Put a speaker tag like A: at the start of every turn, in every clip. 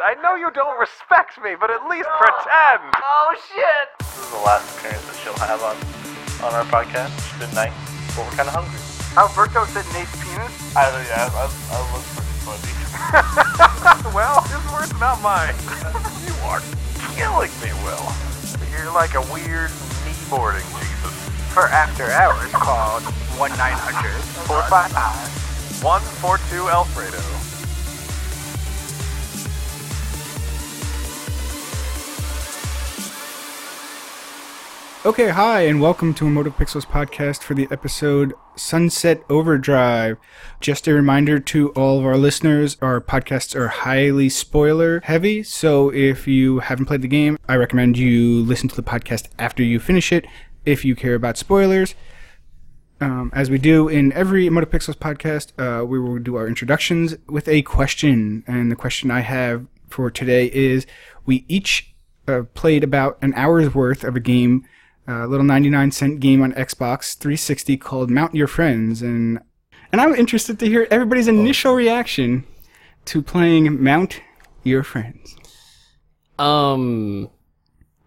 A: I know you don't respect me, but at least pretend.
B: Oh shit!
C: This is the last appearance that she'll have on on our podcast. It's been nice, but we're kind of hungry.
B: Alberto said Nate's penis.
C: I don't know. I, I, I look pretty funny.
A: well, his words, not mine. you are killing me, Will. You're like a weird kneeboarding Jesus.
B: For after hours called 1 900 455.
A: 142 Alfredo.
D: Okay, hi, and welcome to Emotive Pixels podcast for the episode Sunset Overdrive. Just a reminder to all of our listeners our podcasts are highly spoiler heavy, so if you haven't played the game, I recommend you listen to the podcast after you finish it if you care about spoilers. Um, as we do in every Emotive Pixels podcast, uh, we will do our introductions with a question. And the question I have for today is we each uh, played about an hour's worth of a game, a little 99 cent game on Xbox 360 called Mount Your Friends. And, and I'm interested to hear everybody's
E: Oh.
D: initial reaction to playing Mount Your Friends.
E: Um.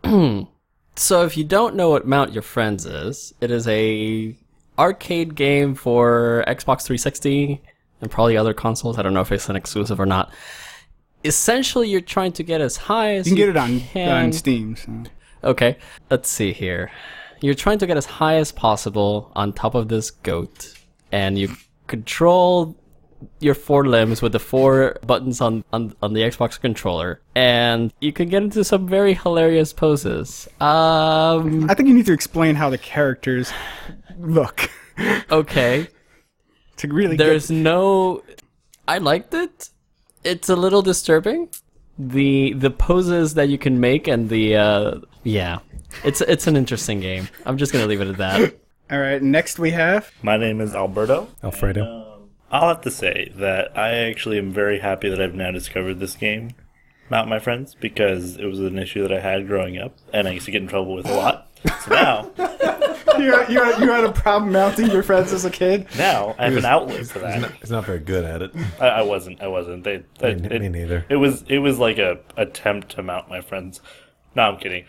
E: so if you don't know what Mount Your Friends is, it is a arcade game for Xbox 360 and probably other consoles. I don't know if it's an exclusive or not. Essentially, you're trying to get as high as
D: You can get it on,
E: can-
D: on Steam. So.
E: Okay, let's see here. You're trying to get as high as possible on top of this goat, and you control your four limbs with the four buttons on, on, on the Xbox controller, and you can get into some very hilarious poses. Um,
D: I think you need to explain how the characters look
E: okay.
D: to really get
E: There's no. I liked it. It's a little disturbing. The the poses that you can make and the uh, yeah, it's it's an interesting game. I'm just gonna leave it at that.
D: All right, next we have.
C: My name is Alberto. um,
F: Alfredo.
C: I'll have to say that I actually am very happy that I've now discovered this game, Mount My Friends, because it was an issue that I had growing up, and I used to get in trouble with a lot. So now,
D: You had, you, had, you had a problem mounting your friends as a kid?
C: now I have an outlet for that.
F: He's not very good at it.
C: I, I wasn't. I wasn't. They, they,
F: Me-
C: it,
F: me neither.
C: It was. It was like a attempt to mount my friends. No, I'm kidding.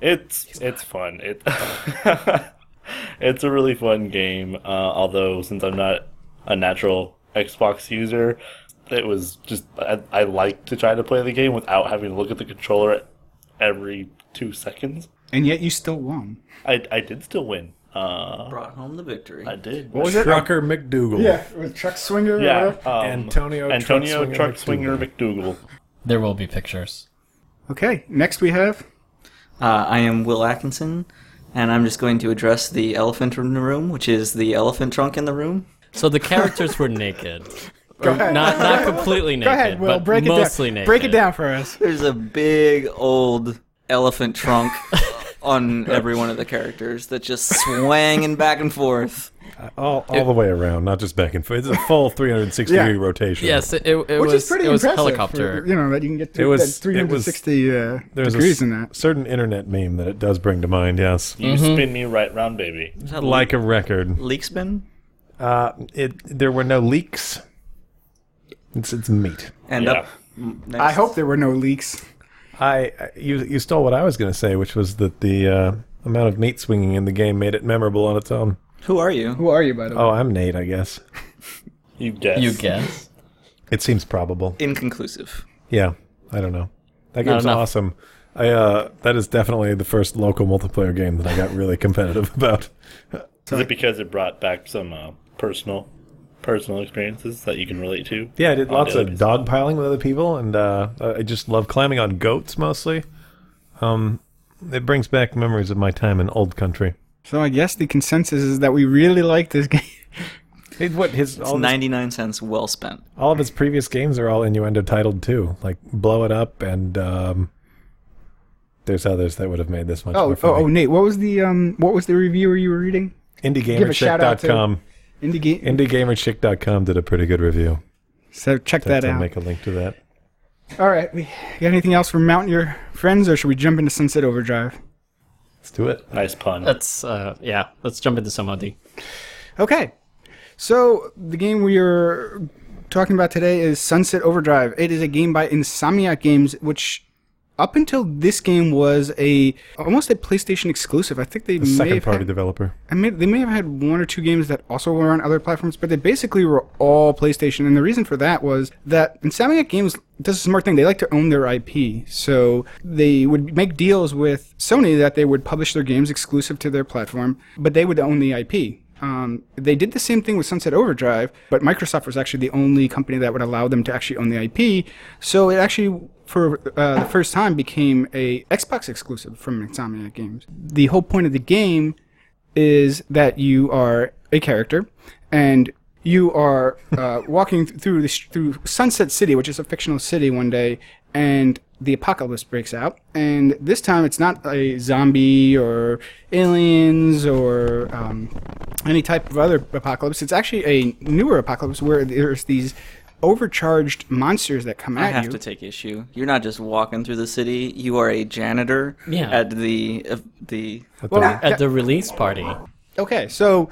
C: It's it's fun. It it's a really fun game. Uh, although since I'm not a natural Xbox user, it was just I, I like to try to play the game without having to look at the controller every two seconds.
D: And yet you still won.
C: I I did still win. Uh,
B: Brought home the victory.
C: I did.
D: What was it?
F: Trucker McDougal.
D: with Chuck Swinger.
C: Yeah. um,
F: Antonio Truck
C: Antonio
F: Swinger
C: Truck Swinger McDougal.
F: McDougal.
E: There will be pictures.
D: Okay, next we have.
G: Uh, I am Will Atkinson, and I'm just going to address the elephant in the room, which is the elephant trunk in the room.
E: So the characters were naked.
D: Go ahead.
E: Not not completely naked,
D: Go ahead, Will.
E: but
D: Break it
E: mostly
D: down.
E: naked.
D: Break it down for us.
G: There's a big old elephant trunk on every one of the characters that's just swanging back and forth.
F: All, all the way around, not just back and forth. It's a full 360
D: Yeah.
F: degree rotation.
E: Yes, it, it, it
D: Which
E: was
D: is pretty
E: it was
D: impressive.
E: helicopter.
D: for- you know, that you can get to
F: It was-
D: that 360 uh,
F: There's a
D: degrees
F: s-
D: in that.
F: certain internet meme that it does bring to mind, yes.
C: You spin me right round, baby.
G: Is that
F: Like a record.
G: leak spin?
F: Uh, it There were no leaks. It's, it's meat.
G: And
C: Yeah.
G: up. Next.
D: I hope there were no leaks.
F: I I- you, you stole what I was going to say, which was that the uh, amount of meat swinging in the game made it memorable on its own.
G: Who are you?
D: Who are you, by the way?
F: Oh, I'm Nate, I guess.
C: You guess.
E: You guess.
F: It seems probable.
G: Inconclusive.
F: Yeah, I don't know. That
E: Not
F: game's
E: enough.
F: awesome. I uh, that is definitely the first local multiplayer game that I got really competitive about.
C: Is it because it brought back some uh, personal, personal experiences that you can relate to?
F: Yeah, I did
C: Oh,
F: lots of
C: dude.
F: dogpiling with other people, and uh, I just love climbing on goats mostly. Um, it brings back memories of my time in old country.
D: So I guess the consensus is that we really like this game.
F: Hey, what his all, of his
G: 99 cents well spent.
F: all of his previous games are all innuendo titled too, like blow it up and um, there's others that would have made this much
D: Oh,
F: more
D: oh, oh,
F: fun.
D: Nate, what was the um, what was the reviewer you were reading?
F: oh,
D: give a shout out to-
F: indiegamerchick.com.
D: Indie game.
F: Indiegamerchick.com did a pretty good review.
D: so check that
F: I'll
D: out.
F: make a link to that.
D: All right, we got anything else from Mount Your Friends, or should we jump into Sunset Overdrive?
F: Let's do it.
C: Nice pun.
E: Let's uh yeah, let's jump into some OD.
D: Okay. So the game we are talking about today is Sunset Overdrive. It is a game by Insomniac Games, which up until this game was a almost a PlayStation exclusive. I think they may
F: Second
D: have
F: party
D: had-
F: developer.
D: I mean, they may have had one or two games that also were on other platforms, but they basically were all PlayStation. And the reason for that was that Insomniac Games does a smart thing. They like to own their IP. So they would make deals with Sony that they would publish their games exclusive to their platform, but they would own the IP. Um, they did the same thing with Sunset Overdrive, but Microsoft was actually the only company that would allow them to actually own the IP. So it actually, for uh, the first time, became a Xbox exclusive from Insomniac Games. The whole point of the game is that you are a character and you are uh, walking th- through the sh- through Sunset City, which is a fictional city, one day, and the apocalypse breaks out. And this time, it's not a zombie or aliens or um, any type of other apocalypse. It's actually a newer apocalypse where there's these overcharged monsters that come
G: I
D: at
G: have
D: you.
G: to take issue. You're not just walking through the city. You are a janitor
E: Yeah.
G: at the uh, the
D: Well,
E: At the release party.
D: Okay, so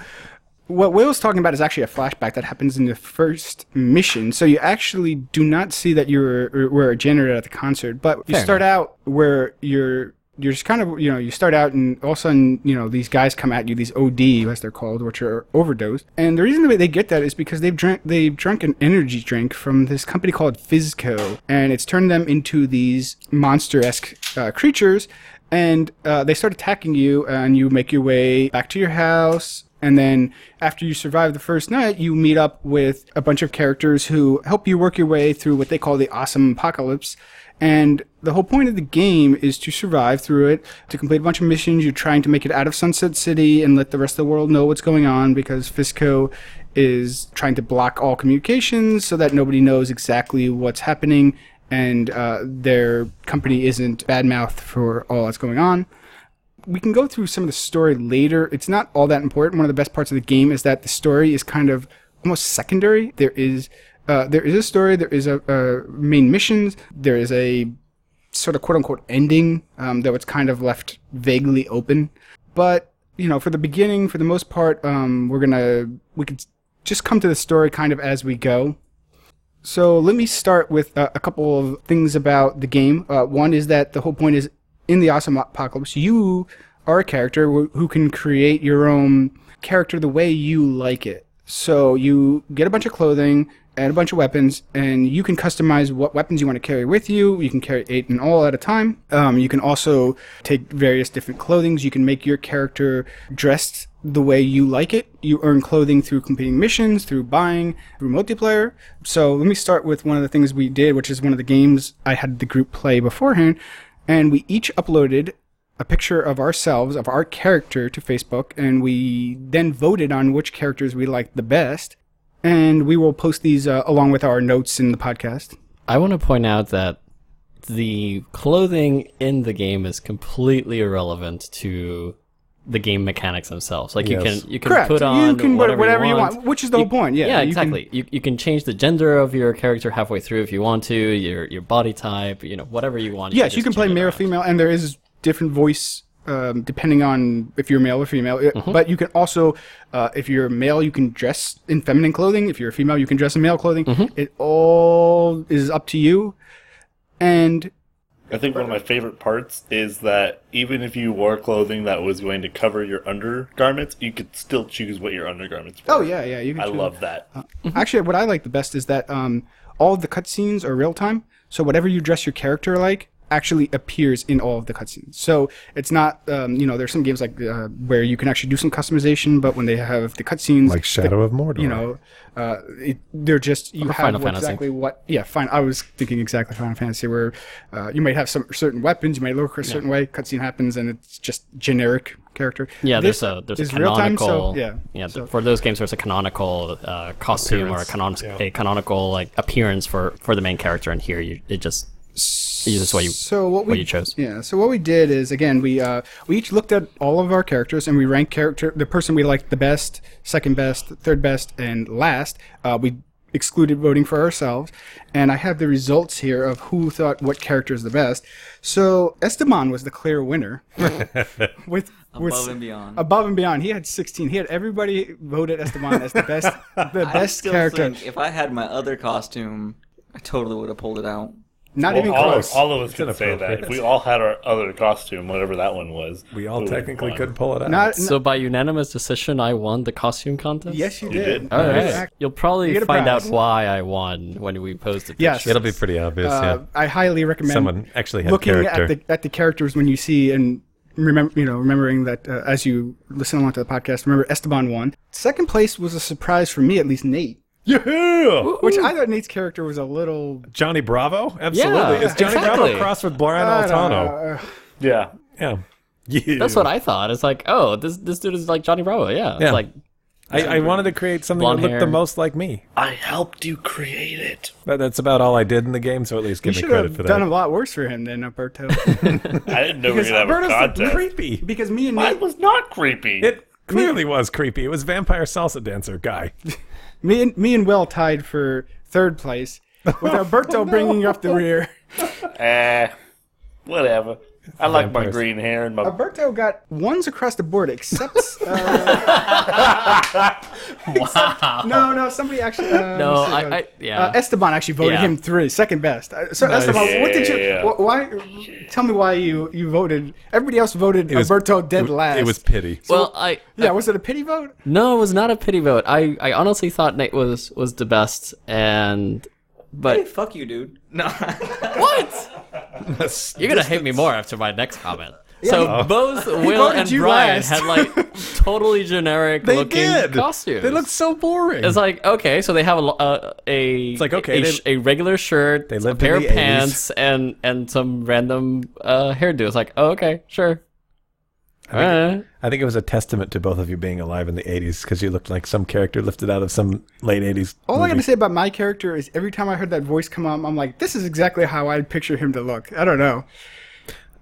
D: what Will's talking about is actually a flashback that happens in the first mission. So you actually do not see that you were, were a janitor at the concert, but you
E: Fair
D: start out where you're. You're just kind of, you know, you start out and all of a sudden, you know, these guys come at you, these OD, as they're called, which are overdosed. And the reason that they get that is because they've drank, they've drunk an energy drink from this company called Fizco, and it's turned them into these monster-esque uh, creatures and uh, they start attacking you and you make your way back to your house and then after you survive the first night you meet up with a bunch of characters who help you work your way through what they call the awesome apocalypse and the whole point of the game is to survive through it to complete a bunch of missions you're trying to make it out of sunset city and let the rest of the world know what's going on because fisco is trying to block all communications so that nobody knows exactly what's happening and uh, their company isn't badmouth for all that's going on. We can go through some of the story later. It's not all that important. One of the best parts of the game is that the story is kind of almost secondary. There is uh, there is a story. There is a, a main missions. There is a sort of quote unquote ending, um, though it's kind of left vaguely open. But you know, for the beginning, for the most part, um, we're gonna we could just come to the story kind of as we go. So let me start with uh, a couple of things about the game. Uh, one is that the whole point is in the awesome apocalypse, you are a character wh- who can create your own character the way you like it. So you get a bunch of clothing and a bunch of weapons, and you can customize what weapons you want to carry with you. You can carry eight in all at a time. Um, you can also take various different clothings. You can make your character dressed the way you like it. You earn clothing through completing missions, through buying, through multiplayer. So let me start with one of the things we did, which is one of the games I had the group play beforehand, and we each uploaded a picture of ourselves, of our character to Facebook, and we then voted on which characters we liked the best. And we will post these uh, along with our notes in the podcast.
E: I want to point out that the clothing in the game is completely irrelevant to the game mechanics themselves. Like you
F: Yes.
E: can you can
D: Correct.
E: put
D: You
E: on
D: can put
E: whatever,
D: whatever
E: you,
D: you
E: want.
D: want, which is the whole point, yeah.
E: yeah,
D: You can-
E: exactly. You you can change the gender of your character halfway through if you want to. Your your body type, you know, whatever you want.
D: Yes, you
E: just
D: can play
E: change it
D: male,
E: around.
D: female, and there is different voice um, depending on if you're male or female. It- But you can also, uh, if you're male, you can dress in feminine clothing. If you're a female, you can dress in male clothing. It all is up to you. And
C: I think one of my favorite parts is that even if you wore clothing that was going to cover your undergarments, you could still choose what your undergarments were.
D: oh yeah, yeah, you can.
C: I
D: choose.
C: love that.
D: Actually, what I like the best is that um, all of the cutscenes are real time. So whatever you dress your character like actually appears in all of the cutscenes. So it's not, um, you know, there's some games like uh, where you can actually do some customization, but when they have the cutscenes,
F: Like Shadow of Mordor.
D: you know, uh, it, they're just you
E: Or
D: have
E: Final
D: what
E: Fantasy.
D: exactly what. Yeah, fine. I was thinking exactly Final Fantasy, where uh, you might have some certain weapons, you might look a certain way. Cutscene happens, and it's just generic character.
E: Yeah,
D: This
E: there's a there's a
D: is real-time,
E: canonical.
D: so, yeah,
E: yeah.
D: so-
E: for those games, there's a canonical uh, costume or a, canon- a canonical like appearance for for the main character, and here you it just you just what you
D: so what we
E: you chose.
D: yeah so what we did is again we uh, we each looked at all of our characters and we ranked character the person we liked the best second best third best and last uh, we excluded voting for ourselves, and I have the results here of who thought what character is the best. So Esteban was the clear winner with
G: Above and beyond.
D: Above and beyond, he had 16. He had everybody voted Esteban as the best, the
G: I
D: best
G: still
D: character.
G: think if I had my other costume, I totally would have pulled it out.
D: Not
C: Well,
D: even
C: all,
D: close.
C: Of, all of us could say that. If we all had our other costume, whatever that one was,
F: We all
C: would have
F: technically
C: won.
F: could pull it out.
D: Not-
E: So by unanimous decision, I won the costume contest.
D: yes, you,
C: You
D: did.
C: did.
E: All right.
D: Exact-
E: You'll probably
D: You get a
E: find out
D: prize.
E: why I won when we post the
D: Yes.
E: picture.
F: It'll be pretty obvious.
D: Uh, I highly recommend
F: yeah. Someone actually had
D: looking
F: character.
D: at the at the characters when you see and remember you know remembering that uh, as you listen along to the podcast remember Esteban won second place was a surprise for me at least Nate
F: yeah.
D: which I thought Nate's character was a little
F: Johnny Bravo? Absolutely.
E: Yeah,
F: Is Johnny
E: exactly.
F: Bravo crossed with Brian
D: I don't
F: Altano?
D: know, uh,
C: Yeah.
F: Yeah. yeah.
E: That's what I thought. It's like, oh, this this dude is like Johnny Bravo. Yeah.
F: Yeah.
E: It's like
F: I, I wanted to create something that
E: Blonde
F: looked the
E: hair.
F: most like me.
C: I helped you create it.
F: That, that's about all I did in the game, so at least
D: you
F: give me
D: should
F: credit
D: have
F: for
D: done a
F: that.
D: lot worse for him than Alberto
C: I didn't know we were
F: Because
C: gonna have a
F: Alberto's the
C: contest.
F: creepy.
D: because me and
C: Mine
D: Nate
C: was not creepy.
F: It clearly was creepy. It was vampire salsa dancer guy.
D: me and me and Will tied for third place with Alberto
F: Oh,
D: bringing up the rear
C: Eh, whatever. I like my
F: Vampires.
C: green hair and my
D: Alberto got ones across the board except uh,
E: wow.
D: no no somebody actually uh,
E: No,
D: let me see,
E: I,
D: uh,
E: I yeah.
D: Uh, Esteban actually voted
E: Yeah.
D: him three, second best. Uh, So Esteban, what did you?
C: Yeah.
D: wh- Why? Tell me why you you voted. Everybody else voted
F: was-
D: Alberto dead
F: it,
D: last.
F: was pity.
E: well, I
D: yeah. Was it a pity vote?
E: no, it was not a pity vote. I, I honestly thought Nate was was the best, and
G: Hey,
E: but
G: fuck you, dude. No.
E: what? You're gonna hate me more after my next comment. Oh. So both Will
D: voted
E: and
D: you
E: Brian
D: last.
E: had like totally generic
F: They
E: looking
F: did.
E: costumes.
F: They looked so boring.
E: It's like okay, so they have a lo- uh, a it's
F: like, okay,
E: a,
F: they-
E: sh- a regular shirt,
F: They
E: a
F: lived
E: pair of
F: in the 80s.
E: pants, and and some random uh, hairdo. It's like oh, okay, sure. Uh, Alright.
F: I think it was a testament to both of you being alive in the 80s because you looked like some character lifted out of some late 80s.
D: All I
F: movie.
D: gotta say about my character is every time I heard that voice come up, I'm like, this is exactly how I'd picture him to look. I don't know.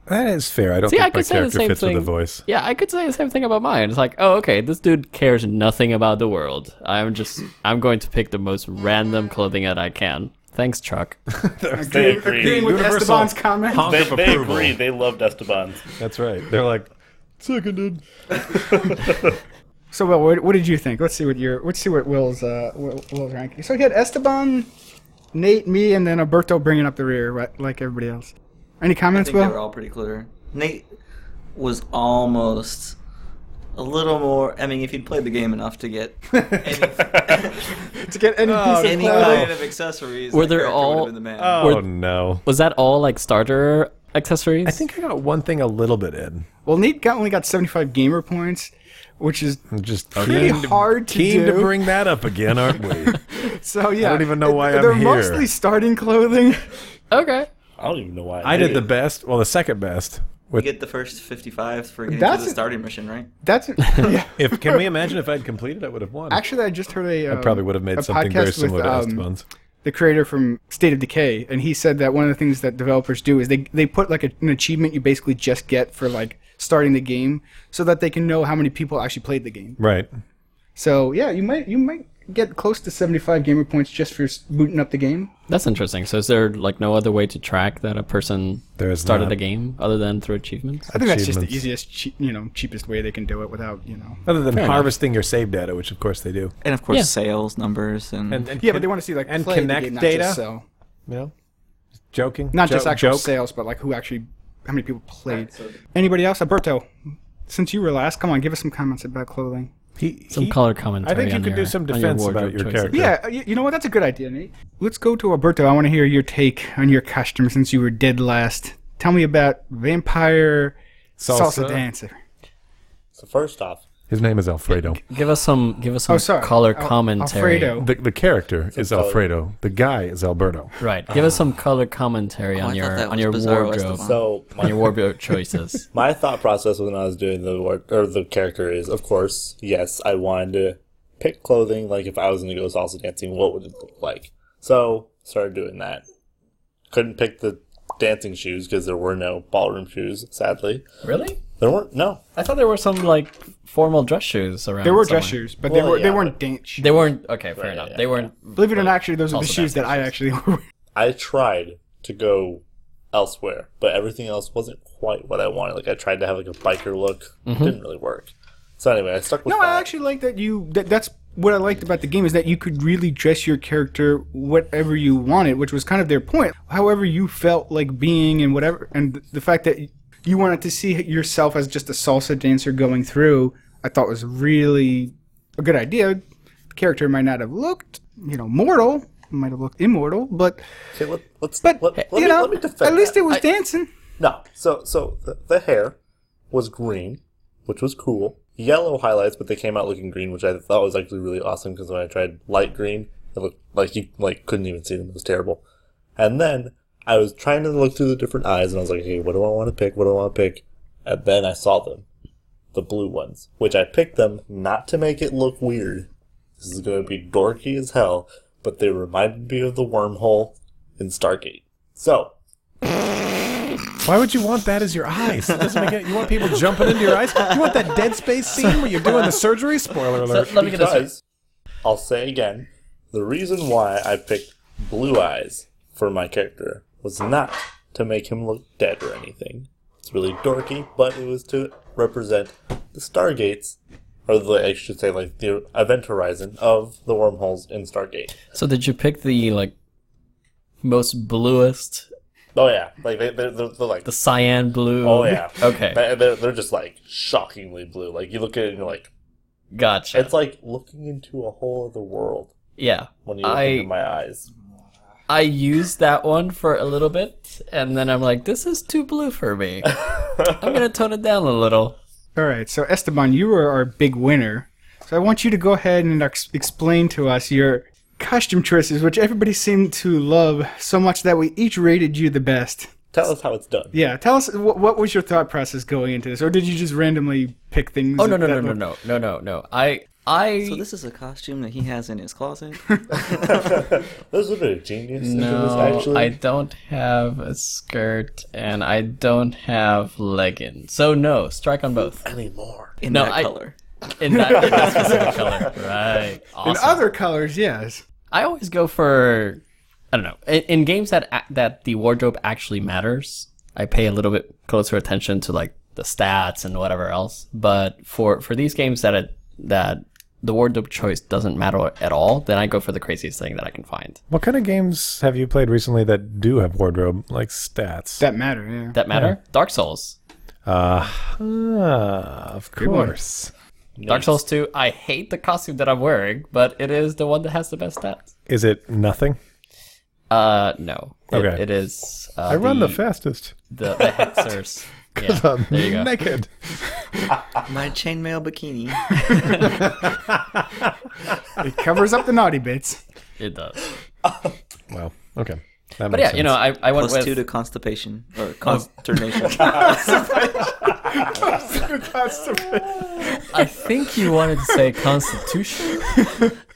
F: That is fair. I don't
E: See, I
F: think my
E: could say the
F: character
E: same
F: fits
E: thing.
F: with the voice.
E: Yeah, I could say the same thing about mine. It's like oh, okay, this dude cares nothing about the world. I'm just I'm going to pick the most random clothing that I can. Thanks, Chuck.
C: They agree.
D: Agreeing with
F: Universal
D: Esteban's comment.
F: honk
C: They,
F: of
C: they
F: approval.
C: agree. They loved Esteban.
F: That's right. They're like, seconded.
D: So, Will, what, what did you think? Let's see what your let's see what Will's uh, Will- Will's ranking. So he had Esteban, Nate, me, and then Alberto bringing up the rear, right, like everybody else. Any
G: I
D: comments,
G: think they were
D: Will?
G: all pretty clear. Nate was almost a little more. I mean, if he'd played the game enough to get any,
D: To get any piece of clothing.
G: any kind of accessories,
E: Were
G: the
E: there
G: character
E: all-
G: would've Been the man.
F: Oh, no.
E: Was that all like starter accessories?
F: I think I got one thing a little bit in.
D: Well, Nate got, only got 75 gamer points, which is
F: I'm just
D: pretty
F: keen to-
D: hard to
F: keen
D: do.
F: to bring that up again, aren't we?
D: so. Yeah,
F: don't even know why I'm
D: they're
F: here.
D: mostly starting clothing.
E: okay.
C: I don't even know why.
F: I did the best. Well, the second best.
G: You
F: With
G: get the first 55 for getting
D: That's
G: to the
D: a-
G: starting mission, right?
D: That's yeah.
F: if can we imagine if I'd completed, I would have won.
D: Actually, I just heard a.
F: I
D: um,
F: probably would have
D: a
F: made something very
D: podcast
F: similar
D: with,
F: to
D: um,
F: Esteban's.
D: the creator from State of Decay, and he said that one of the things that developers do is they they put like a, an achievement you basically just get for like starting the game, so that they can know how many people actually played the game.
F: Right.
D: So yeah, you might you might get close to 75 gamer points just for s- booting up the game.
E: That's interesting. So is there like no other way to track that a person
F: There is
E: started
F: not.
E: the game other than through achievements?
D: I think that's just the
F: Achievements.
D: easiest, chea- you know, cheapest way they can do it without you know.
F: Other than harvesting your save data, which of course they do,
G: And of course,
E: Yeah.
G: sales numbers and,
F: and, and
D: Yeah, but
F: con-
D: they want to see like
F: and
D: play the
F: connect
D: game, not
F: data.
D: just sell.
F: You know, joking,
D: not just
F: Jo-
D: actual
F: joke.
D: sales, but like who actually, how many people played. Anybody else? Alberto, since you were last, come on, give us some comments about clothing.
F: He,
E: Some
F: he-
E: color commentary.
F: I think you
E: on
F: could
E: your-
F: do some
E: on your
F: defense about
E: wardrobe
F: your
E: choices.
F: character.
D: Yeah, uh, you, you know what? That's a good idea, Nate. Let's go to Alberto. I want to hear your take on your costume since you were dead last. Tell me about vampire salsa,
F: Salsa.
D: dancer.
C: So first off,
F: His name is Alfredo.
E: Give us some. Give us some
D: Oh, sorry.
E: color
D: Al-
E: commentary.
D: Alfredo.
F: The, the character is
C: color.
F: Alfredo. The guy is Alberto.
E: Right. Give us some color commentary
G: Oh,
E: on
G: I
E: your
G: thought that
E: on
G: was
E: your
G: Bizarro
E: wardrobe.
G: Esteban.
C: so
E: On
C: my,
E: your wardrobe choices.
C: my thought process when I was doing the work or the character is, of course, yes, I wanted to pick clothing. Like if I was going to go salsa dancing, what would it look like? So started doing that. Couldn't pick the dancing shoes because there were no ballroom shoes, sadly.
E: Really?
C: There weren't, no.
E: I thought there were some like formal dress shoes around.
D: There were dress
E: somewhere.
D: shoes, but they
C: Well,
D: were they
C: yeah,
D: weren't dance shoes.
E: They weren't okay. Fair
C: Right,
E: enough.
C: yeah,
E: they
C: yeah.
E: weren't.
D: Believe it or not, actually, those are the
E: also
D: shoes that I actually wore.
C: I tried to go elsewhere, but everything else wasn't quite what I wanted. Like I tried to have like a biker look, didn't really work. So anyway, I stuck with
D: Mm-hmm. No,
C: that.
D: I actually like that you. That, that's what I liked about the game is that you could really dress your character whatever you wanted, which was kind of their point. However, you felt like being and whatever, and th- the fact that you wanted to see yourself as just a salsa dancer going through, I thought was really a good idea. The character might not have looked, you know, mortal, might have looked immortal, but
C: Okay, let, let's
D: but
C: let, let
D: you
C: me,
D: know,
C: let me defend
D: at least
C: that.
D: it was dancing.
C: No, so so the, the hair was green, which was cool. Yellow highlights, but they came out looking green, which I thought was actually really awesome because when I tried light green, it looked like you like couldn't even see them. It was terrible. And then I was trying to look through the different eyes, and I was like, "Hey, what do I want to pick? What do I want to pick?" And then I saw them, the blue ones, which I picked them not to make it look weird. This is going to be dorky as hell, but they reminded me of the wormhole in Stargate. So
F: Why would you want that as your eyes? That doesn't make it, you want people jumping into your eyes? You want that dead space scene where you're doing the surgery? Spoiler alert.
E: Let me get this.
C: because I'll say again, the reason why I picked Blue Eyes for my character was not to make him look dead or anything. It's really dorky, but it was to represent the Stargates, or the I should say, like the event horizon of the wormholes in Stargate.
E: So did you pick the like most bluest,
C: Oh yeah, like they, they're, they're, they're like
E: the cyan blue?
C: oh yeah,
E: Okay.
C: They- they're, they're just like shockingly blue. Like you look at it and you're like,
E: Gotcha.
C: it's like looking into a whole other world
E: yeah.
C: when you look
E: I-
C: into my eyes.
E: I used that one for a little bit, and then I'm like, this is too blue for me. I'm gonna tone it down a little.
D: All right, so Esteban, you were our big winner. So I want you to go ahead and ex- explain to us your costume choices, which everybody seemed to love so much that we each rated you the best.
C: Tell us how it's done.
D: Yeah, tell us wh- what was your thought process going into this, or did you just randomly pick things?
E: Oh no no
D: that
E: no no
D: looked-
E: no no no no. I I
G: So this is a costume that he has in his closet.
C: There's a bit of genius into this,
E: no,
C: actually.
E: I don't have a skirt and I don't have leggings. So no, strike on both.
C: Anymore.
G: In
E: No,
G: that
E: I-
G: color.
E: In that, in that specific color. Right.
D: In
E: Awesome.
D: other colors, yes.
E: I always go for I don't know in, in games that a- that the wardrobe actually matters. I pay a little bit closer attention to like the stats and whatever else. But for for these games that it, that the wardrobe choice doesn't matter at all, then I go for the craziest thing that I can find
F: What kind of games have you played recently that do have wardrobe, like stats?
D: That matter, yeah.
E: that matter. Dark Souls,
F: Ah, of
D: one.
F: course.
E: Dark Souls Two. I hate the costume that I'm wearing, but it is the one that has the best stats.
F: Is it nothing?
E: Uh, no. It-
F: Okay.
E: it is. Uh,
F: I run the fastest.
E: the, the hexers. Yeah,
F: I'm
E: there you go.
F: naked.
G: My chainmail bikini.
D: It covers up the naughty bits.
E: It does.
F: Well, okay. That
E: But
F: makes
E: yeah, you know, I, I went
G: Plus
E: with Oh.
G: two to constipation or consternation.
E: I think you wanted to say constitution.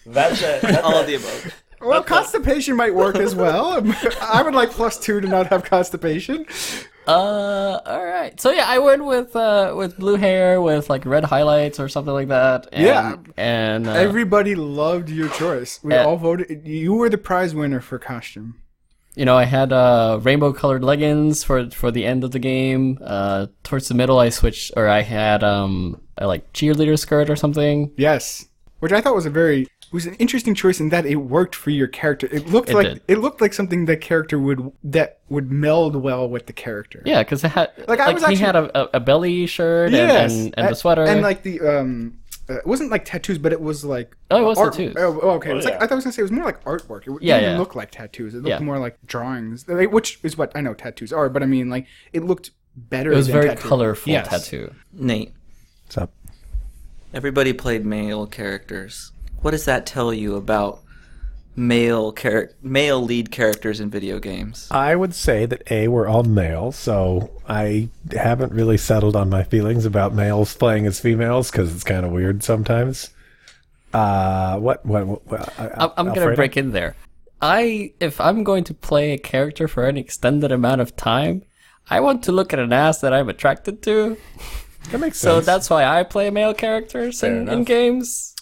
C: That's it. That's
G: All
C: it.
G: of the above.
D: Well, constipation might work as well. I would like plus two to not have constipation.
E: Uh, all right. So yeah, I went with uh with blue hair with like red highlights or something like that. And,
D: Yeah.
E: and uh,
D: Everybody loved your choice. We
E: Uh,
D: all voted. You were the prize winner for costume.
E: you know I had uh rainbow colored leggings for for the end of the game. Uh, towards the middle I switched or I had um a like cheerleader skirt or something.
D: Yes, which I thought was a very was an interesting choice in that it worked for your character. It looked
E: It
D: like
E: did.
D: it looked like something that character would that would meld well with the character.
E: Yeah, because it had
D: Like,
E: like,
D: I was
E: he
D: actually-
E: had a, a, a belly shirt
D: Yes,
E: and, and, and the
D: a-
E: sweater
D: and like the um, uh, it wasn't like tattoos, but it was like
E: Oh, it was
D: art-
E: tattoos.
D: Oh, oh, okay, it was
C: Oh,
D: like
C: yeah.
D: I thought I was gonna say it was more like artwork. It w-
E: Yeah,
D: didn't even
E: yeah.
D: look like tattoos. It looked
E: Yeah.
D: more like drawings, like, which is what I know tattoos are. But I mean, like it looked better.
E: it was very
D: tattoos.
E: colorful
D: Yes.
E: tattoo.
G: Nate,
F: What's up?
G: everybody played male characters. What does that tell you about male char- male lead characters in video games?
F: I would say that A, we're all male, so I haven't really settled on my feelings about males playing as females because it's kind of weird sometimes. Uh, what? What? what, what I,
E: I'm, I'm gonna break in there. I if I'm going to play a character for an extended amount of time, I want to look at an ass that I'm attracted to.
F: That makes sense.
E: So that's why I play male characters in, in
C: enough.
E: games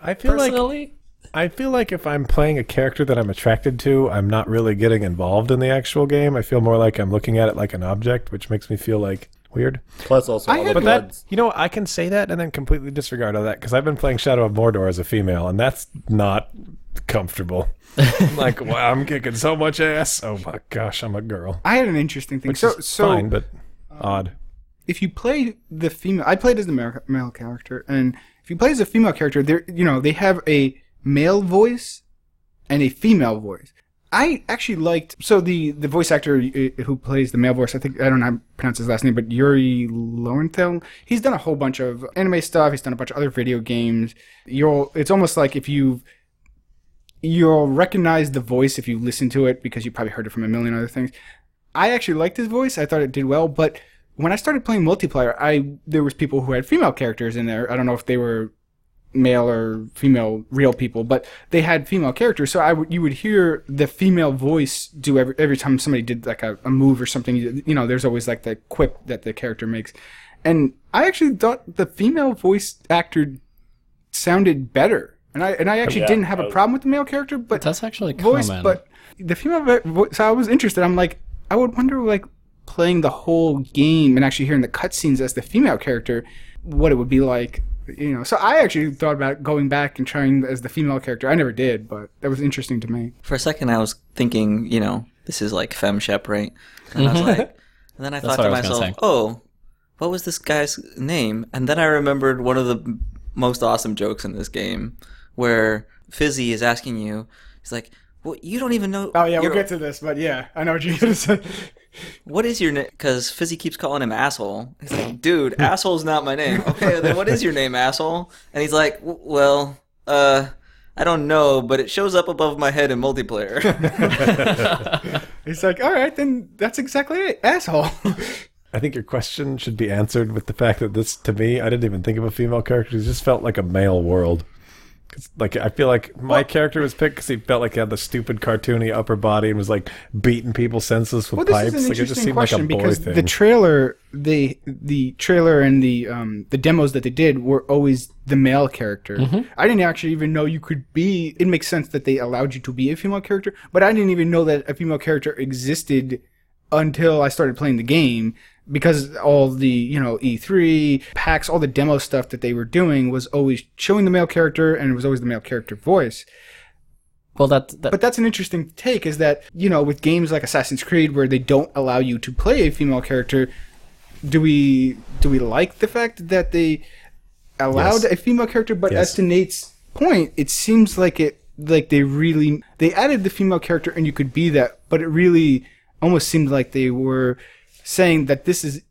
F: I feel like
E: personally.
F: I feel like if I'm playing a character that I'm attracted to, I'm not really getting involved in the actual game. I feel more like I'm looking at it like an object, which makes me feel like weird.
C: Plus, also all the
F: But that,
C: bloods.
F: you know, I can say that and then completely disregard all that because I've been playing Shadow of Mordor as a female, and that's not comfortable. I'm like, wow, I'm kicking so much ass. Oh my gosh, I'm a girl.
D: I had an interesting thing. so,
F: It's
D: so um,
F: fine, but odd.
D: if you play the female, I played as the male, male character, and if you play as a female character, they you know they have a male voice and a female voice. I actually liked so the the voice actor uh, who plays the male voice. I think I don't know how to pronounce his last name, but Yuri Lowenthal. He's done a whole bunch of anime stuff. He's done a bunch of other video games. You'll it's almost like if you've you'll recognize the voice if you listen to it because you probably heard it from a million other things. I actually liked his voice. I thought it did well, but when I started playing multiplayer, I there was people who had female characters in there. I don't know if they were male or female real people, but they had female characters. So I would you would hear the female voice do every every time somebody did like a, a move or something. You you know, there's always like the quip that the character makes, and I actually thought the female voice actor sounded better. And I and I actually
C: Yeah,
D: didn't have
C: I-
D: a problem with the male character, but
E: That's actually a
D: voice,
E: comment.
D: but the female vo- voice. So I was interested. I'm like, I would wonder, like, playing the whole game and actually hearing the cutscenes as the female character, what it would be like, you know. So I actually thought about going back and trying as the female character. I never did, but that was interesting to me.
G: For a second, I was thinking, you know, this is like Fem Shep, right? And I was like, and then I thought
E: Mm-hmm. what
G: to
E: I was gonna
G: myself,
E: say.
G: oh, what was this guy's name? And then I remembered one of the m- most awesome jokes in this game, where Fizzy is asking you, he's like, well, you don't even know.
D: Oh,
E: Oh,
G: your-
D: to this, but yeah, I know what you're gonna say.
G: What is your name? Because Fizzy keeps calling him asshole. He's like, dude, asshole's not my name. Okay, then what is your name, asshole? And he's like, "W- well, uh, I don't know, but it shows up above my head in multiplayer.
D: It's like, all right, then that's exactly it, asshole.
F: I think your question should be answered with the fact that this, to me, I didn't even think of a female character. It just felt like a male world. 'Cause, like I feel like my character was picked because he felt like he had the stupid cartoony upper body and was like beating people senseless with
D: well, this
F: pipes.
D: is an
F: like it just
D: interesting
F: seemed
D: question
F: like a boy
D: because
F: thing.
D: the trailer, the the trailer and the um, the demos that they did were always the male character.
F: Mm-hmm.
D: I didn't actually even know you could be. It makes sense that they allowed you to be a female character, but I didn't even know that a female character existed until I started playing the game because all the you know E3 packs, all the demo stuff that they were doing was always showing the male character and it was always the male character voice
E: well, that, that
D: but that's an interesting take is that you know with games like assassin's creed where they don't allow you to play a female character do we do we like the fact that they allowed
F: Yes.
D: a female character but
F: Yes.
D: as to nate's point it seems like it like they really they added the female character and you could be that but it really almost seemed like they were saying that this is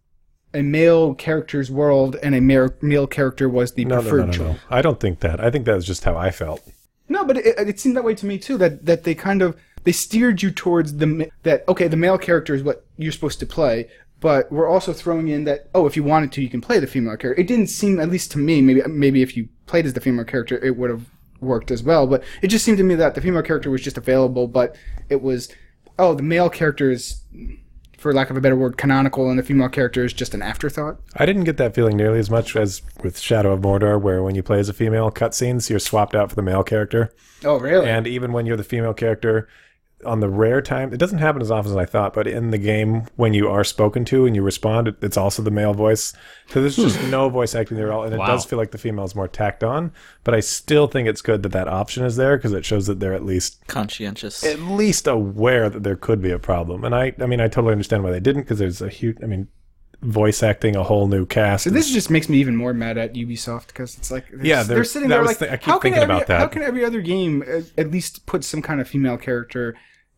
D: a male character's world and a male, male character was the
F: no, no,
D: preferred
F: no, no,
D: choice
F: no. I don't think that. I think that was just how I felt.
D: no, but it, it seemed that way to me too. That that they kind of they steered you towards the ma- that okay, the male character is what you're supposed to play, but we're also throwing in that oh, if you wanted to, you can play the female character. It didn't seem, at least to me, maybe maybe if you played as the female character, it would have worked as well. But it just seemed to me that the female character was just available, but it was oh, the male character is, for lack of a better word, canonical, and the female character is just an afterthought.
F: I didn't get that feeling nearly as much as with Shadow of Mordor, where when you play as a female, cutscenes you're swapped out for the male character.
D: Oh, really?
F: And even when you're the female character, on the rare time, it doesn't happen as often as I thought, but in the game, when you are spoken to and you respond, it, it's also the male voice. So there's just no voice acting there at all. And it does feel like the female is more tacked on, but I still think it's good that that option is there because it shows that they're at least
G: Conscientious.
F: at least aware that there could be a problem. And I, I mean, I totally understand why they didn't because there's a huge, I mean, voice acting a whole new cast.
D: So this just makes me even more mad at Ubisoft because it's like they're,
F: Yeah,
D: yeah, they're,
F: there's-
D: sitting
F: that
D: there
F: was
D: like
F: the- I keep
D: how can
F: thinking
D: every,
F: about that.
D: how can every other game at, at least put some kind of female character,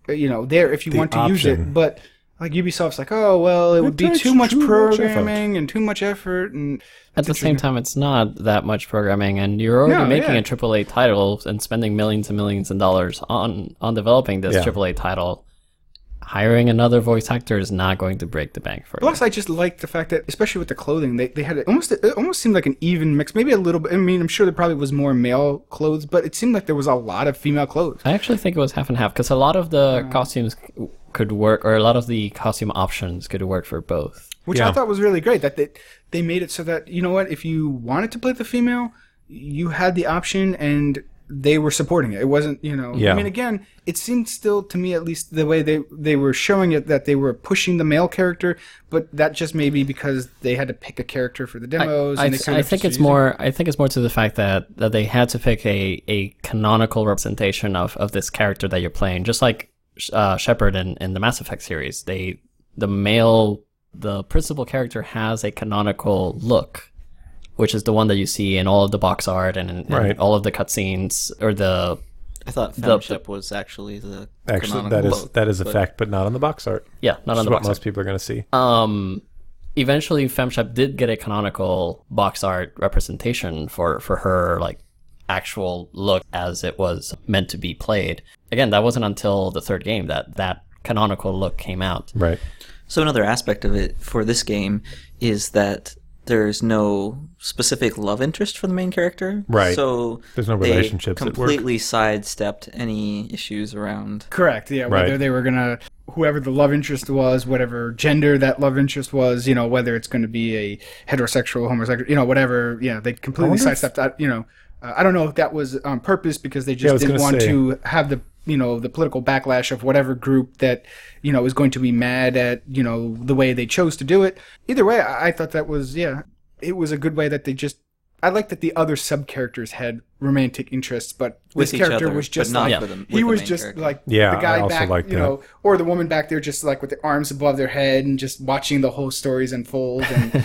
D: uh, you know, there if you
F: The
D: want to use
F: option.
D: it, but like Ubisoft's like oh well it would be
F: takes
D: too much
F: too much effort.
D: programming and too much effort and
E: at the same time, it's not that much programming, and you're already
D: No,
E: making
D: yeah.
E: a AAA title and spending millions and millions of dollars on on developing this
F: Yeah.
E: AAA title. hiring another voice actor is not going to break the bank for you.
D: Plus, I just liked the fact that, especially with the clothing, they, they had it almost it almost seemed like an even mix. Maybe a little bit. I mean, I'm sure there probably was more male clothes, but it seemed like there was a lot of female clothes.
E: I actually think it was half and half because a lot of the
D: Mm.
E: costumes c- could work, or a lot of the costume options could work for both.
D: which I
F: Yeah.
D: thought was really great. That they, they made it so that you know what, if you wanted to play the female, you had the option, and they were supporting it. It wasn't you know. I
F: Yeah.
D: mean, again, it seemed still to me, at least the way they they were showing it, that they were pushing the male character, but that just may be because they had to pick a character for the demos.
E: I,
D: and they
E: th-
D: kind
E: I
D: of
E: think
D: just
E: it's
D: used it.
E: more. I think it's more to the fact that, that they had to pick a, a canonical representation of, of this character that you're playing, just like uh, Shepard in, in the Mass Effect series. They the male the principal character has a canonical look, which is the one that you see in all of the box art and, and
F: Right.
E: all of the cutscenes or the
G: I thought Femship was actually the
F: Actually,
G: canonical
F: that is
G: book,
F: that is a
G: but-
F: fact, but not on the box art.
E: yeah not on
F: That's
E: the
F: what
E: box art.
F: most people are going to see.
E: um eventually femshep did get a canonical box art representation for for her like actual look as it was meant to be played again that wasn't until the third game that that canonical look came out
F: right.
G: So another aspect of it for this game is that there's no specific love interest for the main character.
F: Right.
G: So
F: There's no
G: they
F: relationships at work.
G: Completely sidestepped any issues around.
D: Correct. Yeah. Whether
F: Right.
D: they were gonna, whoever the love interest was, whatever gender that love interest was, you know, whether it's going to be a heterosexual, homosexual, you know, whatever. Yeah, they completely
F: wonder if-
D: sidestepped that. You know, uh, I don't know if that was on purpose because they
F: I
D: just
F: was
D: didn't
F: gonna
D: want
F: say.
D: to have the you know the political backlash of whatever group that you know is going to be mad at you know the way they chose to do it. Either way, I, I thought that was yeah, it was a good way that they just. I like that the other sub characters had romantic interests, but
G: With
D: this
G: each
D: character
G: other,
D: was
G: but
D: just
G: not
E: Yeah.
D: like
G: with them- with
D: he
G: the
D: was
G: main
D: just
G: character.
D: like
F: Yeah,
D: the guy
F: I also
D: back,
F: like
D: you
F: that.
D: know, or the woman back there just like with the arms above their head and just watching the whole stories unfold and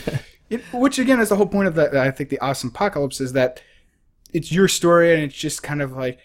D: it, which again is the whole point of that i think the awesome apocalypse is that it's your story and it's just kind of like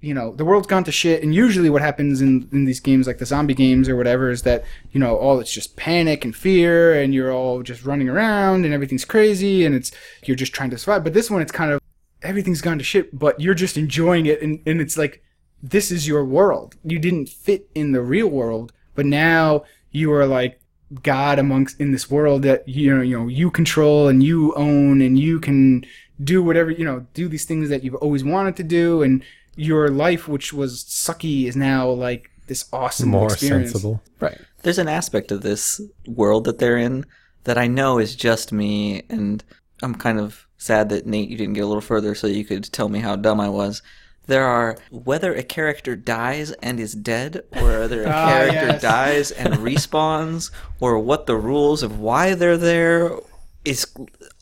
D: you know the world's gone to shit and usually what happens in, in these games like the zombie games or whatever is that you know all it's just panic and fear and you're all just running around and everything's crazy and it's you're just trying to survive but this one it's kind of everything's gone to shit but you're just enjoying it and, and it's like this is your world you didn't fit in the real world but now you are like god amongst in this world that you know you know you control and you own and you can do whatever you know do these things that you've always wanted to do and your life which was sucky is now like this awesome
F: More
D: experience
F: sensible.
E: right
G: There's an aspect of this world that they're in that I know is just me, and I'm kind of sad that Nate, you didn't get a little further so you could tell me how dumb I was. There are whether a character dies and is dead, or whether a
D: Ah,
G: character
D: yes.
G: dies and respawns, or what the rules of why they're there is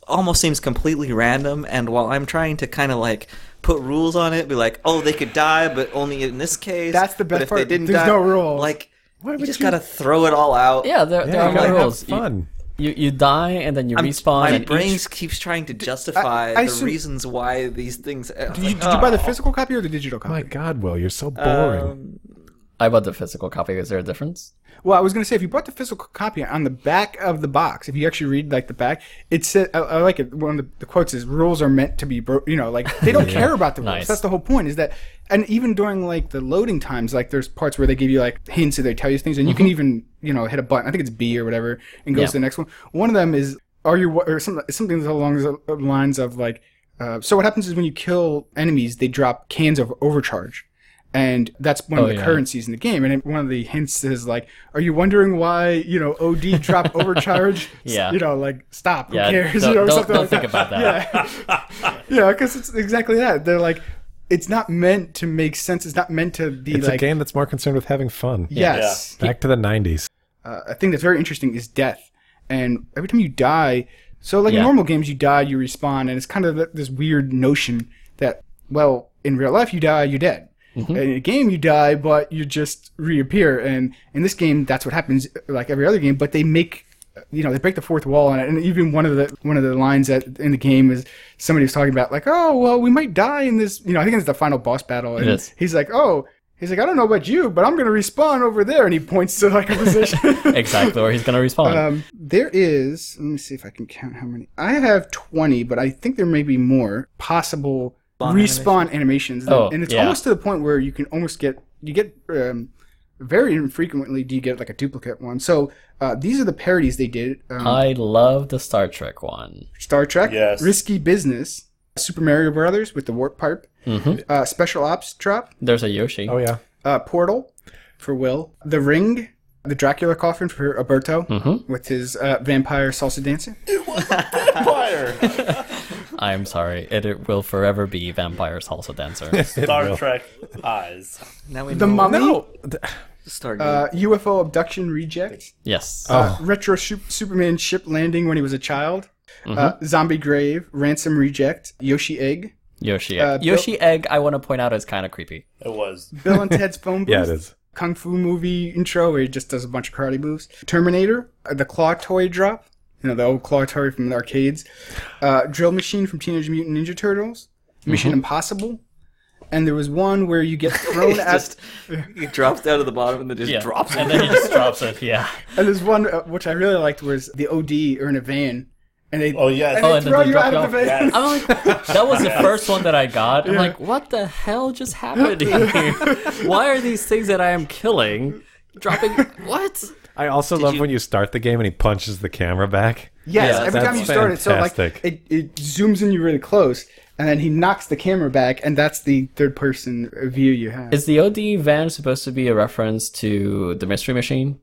G: almost seems completely random. And while I'm trying to kind of like put rules on it, be like, oh, they could die, but only in this case.
D: That's the best
G: but if They
D: part.
G: didn't
D: There's
G: die,
D: no rules.
G: Like, you
F: would
G: just
F: you-
G: gotta throw it all out.
E: yeah there, there
F: Yeah,
E: are
F: you
E: no
F: gotta have
E: rules You-
F: fun.
E: You, you die and then you respawn
G: My
E: and
G: brain
E: each-
G: keeps trying to justify
D: I
G: the
D: assume-
G: reasons why these things. uh, oh,
D: did you, did you buy the physical copy or the digital copy
F: My God, Will, you're so boring.
E: I bought the physical copy is there a difference
D: Well, I was going to say, if you bought the physical copy on the back of the box, if you actually read like the back, it said, I, I like it. One of the, the quotes is, "Rules are meant to be, bro-, you know, like they don't care about the rules.
E: Nice.
D: That's the whole point. Is that, and even during like the loading times, like there's parts where they give you like hints and they tell you things, and you can even you know hit a button. I think it's B or whatever, and goes
E: Mm-hmm. Yeah.
D: to the next one. One of them is, are you or some, something along the lines of like, uh, so what happens is when you kill enemies, they drop cans of overcharge and that's one
E: Oh,
D: of the
E: yeah.
D: currencies in the game. And it- one of the hints is like, "Are you wondering why you know OD drop overcharge?
E: Yeah.
D: you know, like stop.
E: Yeah,
D: Who cares?
E: don't-
D: you know,
E: don't-
D: something
E: don't
D: like
E: think
D: that.
E: about that.
D: Yeah, yeah, because it's exactly that. They're like, it's not meant to make sense. It's not meant to be
F: It's
D: like
F: a game that's more concerned with having fun.
D: yes
F: Back to the 90s.
D: uh, a thing that's very interesting is death. And every time you die, so like in
E: Yeah.
D: normal games, you die, you respawn, and it's kind of th- this weird notion that, well, in real life, you die, you're dead. In a game, you die, but you just reappear. And in this game, that's what happens, like every other game. But they make, you know, they break the fourth wall on it. And even one of the one of the lines that in the game is somebody was talking about, like, oh, well, we might die in this. You know, I think it's the final boss battle. And
E: is.
D: he's like, oh, he's like, I don't know about you, but I'm gonna respawn over there. And he points to like a position.
E: exactly or he's gonna respawn
D: Um, there is. Let me see if I can count how many. I have twenty, but I think there may be more possible respawn animations.
E: Oh,
D: and it's
E: yeah.
D: almost to the point where you can almost get you get um, very infrequently do you get like a duplicate one. So uh, these are the parodies they did: um,
E: I love the Star Trek one.
D: Star Trek,
C: Yes.
D: Risky Business, Super Mario Brothers with the warp pipe,
E: Mm-hmm.
D: uh, Special Ops Trap,
E: There's a Yoshi.
F: Oh yeah.
D: uh, Portal for Will, The Ring, the Dracula coffin for Alberto with his uh, vampire salsa dancing.
E: I'm sorry. It, it will forever be Vampire Salsa Dancer.
C: Star Trek eyes.
G: Now we
D: The
G: know.
D: Mummy,
G: Stargate.
D: uh, UFO abduction reject,
E: yes.
D: uh, retro su- Superman ship landing when he was a child, uh, zombie grave, ransom reject, Yoshi egg,
E: Yoshi
D: uh,
E: Egg.
D: Bill-
E: Yoshi Egg, I want to point out, is kind of creepy.
C: It was.
D: Bill and Ted's phone booth,
F: Yeah, it is.
D: kung fu movie intro where he just does a bunch of karate moves, Terminator, uh, the claw toy drop, you know the old claw toy from the arcades, uh, drill machine from Teenage Mutant Ninja Turtles, Mission Impossible, and there was one where you get thrown at
G: just it drops down to the bottom and then just
E: Yeah.
G: drops
E: and
G: it.
E: then he just drops it. Yeah.
D: And there's one uh, which I really liked was the OD or in a van, and they
C: Oh yes.
D: and they
E: Oh, and then
D: throw
E: they
D: you
E: drop
D: out of
E: you
D: the van.
C: Yes.
E: I'm like, that was the first one that I got. I'm like, what the hell just happened here? Why are these things that I am killing dropping? What?
F: I also love
G: you-
F: when you start the game and he punches the camera back.
D: Yes,
E: Yeah,
D: every time
F: that's
D: you start it, so like
F: fantastic.
D: it, it zooms in you really close, and then he knocks the camera back, and that's the third person view you have.
E: Is the OD van supposed to be a reference to the Mystery Machine?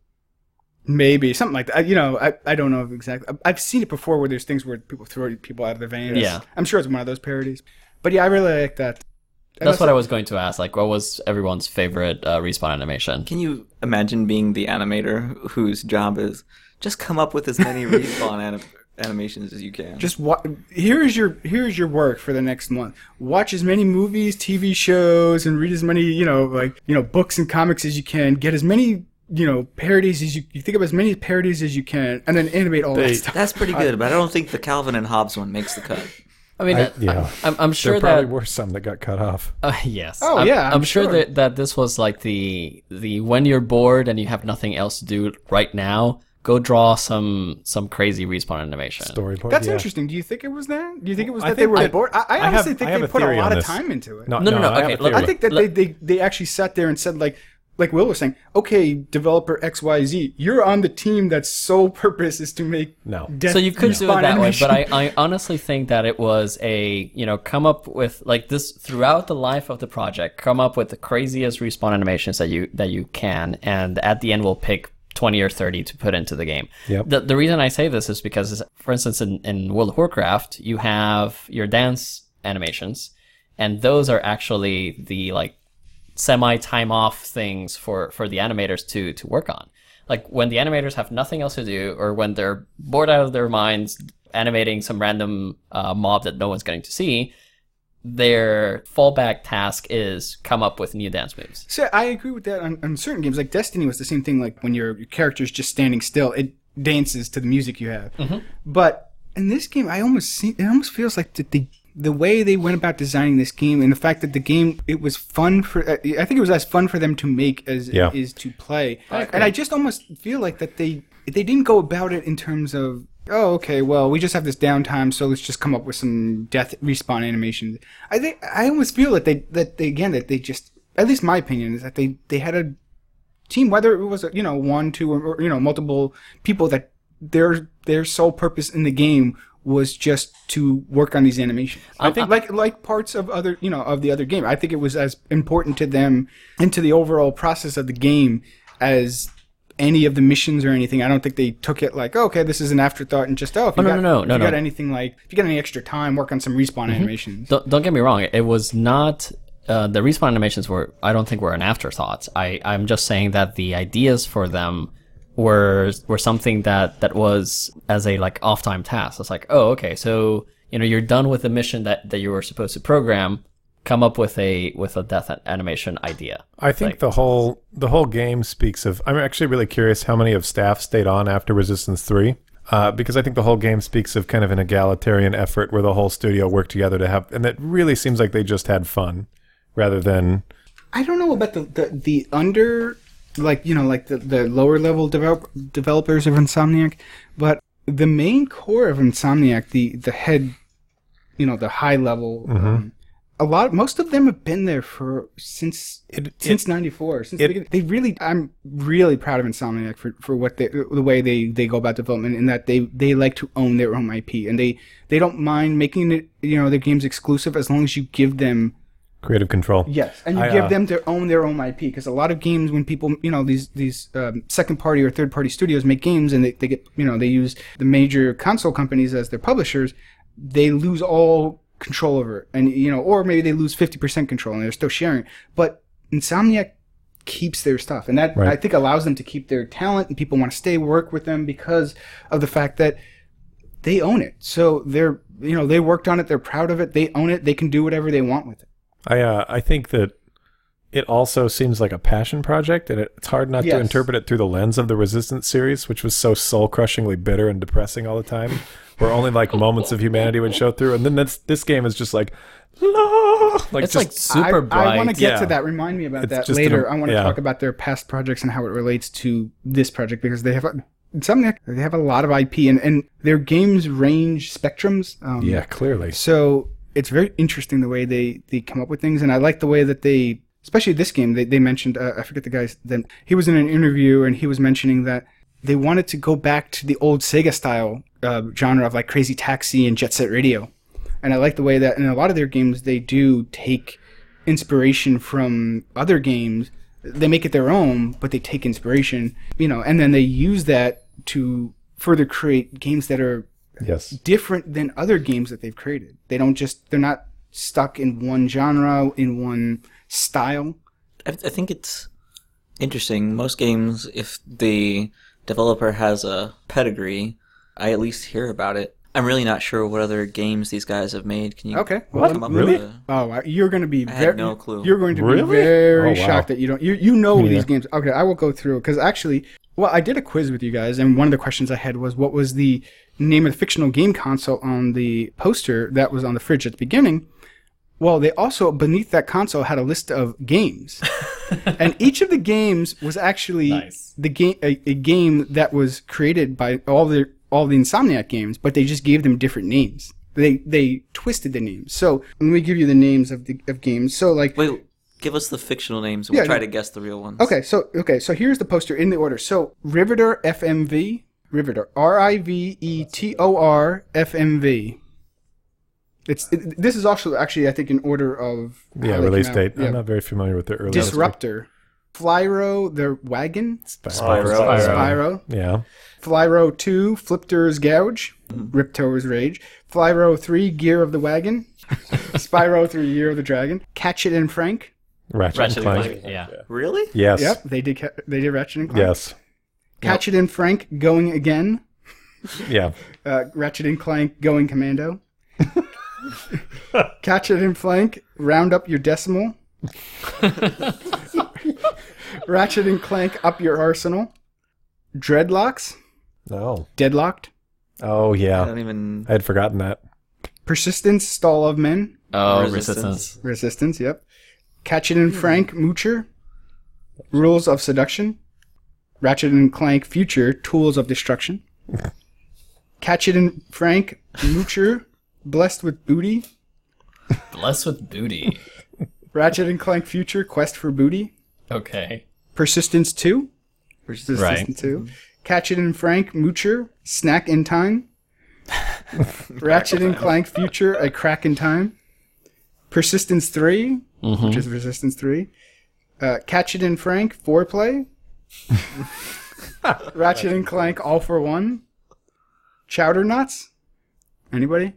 D: Maybe something like that. I- You know, I, I don't know exactly. I- I've seen it before where there's things where people throw people out of their vans.
E: Yeah.
D: I'm sure it's one of those parodies. But yeah, I really like that. And
E: That's what I was going to ask. Like, what was everyone's favorite uh, respawn animation?
G: Can you imagine being the animator whose job is just come up with as many respawn anim- animations as you can?
D: just wa- here is your here is your work for the next month. Watch as many movies, TV shows, and read as many you know like you know books and comics as you can. Get as many you know parodies as you you think of as many parodies as you can, and then animate all that stuff.
G: That's pretty good, but I don't think the Calvin and Hobbes one makes the cut.
E: I mean, uh, I,
F: yeah.
E: am I'm
F: There
E: sure
F: probably
E: that
F: were some that got cut off.
E: uh, yes.
D: Oh,
E: I'm,
D: yeah,
E: I'm,
D: I'm
E: sure,
D: sure.
E: that that this was like the the when you're bored and you have nothing else to do right now, go draw some some crazy respawn animation.
F: Storyboard.
D: That's
F: yeah.
D: interesting. Do you think it was that? Do you think it was
F: I
D: that they
F: think
D: were
F: I-
D: bored? I, I
F: I have-
D: honestly
F: I
D: think
F: have
D: they
F: a
D: put a
F: theory on
D: lot of
F: this.
D: time into it.
F: No,
E: No, no, no,
F: I
E: okay,
F: have a
E: let-
F: theory.
D: I think that they, they they actually sat there and said like like Will was saying, okay, developer XYZ, you're on the team that's sole purpose is to make
F: No.
D: death
E: so you could do it
D: respawn
E: that way,
D: animation."
E: but I, I honestly think that it was a you know come up with like this throughout the life of the project, come up with the craziest respawn animations that you that you can, and at the end we'll pick twenty or thirty to put into the game.
F: Yep.
E: The the reason I say this is because, for instance, in, in World of Warcraft, you have your dance animations, and those are actually the like semi time off things for for the animators to to work on like when the animators have nothing else to do or when they're bored out of their minds animating some random uh, mob that no one's going to see their fallback task is come up with new dance moves
D: So I agree with that on, on certain games. Like Destiny was the same thing. Like when your your character's just standing still, it dances to the music you have. But in this game, I almost see it almost feels like the, the the way they went about designing this game and the fact that the game it was fun for I I think it was as fun for them to make as
F: Yeah.
D: it is to play. and I just almost feel like that they they didn't go about it in terms of oh okay well we just have this downtime so let's just come up with some death respawn animations. I think I almost feel that they that they again that they just at least my opinion is that they they had a team, whether it was you know one, two, or, or you know multiple people, that their their sole purpose in the game was just to work on these animations. I think like like parts of other you know of the other game. I think it was as important to them and to the overall process of the game as any of the missions or anything. I don't think they took it like oh, okay, this is an afterthought and just oh if you
E: no,
D: got,
E: no, no,
D: if
E: no,
D: you
E: no. Mm-hmm.
D: got anything like if you got any extra time, work on some respawn animations.
E: don't, don't get me wrong it was not uh, the respawn animations were i don't think were an afterthought i i'm just saying that the ideas for them were were something that that was as a like off time task it's like oh okay so you know you're done with the mission that that you were supposed to program come up with a with a death a- animation idea
F: I think the whole the whole game speaks of. I'm actually really curious how many of staff stayed on after Resistance Three, uh, because I think the whole game speaks of kind of an egalitarian effort where the whole studio worked together to have, and it really seems like they just had fun rather than
D: I don't know about the the, the under like you know like the, the lower level develop, developers of Insomniac, but the
F: Mm-hmm.
D: main core of Insomniac, the the head, you know, the high level. Um, a lot most of them have been there for since
F: It-
D: since 94 since
F: it-
D: the beginning. they really i'm really proud of insomniac for, for what they the way they they go about development in that they they like to own their own ip and they they don't mind making it you know their games exclusive as long as you give them
F: Creative control.
D: Yes, and you
F: I,
D: give
F: uh,
D: them their own their own IP because a lot of games when people you know these these um, second party or third party studios make games and they, they get you know they use the major console companies as their publishers, they lose all control over it and you know or maybe they lose fifty percent control and they're still sharing. But Insomniac keeps their stuff and that
F: Right.
D: I think allows them to keep their talent and people want to stay work with them because of the fact that they own it. So they're you know they worked on it, they're proud of it, they own it, they can do whatever they want with it.
F: I uh, I think that it also seems like a passion project, and it, it's hard not to
D: Yes.
F: interpret it through the lens of the Resistance series, which was so soul-crushingly bitter and depressing all the time, where only like moments of humanity would show through, and then that's this game is just like, "No!" like
E: it's
F: just
E: like super bright.
D: I want to get
F: Yeah.
D: to that. Remind me about
F: It's
D: that
F: just
D: later.
F: an-
D: I want to
F: yeah.
D: talk about their past projects and how it relates to this project because they have a, something. They have a lot of IP and and their games range spectrums. Um,
F: yeah, clearly.
D: So it's very interesting the way they they come up with things, and I like the way that they, especially this game, they they mentioned. Uh, I forget the guy's. Then he was in an interview and he was mentioning that they wanted to go back to the old Sega style uh, genre of like Crazy Taxi and Jet Set Radio, and I like the way that in a lot of their games they do take inspiration from other games. They make it their own, but they take inspiration, you know, and then they use that to further create games that are
F: Yes,
D: different than other games that they've created. They don't just they're not stuck in one genre, in one style.
G: I, I think it's interesting. Most games, if the developer has a pedigree, I at least hear about it. I'm really not sure what other games these guys have made. Can you?
D: Okay,
G: come
D: well,
G: up with
F: really?
G: a-
D: Oh, I- you're going to be
G: I
D: very
G: had no clue.
D: You're going to be
F: Really?
D: very
F: Oh, wow.
D: shocked that you don't you you know
F: Yeah.
D: these games. Okay, I will go through cuz actually well, I did a quiz with you guys and one of the questions I had was what was the name of the fictional game console on the poster that was on the fridge at the beginning? Well, they also beneath that console had a list of games. and each of the games was actually
C: Nice.
D: the game a, a game that was created by all the all the Insomniac games, but they just gave them different names. They they twisted the names. So let me give you the names of the of games. So like
G: Wait, give us the fictional names and we'll
D: Yeah,
G: try
D: no.
G: to guess the real ones.
D: okay, so okay, so here's the poster in the order. So Riveter FMV, Riveter R I V E T O R F M V. It's it, this is also actually I think in order of how
F: yeah.
D: they came
F: Release
D: out.
F: date.
D: Yeah.
F: I'm not very familiar with the early
D: Disruptor, Flyro the wagon,
F: Spyro.
D: Spyro.
F: Yeah,
D: Flyro 2, Flipter's Gouge, Ripto's Rage, Flyro 3, Gear of the Wagon, Spyro 3, Year of the Dragon, Catchet and Frank.
F: Ratchet,
E: Ratchet
F: and
E: and
F: Clank.
E: Clank, yeah.
G: Really?
F: Yes.
D: Yep, they did. Ca- they did Ratchet and Clank.
F: Yes.
D: Catchet and Frank going again.
F: Yeah.
D: Uh, Ratchet and Clank going commando. Catchet and Clank round up your decimal. Ratchet and Clank up your arsenal. Dreadlocks,
F: No.
D: deadlocked.
F: Oh
G: I
F: yeah.
G: don't even.
F: I had forgotten that.
D: Persistence, stall of men.
E: Oh,
G: Resistance.
E: resistance.
D: Resistance, yep. Catchet and Frank Moocher. Rules of Seduction. Ratchet and Clank Future Tools of Destruction. Catchet and Frank Moocher Blessed with Booty.
E: Blessed with booty.
D: Ratchet and Clank Future Quest for Booty.
E: Okay.
D: Persistence 2. Persistence
E: Right.
D: 2. Catchet and Frank Moocher Snack in Time. Ratchet and Clank Future A Crack in Time. Persistence 3.
E: Mm-hmm.
D: which is Resistance 3. Uh, Catchet and Frank, Foreplay. Ratchet and Clank, All for One. Chowder Nuts. Anybody?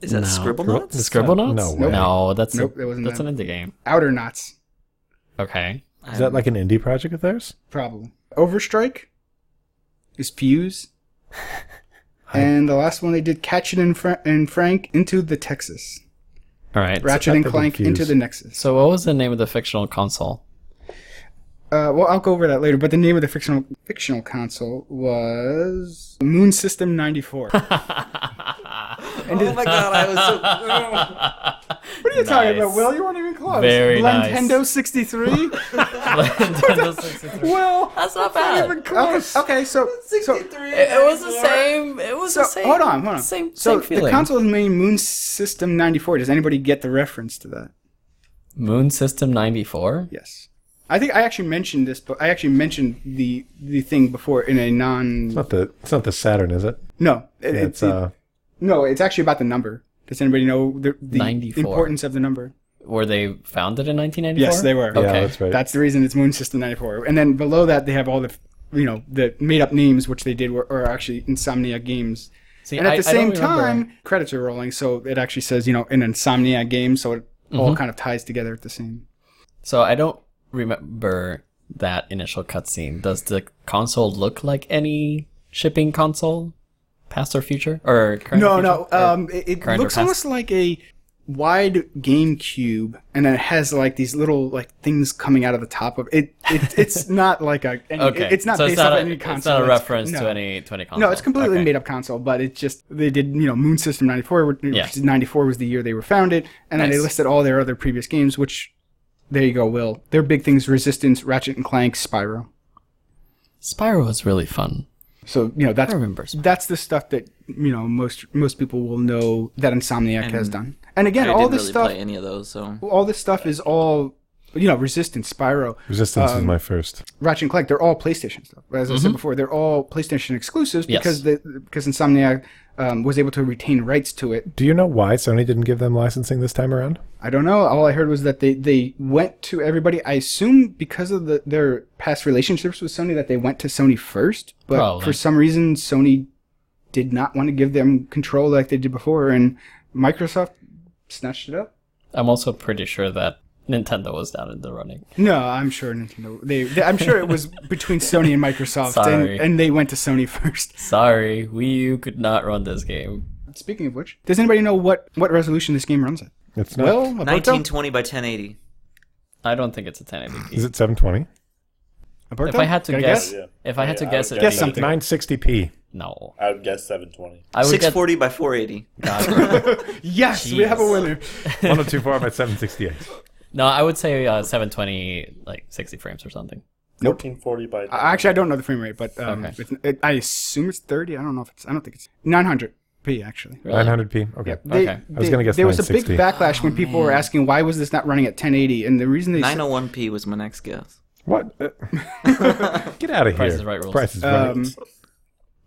G: Is that
E: No.
G: Scribble
F: Scribble-
G: Knots?
E: Scribble
F: not-
E: Knots?
F: no way.
E: No, that's
D: Nope,
E: a,
D: it wasn't
E: that's
D: that.
E: an indie game.
D: Outer Knots,
E: Okay.
F: Is that like an indie project of theirs?
D: probably. Overstrike is Fuse. and the last one they did, Catchet and, Fra- and Frank, Into the Texas.
E: All right.
D: Ratchet and Clank,
F: Fuse.
D: Into the Nexus.
E: So, what was the name of the fictional console?
D: Uh, well, I'll go over that later, but the name of the fictional fictional console was Moon System 94. what
G: Oh my god! I was so.
D: are you talking about,
E: Nice.
D: Will? You weren't even close.
E: Very nice.
D: Nintendo 63?
E: Nintendo 63.
D: well,
E: That's not bad.
D: okay, okay, so, so
E: It was the same. It was was
D: So
E: the same.
D: hold on, hold on.
E: Same,
D: so
E: same feeling.
D: the console is named Moon System 94. Does anybody get the reference to that?
E: Moon System 94?
D: Yes. I think I actually mentioned this, but I actually mentioned the the thing before in a non.
F: Not the it's not the Saturn, is it?
D: No, it-
F: Yeah, it's
D: it-
F: uh
D: no, it's actually about the number. Does anybody know the, the
E: 94.
D: importance of the number?
E: Were they founded in 1994?
D: Yes, they were.
F: yeah,
E: Okay.
F: that's right.
D: That's the reason it's Moon System 94. And then below that, they have all the, you know, the made up names, which they did were are actually Insomniac games.
E: See,
D: And at
E: I-
D: the
E: I
D: same
E: don't remember.
D: time, credits are rolling, so it actually says, you know, an Insomniac game, so it
E: Mm-hmm.
D: all kind of ties together at the same.
E: So I don't remember that initial cutscene. Does the console look like any shipping console, past or future, or current?
D: No,
E: or
D: no.
E: future? Or-
D: Um, it it
E: current or
D: looks
E: past?
D: almost like a wide GameCube, and then it has like these little like things coming out of the top of it. it it's not like a. Any,
E: okay,
D: It's not
E: so
D: based
E: it's not
D: off
E: a,
D: any console.
E: It's not a reference
D: no.
E: to any to any console.
D: No, it's completely
E: Okay.
D: made up console, but it's just they did you know Moon System ninety four, which
E: Yes.
D: is ninety four was the year they were founded, and then they
E: Nice.
D: listed all their other previous games. Which, there you go, Will. Their big things: Resistance, Ratchet and Clank, Spyro.
E: Spyro was really fun.
D: So you know that's
E: I remember Spyro.
D: that's the stuff that you know most most people will know that Insomniac has done. And again,
G: I
D: all
G: didn't
D: this
G: really
D: stuff,
G: play any of those, so
D: all this stuff is all you know Resistance, Spyro, um,
F: Resistance is my first.
D: Ratchet and Clank. They're all PlayStation stuff. As I said before, they're all PlayStation exclusives
E: Yes.
D: because the because Insomniac um, was able to retain rights to it.
F: Do you know why Sony didn't give them licensing this time around?
D: I don't know. All I heard was that they, they went to everybody. I assume because of the, their past relationships with Sony that they went to Sony first. But
E: Probably.
D: for some reason, Sony did not want to give them control like they did before, and Microsoft snatched it up.
E: I'm also pretty sure that Nintendo was down in the running.
D: No, I'm sure Nintendo. They, they- I'm sure it was between Sony and Microsoft, and,
E: Sorry.
D: and they went to Sony first.
E: Sorry, Wii U could not run this game.
D: Speaking of which, does anybody know what, what resolution this game runs at?
F: It's not.
D: Well, Alberto,
G: 1920 by 1080.
E: I don't think it's a 1080p.
F: is it 720?
D: Alberto?
E: If I had to
D: Gotta
E: guess,
C: Yeah.
E: if I had to
C: Yeah, I
E: guess,
C: would
E: it'd
C: guess
E: be-
D: something.
F: 960p.
E: No,
C: I would guess 720.
E: I would get
G: 640 by 480.
D: yes, we have a winner.
F: 1024 by 768.
E: no. I would say uh, 720, like 60 frames or something.
C: 1440 by.
D: I- Uh, Actually, I don't know the frame rate, but um,
E: Okay.
D: it's, it, I assume it's 30. I don't know if it's. I don't think it's 900p actually.
E: Really?
F: 900p. Okay. Uh,
D: They-
E: Okay.
F: I was gonna guess
D: There was a big
F: 960.
D: backlash when people
E: Mm.
D: were asking why was this not running at 1080, and the reason they said-
G: 901p was my next guess.
F: What? Uh, Get out of here.
E: Price is Right rules.
F: Price is right.
D: Um,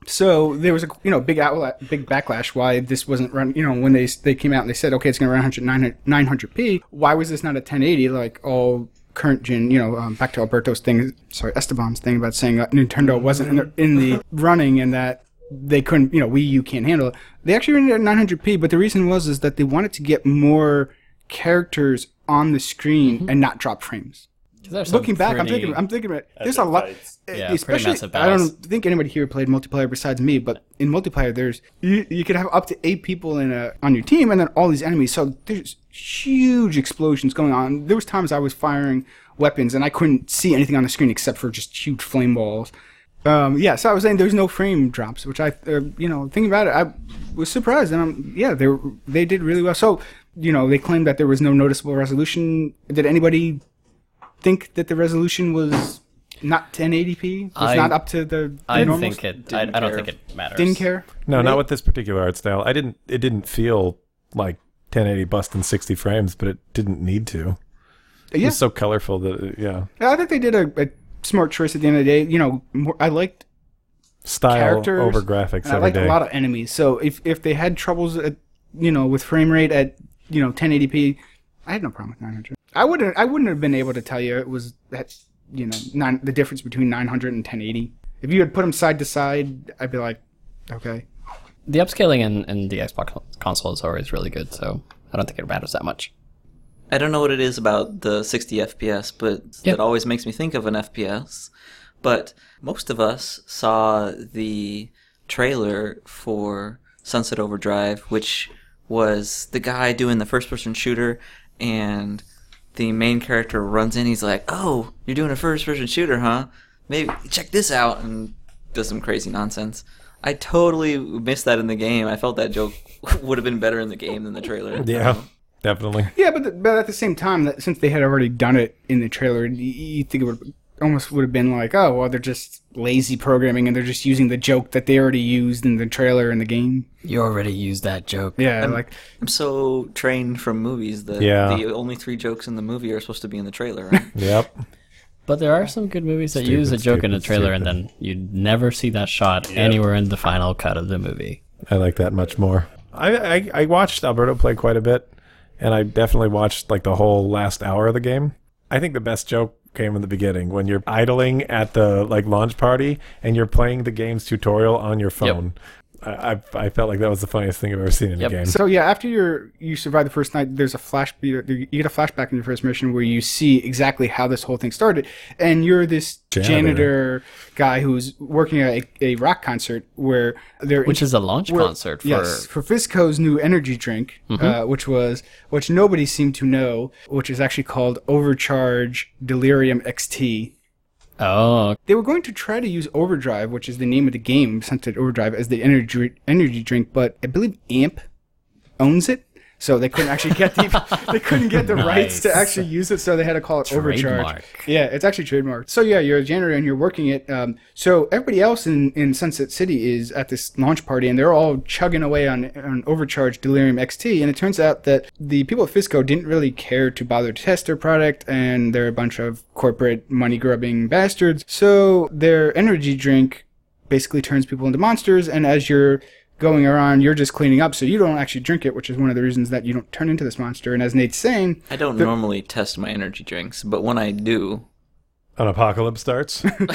D: so there was a you know big outla big backlash why this wasn't run. You know when they they came out and they said okay it's going to run 900 900p. Why was this not at 1080 like all current gen? You know um, back to Alberto's thing, sorry Esteban's thing about saying uh, Nintendo wasn't in the, in the running and that they couldn't you know Wii U can't handle it. They actually ran it at 900p, but the reason was is that they wanted to get more characters on the screen and not drop frames.
E: 'Cause Mm-hmm. there's some
D: Looking back, I'm
E: pretty-
D: thinking, I'm thinking about there's a lot, eh,
C: fights.
E: Yeah, pretty
D: especially
E: massive
D: I don't
E: battles.
D: think anybody here played multiplayer besides me, but in multiplayer, there's you, you could have up to eight people in a on your team, and then all these enemies. So there's huge explosions going on. There was times I was firing weapons and I couldn't see anything on the screen except for just huge flame balls. Um, yeah, so I was saying there's no frame drops, which I, uh, you know, thinking about it, I was surprised, and I'm, yeah, they were- they did really well. So, you know, they claimed that there was no noticeable resolution. Did anybody think that the resolution was not 1080p? Was
E: I-
D: not up to the, the
E: I
D: normal
E: think
D: st-
E: it. I, I don't think it matters.
D: Didn't care.
F: No, not with this particular art style. I didn't. It didn't feel like 1080 busting 60 frames, but it didn't need to. It
D: Yeah.
F: was so colorful that it- yeah,
D: Yeah, I think they did a, a smart choice at the end of the day. You know, more, I liked
F: style
D: characters
F: over graphics
D: and I
F: every
D: liked
F: day.
D: a lot of enemies. So if if they had troubles, at, you know, with frame rate at you know 1080p, I had no problem with 900. I wouldn't I wouldn't have been able to tell you it was that you know nine, the difference between 900 and 1080. If you had put them side to side, I'd be like, okay.
E: The upscaling in, in the Xbox console is always really good, so I don't think it matters that much.
G: I don't know what it is about the 60 FPS, but
E: Yeah.
G: it always makes me think of an FPS. But most of us saw the trailer for Sunset Overdrive, which was the guy doing the first person shooter, and the main character runs in. He's like, Oh, you're doing a first person shooter, huh? Maybe check this out, and does some crazy nonsense. I totally missed that in the game. I felt that joke would have been better in the game than the trailer.
F: yeah, definitely.
D: Yeah, but, the, but at the same time, that since they had already done it in the trailer, you, you think it would almost would have been like, oh, well, they're just lazy programming and they're just using the joke that they already used in the trailer in the game.
E: You already used that joke.
D: Yeah, like
G: I'm so trained from movies that
F: Yeah.
G: the only three jokes in the movie are supposed to be in the trailer. Right?
F: Yep.
E: But there are some good movies that
F: Stupid,
E: use a joke in a
F: stupid,
E: trailer and then you never see that shot anywhere in the final cut of the movie.
F: I like that much more. I, I I watched Alberto play quite a bit, and I definitely watched like the whole last hour of the game. I think the best joke came in the beginning when you're idling at the like launch party and you're playing the game's tutorial on your phone. I, I I felt like that was the funniest thing I've ever seen in
E: Yep.
F: a game.
D: So yeah, after you you survive the first night, there's a flash. You you get a flashback in your first mission where you see exactly how this whole thing started, and you're this janitor,
F: Janitor.
D: guy who's working at a, a rock concert where they're
E: Which is a launch
D: where-
E: concert for Mm-hmm.
D: yes for Fisco's new energy drink, uh, which was which nobody seemed to know, which is actually called Overcharge Delirium XT.
E: Oh
D: They were going to try to use Overdrive, which is the name of the game, Sunset Overdrive, as the energy energy drink, but I believe Amp owns it, so they couldn't actually get the they couldn't get the rights to
E: Nice.
D: actually use it, so they had to call it Overcharge.
E: Trademark.
D: Yeah, it's actually trademarked. So yeah, you're a janitor and you're working it. Um, so everybody else in, in Sunset City is at this launch party, and they're all chugging away on on Overcharge Delirium XT, and it turns out that the people at Fisco didn't really care to bother to test their product, and they're a bunch of corporate money grubbing bastards. So their energy drink basically turns people into monsters and as you're going around you're just cleaning up so you don't actually drink it which is one of the reasons that you don't turn into this monster and as nate's saying
G: I don't normally test my energy drinks, but when I do,
F: An apocalypse starts.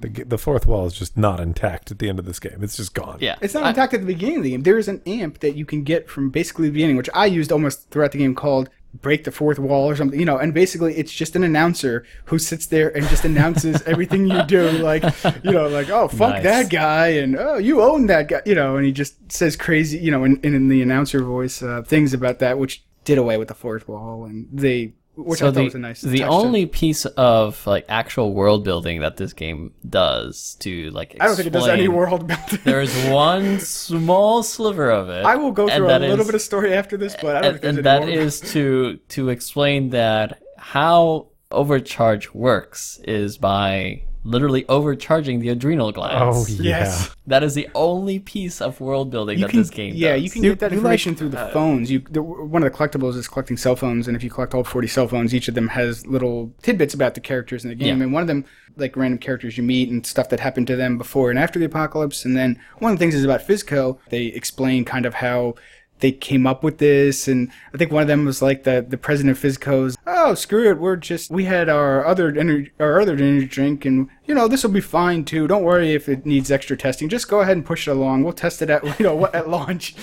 F: the g- the fourth wall is just not intact at the end of this game. It's just gone.
E: yeah.
D: it's not intact at the beginning of the game there is an amp that you can get from basically the beginning which i used almost throughout the game called break the fourth wall or something you know and basically it's just an announcer who sits there and just announces everything you do like you know like oh fuck
E: Nice.
D: that guy and oh you own that guy you know and he just says crazy you know and, and in the announcer voice uh, things about that which did away with the fourth wall and they which I
E: so
D: thought
E: the,
D: was a nice
E: the
D: touch to-
E: only piece of like actual world building that this game does to like
D: I don't think it does any
E: explain-
D: world building.
E: There's one small sliver of it.
D: I will go
E: and
D: through a
E: that
D: little
E: is-
D: bit of story after this, but I don't
E: and,
D: think
E: and
D: there's
E: that
D: any more.
E: is to to explain that how overcharge works is by literally overcharging the adrenal
F: Oh
E: glands.
F: yeah.
D: Yes.
E: That is the only piece of world building that this game
D: yeah,
E: does.
D: you can
F: You-
D: get that
F: you like,
D: information through the phones. You the, one of the collectibles is collecting cell phones, and if you collect all forty cell phones, each of them has little tidbits about the characters in the game.
E: Yeah.
D: And one of them, like random characters you meet and stuff that happened to them before and after the apocalypse. And then one of the things is about Fizco. They explain kind of how they came up with this, and I think one of them was like the the president of Fizco's. Oh, screw it, we're just we had our other energy our other energy drink, and you know this will be fine too. Don't worry if it needs extra testing. Just go ahead and push it along. We'll test it at you know at launch.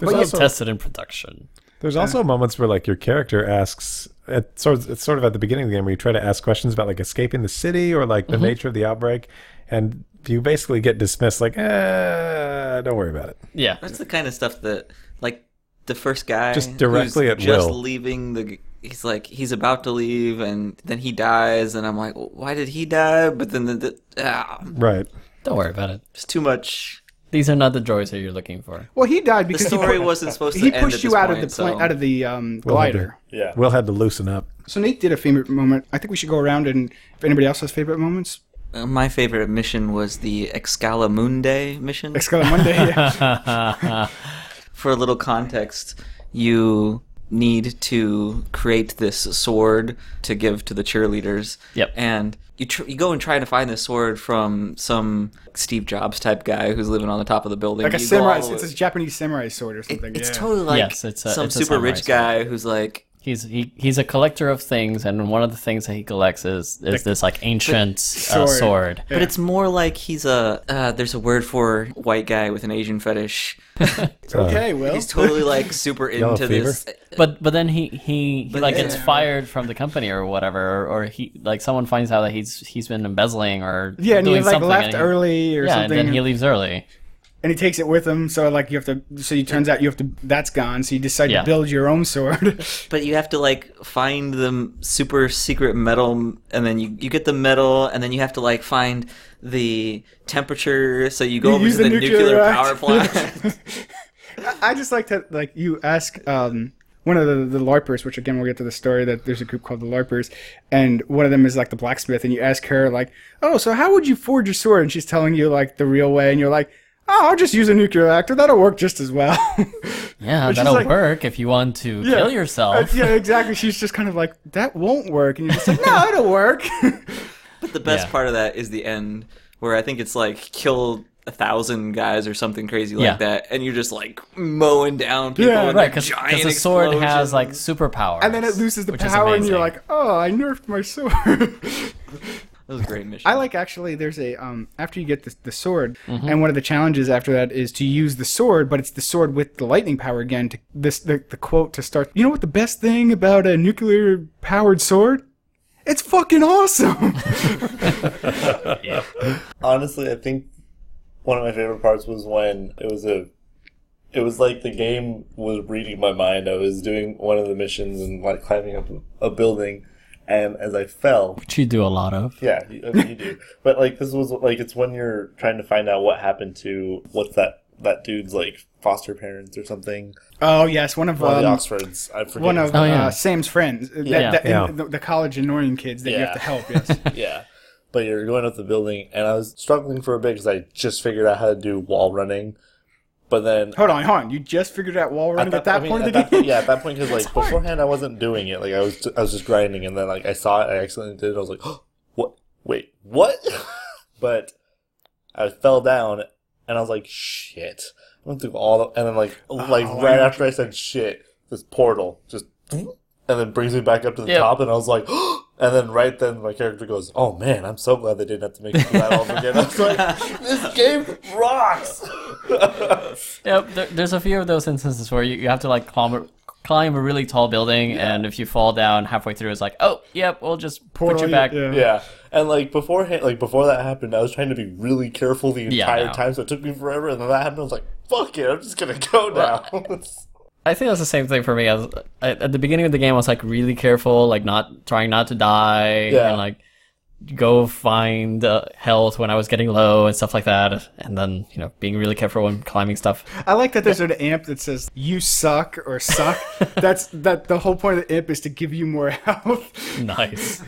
F: There's also,
E: tested in production.
F: There's also moments where like your character asks at sort of, it's sort of at the beginning of the game where you try to ask questions about like escaping the city or like the nature of the outbreak, and you basically get dismissed like, eh, don't worry about it.
E: Yeah.
G: that's the kind of stuff that, like, the first guy
F: Just directly
G: who's
F: at
G: just
F: will.
G: leaving the. g- He's like he's about to leave, and then he dies, and I'm like, "Well, why did he die? But then the, the ah,
F: Right.
E: Don't worry about it.
G: it's too much.
E: These are not the droids that you're looking for.
D: Well, he died
G: The
D: because
G: story
D: he, pu-
G: wasn't supposed to
D: he
G: end
D: pushed
G: at
D: you
G: this
D: out
G: point,
D: of the plane,
G: so-
D: out of the um,
F: Will had to-
D: glider.
C: Yeah.
F: Will had to loosen up.
D: So Nate did a favorite moment. I think we should go around and if anybody else has favorite moments,
G: Uh, My favorite mission was the Excalamunde mission.
D: Excalibur Monday. Yeah.
G: For a little context, you need to create this sword to give to the cheerleaders.
E: Yep.
G: And you tr- you go and try to find this sword from some Steve Jobs type guy who's living on the top of the building.
D: like a
G: You go all
D: samurai.
G: the
D: It's
G: way-
D: a Japanese samurai sword or something.
G: it's
D: yeah.
G: totally like
E: Yes, it's a-
G: some
E: it's a
G: super rich
E: samurai
G: guy who's like
E: He's he, he's a collector of things, and one of the things that he collects is is this like ancient uh,
D: Sword.
E: sword.
G: But it's more like he's a uh, there's a word for white guy with an Asian fetish.
D: okay. Well,
G: He's totally like super
F: Yellow
G: into this
E: But but then he he, he like gets
G: yeah.
E: fired from the company or whatever, or, or he like someone finds out that he's he's been embezzling or
D: yeah, and
E: doing
D: he like
E: something
D: left
E: and he-
D: early or
E: yeah,
D: something,
E: and then he leaves early.
D: and he takes it with him. So like you have to. So you turns out you have to. That's gone. So you decide
E: Yeah.
D: to build your own sword.
G: But you have to like find the super secret metal, and then you, you get the metal, and then you have to like find the temperature. So you go
D: You
G: over
D: use
G: to the,
D: the nuclear
G: nuclear,
D: reactor.
G: power plant.
D: I just like to like you ask um one of the, the LARPers, which again we'll get to the story that there's a group called the LARPers, and one of them is like the blacksmith, and you ask her like, "Oh, so how would you forge your sword?" And she's telling you like the real way, and you're like, "Oh, I'll just use a nuclear reactor. That'll work just as well."
E: Yeah,
D: But she's
E: that'll
D: like-
E: work if you want to kill
D: Uh,
E: yourself.
D: yeah, exactly. She's just kind of like, "That won't work," and you're just like, "No, it'll work."
G: But the best
E: Yeah.
G: part of that is the end, where I think it's like kill a thousand guys or something crazy like
E: Yeah.
G: that, and you're just like mowing down people.
D: Yeah,
G: with
E: Right,
G: like
E: because
G: giant
E: the sword has
G: explosions.
E: like superpowers.
D: and then it loses the
E: which is
D: power, and you're
E: amazing.
D: like, "Oh, I nerfed my sword."
G: That was a great mission.
D: I like actually. There's a um after you get the, the sword,
E: Mm-hmm.
D: and one of the challenges after that is to use the sword, but it's the sword with the lightning power again. To this the, the quote to start. You know what the best thing about a nuclear powered sword? It's fucking awesome.
C: honestly, I think one of my favorite parts was when it was a. It was like the game was reading my mind. I was doing one of the missions and like climbing up a building, and as I fell,
E: which you do a lot of.
C: yeah, you, I mean, you do. But like this was like it's when you're trying to find out what happened to what's that that dude's like foster parents or something.
D: oh yes, one of
C: One of the
D: um,
C: Oxfords, I forget.
D: one of
E: Oh, yeah.
D: uh, Sam's friends. uh,
E: Yeah.
D: that, that,
F: Yeah.
D: The, the college annoying kids that you have
C: Yeah.
D: to help. Yes.
C: yeah. But you're going up the building, and I was struggling for a bit because I just figured out how to do wall running. But then
D: hold on, hold on. You just figured out wall running at that,
C: I mean,
D: point.
C: at
D: Did
C: that
D: you?
C: point- yeah, at that point, because like beforehand, I wasn't doing it. Like I was, I was just grinding, and then like I saw it, I accidentally did it. I was like, "What? Wait, what?" but I fell down, and I was like, "Shit!" I went through all, the, and then like,
D: Oh,
C: like right after I said "shit," this portal just, and then brings me back up to the
E: Yep.
C: top, and I was like. And then right then, my character goes, "Oh man, I'm so glad they didn't have to make me do that all over again." I was like, "This game rocks."
E: Yep, there, there's a few of those instances where you, you have to like climb a, climb a really tall building, and if you fall down halfway through, it's like, oh, yep, we'll just put
D: Portal,
E: you back.
D: yeah.
C: Yeah, and like beforehand, like before that happened, I was trying to be really careful the
E: Yeah,
C: entire
E: no.
C: time, so it took me forever. And then that happened, I was like, "Fuck it, I'm just gonna go now."
E: I think that's the same thing for me. I was, I, at the beginning of the game, I was like really careful, like not trying not to die,
C: Yeah.
E: and like go find uh, health when I was getting low and stuff like that, and then you know being really careful when climbing stuff.
D: I like that there's an amp that says "you suck" or "suck." That's that. The whole point of the amp is to give you more health.
E: nice.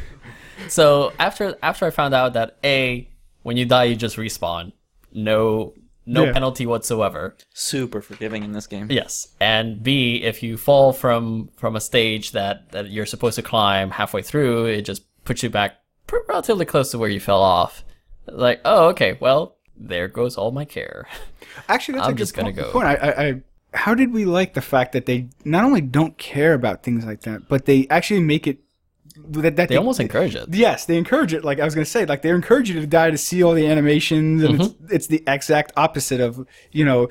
E: So after after I found out that a when you die you just respawn, no no
D: Yeah.
E: penalty whatsoever.
G: super forgiving in this game.
E: Yes, and b if you fall from from a stage that that you're supposed to climb halfway through, it just puts you back pr- relatively close to where you fell off. Like oh okay well there goes all my care.
D: Actually, that's
E: I'm
D: a good
E: just gonna
D: point.
E: go.
D: point. I, I, I, how did we like the fact that they not only don't care about things like that, but they actually make it that, that
E: They almost encourage it.
D: Yes, they encourage it. Like I was going to say, like they encourage you to die to see all the animations, and it's, it's the exact opposite of you know,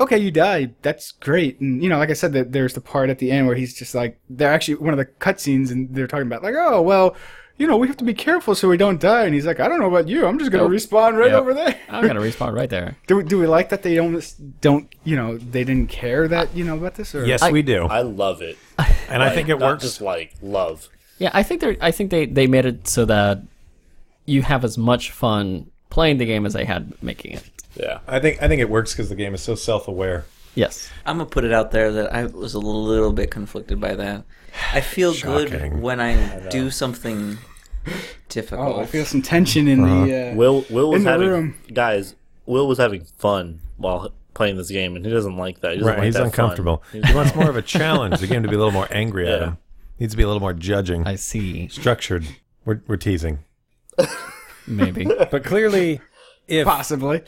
D: okay, you died, that's great, and you know, like I said, that there's the part at the end where he's just like, they're actually one of the cutscenes, and they're talking about like, oh well, you know, we have to be careful so we don't die, and he's like, I don't know about you, I'm just going to
E: Nope.
D: respawn right
E: Yep. Uh,
D: over there.
E: I'm gonna respawn right there.
D: Do we, do we like that they almost don't, you know, they didn't care that, you know, about this? Or?
F: Yes, we do,
C: I love it,
F: and I think it
C: Not
F: works.
C: Just like love.
E: Yeah, I think they I think they they made it so that you have as much fun playing the game as they had making it.
C: Yeah,
F: I think I think it works because the game is so self-aware.
E: Yes.
G: I'm gonna put it out there that I was a little bit conflicted by that. I feel
F: Shocking.
G: good when I do something difficult.
D: Oh, I feel some tension in the. Uh,
C: Will Will was
D: In the
C: having
D: room.
C: guys. Will was having fun while playing this game, and he doesn't like that. He doesn't
F: Right,
C: like
F: he's
C: that
F: uncomfortable.
C: Fun.
F: He wants more of a challenge. The game to be a little more angry at
C: Yeah.
F: him. Needs to be a little more judging,
E: I see.
F: structured. We're, we're teasing,
E: Maybe.
F: but clearly, if
D: Possibly.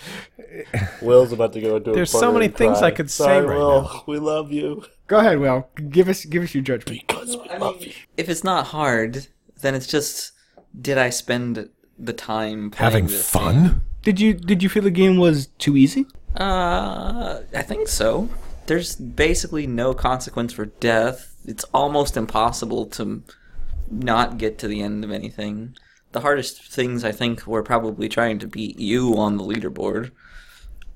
C: Will's about to go into. a
F: There's so
C: corner
F: many
C: and
F: things
C: cry.
F: I could say
C: Sorry,
F: right
C: Will.
F: now.
C: We love you
D: Go ahead, Will. Give us give us your judgment.
C: because we love you.
G: if it's not hard, then it's just did I spend the time playing
F: having
G: this
F: fun.
G: game?
D: Did you did you feel the game was too easy?
G: Uh, I think so. There's basically no consequence for death. It's almost impossible to not get to the end of anything. The hardest things I think were probably trying to beat you on the leaderboard.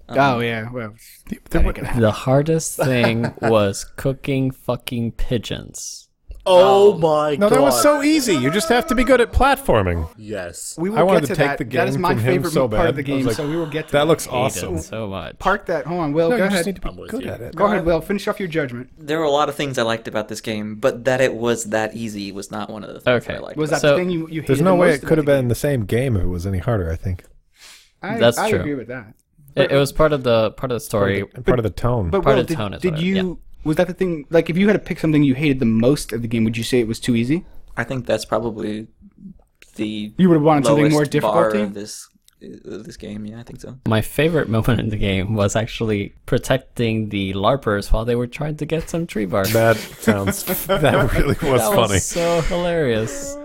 D: oh yeah. Well,
E: The hardest thing was cooking fucking pigeons.
H: Oh my
F: No,
H: god.
F: that was so e- easy. You just have to be good at platforming.
H: Yes.
D: We will
F: I wanted
D: get
F: to
D: to,
F: take
D: that.
F: the
D: that is
F: game
D: my
F: from him
D: favorite
F: so
D: part of
F: bad.
D: the
F: I was
D: game,
F: like,
D: so we will get to
F: That looks
E: Hate
F: awesome.
E: him so much.
D: Park that. Hold on, Will.
F: No,
D: go
F: you
D: ahead.
F: just need to
H: I'm
F: be
H: with
F: good
H: you.
F: at it.
D: Go ahead, Will. Finish off your judgment.
G: There were a lot of things I liked about this game, but that it was that easy was not one of the things
E: Okay.
G: I liked.
D: Was that
E: So-
D: the thing you, you hated
F: There's
D: the
F: no way
D: most
F: it could have
D: about the
F: been the same game if it was any harder. I think.
D: game? I,
E: That's
D: I
E: true.
D: agree with that.
E: It, it was part of the part of the story.
F: And part of the tone.
D: But
E: Part
D: Will,
E: of the tone
D: did,
E: is
D: did
E: what it-
D: you? Was that the thing? Like, if you had to pick something you hated the most of the game, would you say it was too easy?
G: I think that's probably the
D: You would've wanted something
G: lowest
D: more difficult,
G: bar
D: Dean?
G: of this of this game. Yeah, I think so.
E: My favorite moment in the game was actually protecting the LARPers while they were trying to get some tree bark.
F: that sounds. that really was
E: That
F: funny.
E: was so hilarious.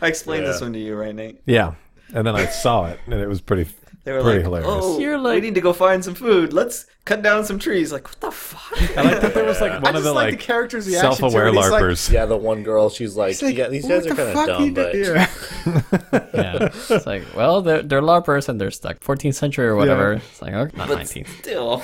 G: I explained this one to you, right, Nate?
F: Yeah. And then I saw it, and it was pretty.
G: They were
F: Pretty
G: like,
F: hilarious.
G: "Oh,
E: You're
G: we
E: like-
G: need to go find some food. Let's cut down some trees." Like, what the fuck?
F: I like that there was like one of the like,
D: character's
F: self-aware larpers.
H: Yeah, the one girl, she's like, yeah, these guys are kind of dumb, but
E: Yeah. It's like, well, they're, they're LARPers and they're stuck. 14th century or whatever. It's like, okay, not
G: But
E: 19th.
G: still,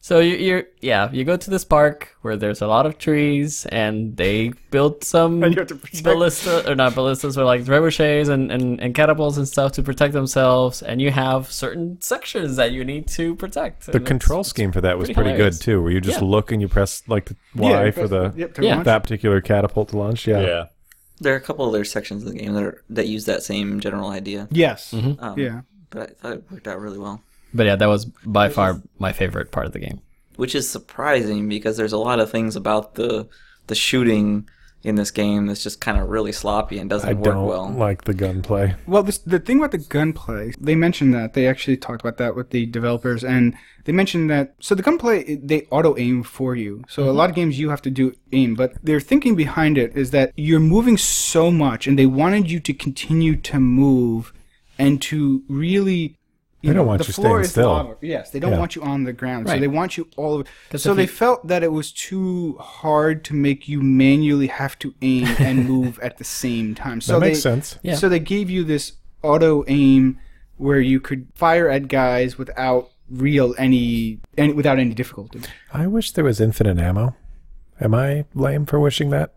E: So you, you're, yeah, you go to this park where there's a lot of trees and they built some
D: And you have to protect-
E: ballista or not ballistas, but like trebuchets and, and, and catapults and stuff to protect themselves. And you have certain sections that you need to protect.
F: The control scheme for that was
E: pretty
F: pretty,
E: hilarious.
F: good too, where you just
E: Yeah.
F: look and you press like the Y for the
D: Yep, to
E: Yeah.
D: launch.
F: that particular catapult to launch. Yeah.
C: Yeah.
G: there are a couple other sections of the game that are, that use that same general idea,
D: Yes.
G: Um,
D: Yeah.
G: but I thought it worked out really well.
E: But yeah, that was by far my favorite part of the game.
G: which is surprising because there's a lot of things about the the shooting in this game that's just kind of really sloppy and doesn't
F: I
G: work
F: don't
G: well.
F: like the gunplay.
D: Well, this, the thing about the gunplay, they mentioned that they actually talked about that with the developers, and they mentioned that so the gunplay it- they auto aim for you. So
F: Mm-hmm.
D: a lot of games you have to do aim, but their thinking behind it is that you're moving so much, and they wanted you to continue to move and to really. You
F: They don't
D: know,
F: want
D: the
F: you
D: floor
F: staying
D: is the
F: still.
D: lava- Yes, they don't
F: Yeah.
D: want you on the ground, so
E: Right.
D: they want you all over.
E: 'Cause
D: So
E: if
D: they
E: you-
D: felt that it was too hard to make you manually have to aim and move at the same time. So
F: that makes
D: they,
F: sense.
E: Yeah.
D: so they gave you this auto aim where you could fire at guys without real any, any without any difficulty.
F: I wish there was infinite ammo. Am I lame for wishing that?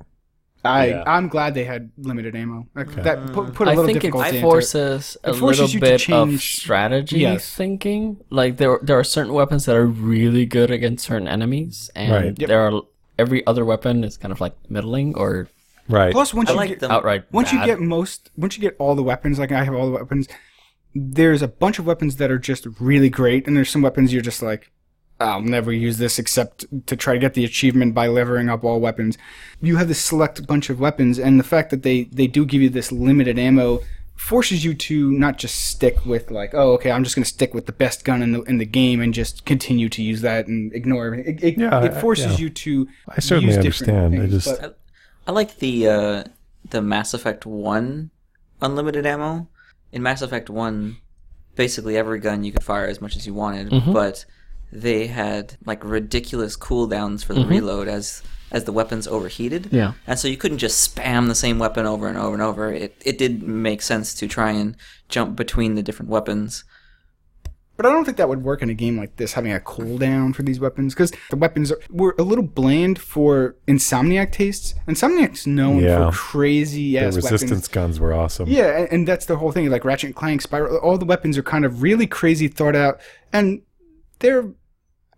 D: I
C: Yeah.
D: I'm glad they had limited ammo. Like, That put, put a
E: I
D: little
E: think it
D: difficulty into it.
E: forces a
D: It forces you
E: little
D: to
E: bit of
D: change-
E: strategy
D: Yes.
E: thinking. Like there, there are certain weapons that are really good against certain enemies, and
F: Right. Yep.
E: there are every other weapon is kind of like middling or
F: Right.
D: Plus, once
G: I
D: you
G: like
D: get,
G: them.
E: outright.
D: Um, once you
E: bad.
D: get most once you get all the weapons, like I have all the weapons. There's a bunch of weapons that are just really great, and there's some weapons you're just like, I'll never use this except to try to get the achievement by levering up all weapons. You have this select bunch of weapons, and the fact that they, they do give you this limited ammo forces you to not just stick with like, oh, okay, I'm just going to stick with the best gun in the in the game and just continue to use that and ignore everything. It, it,
F: Yeah,
D: it
F: I-
D: forces
F: yeah.
D: you to.
F: I certainly
D: use different
F: understand. I
D: things,
F: just-
D: but-
G: I like the uh, the Mass Effect One unlimited ammo. In Mass Effect One, basically every gun you could fire as much as you wanted,
F: Mm-hmm.
G: but they had like ridiculous cooldowns for the
F: Mm-hmm.
G: reload as as the weapons overheated.
E: Yeah.
G: And so you couldn't just spam the same weapon over and over and over. It it did make sense to try and jump between the different weapons.
D: But I don't think that would work in a game like this, having a cooldown for these weapons, because the weapons are, were a little bland for Insomniac tastes. Insomniac's known
F: Yeah.
D: for crazy
F: the
D: ass
F: resistance
D: weapons.
F: guns were awesome.
D: Yeah, and, and that's the whole thing. Like Ratchet and Clank, Spiral, all the weapons are kind of really crazy, thought out, and they're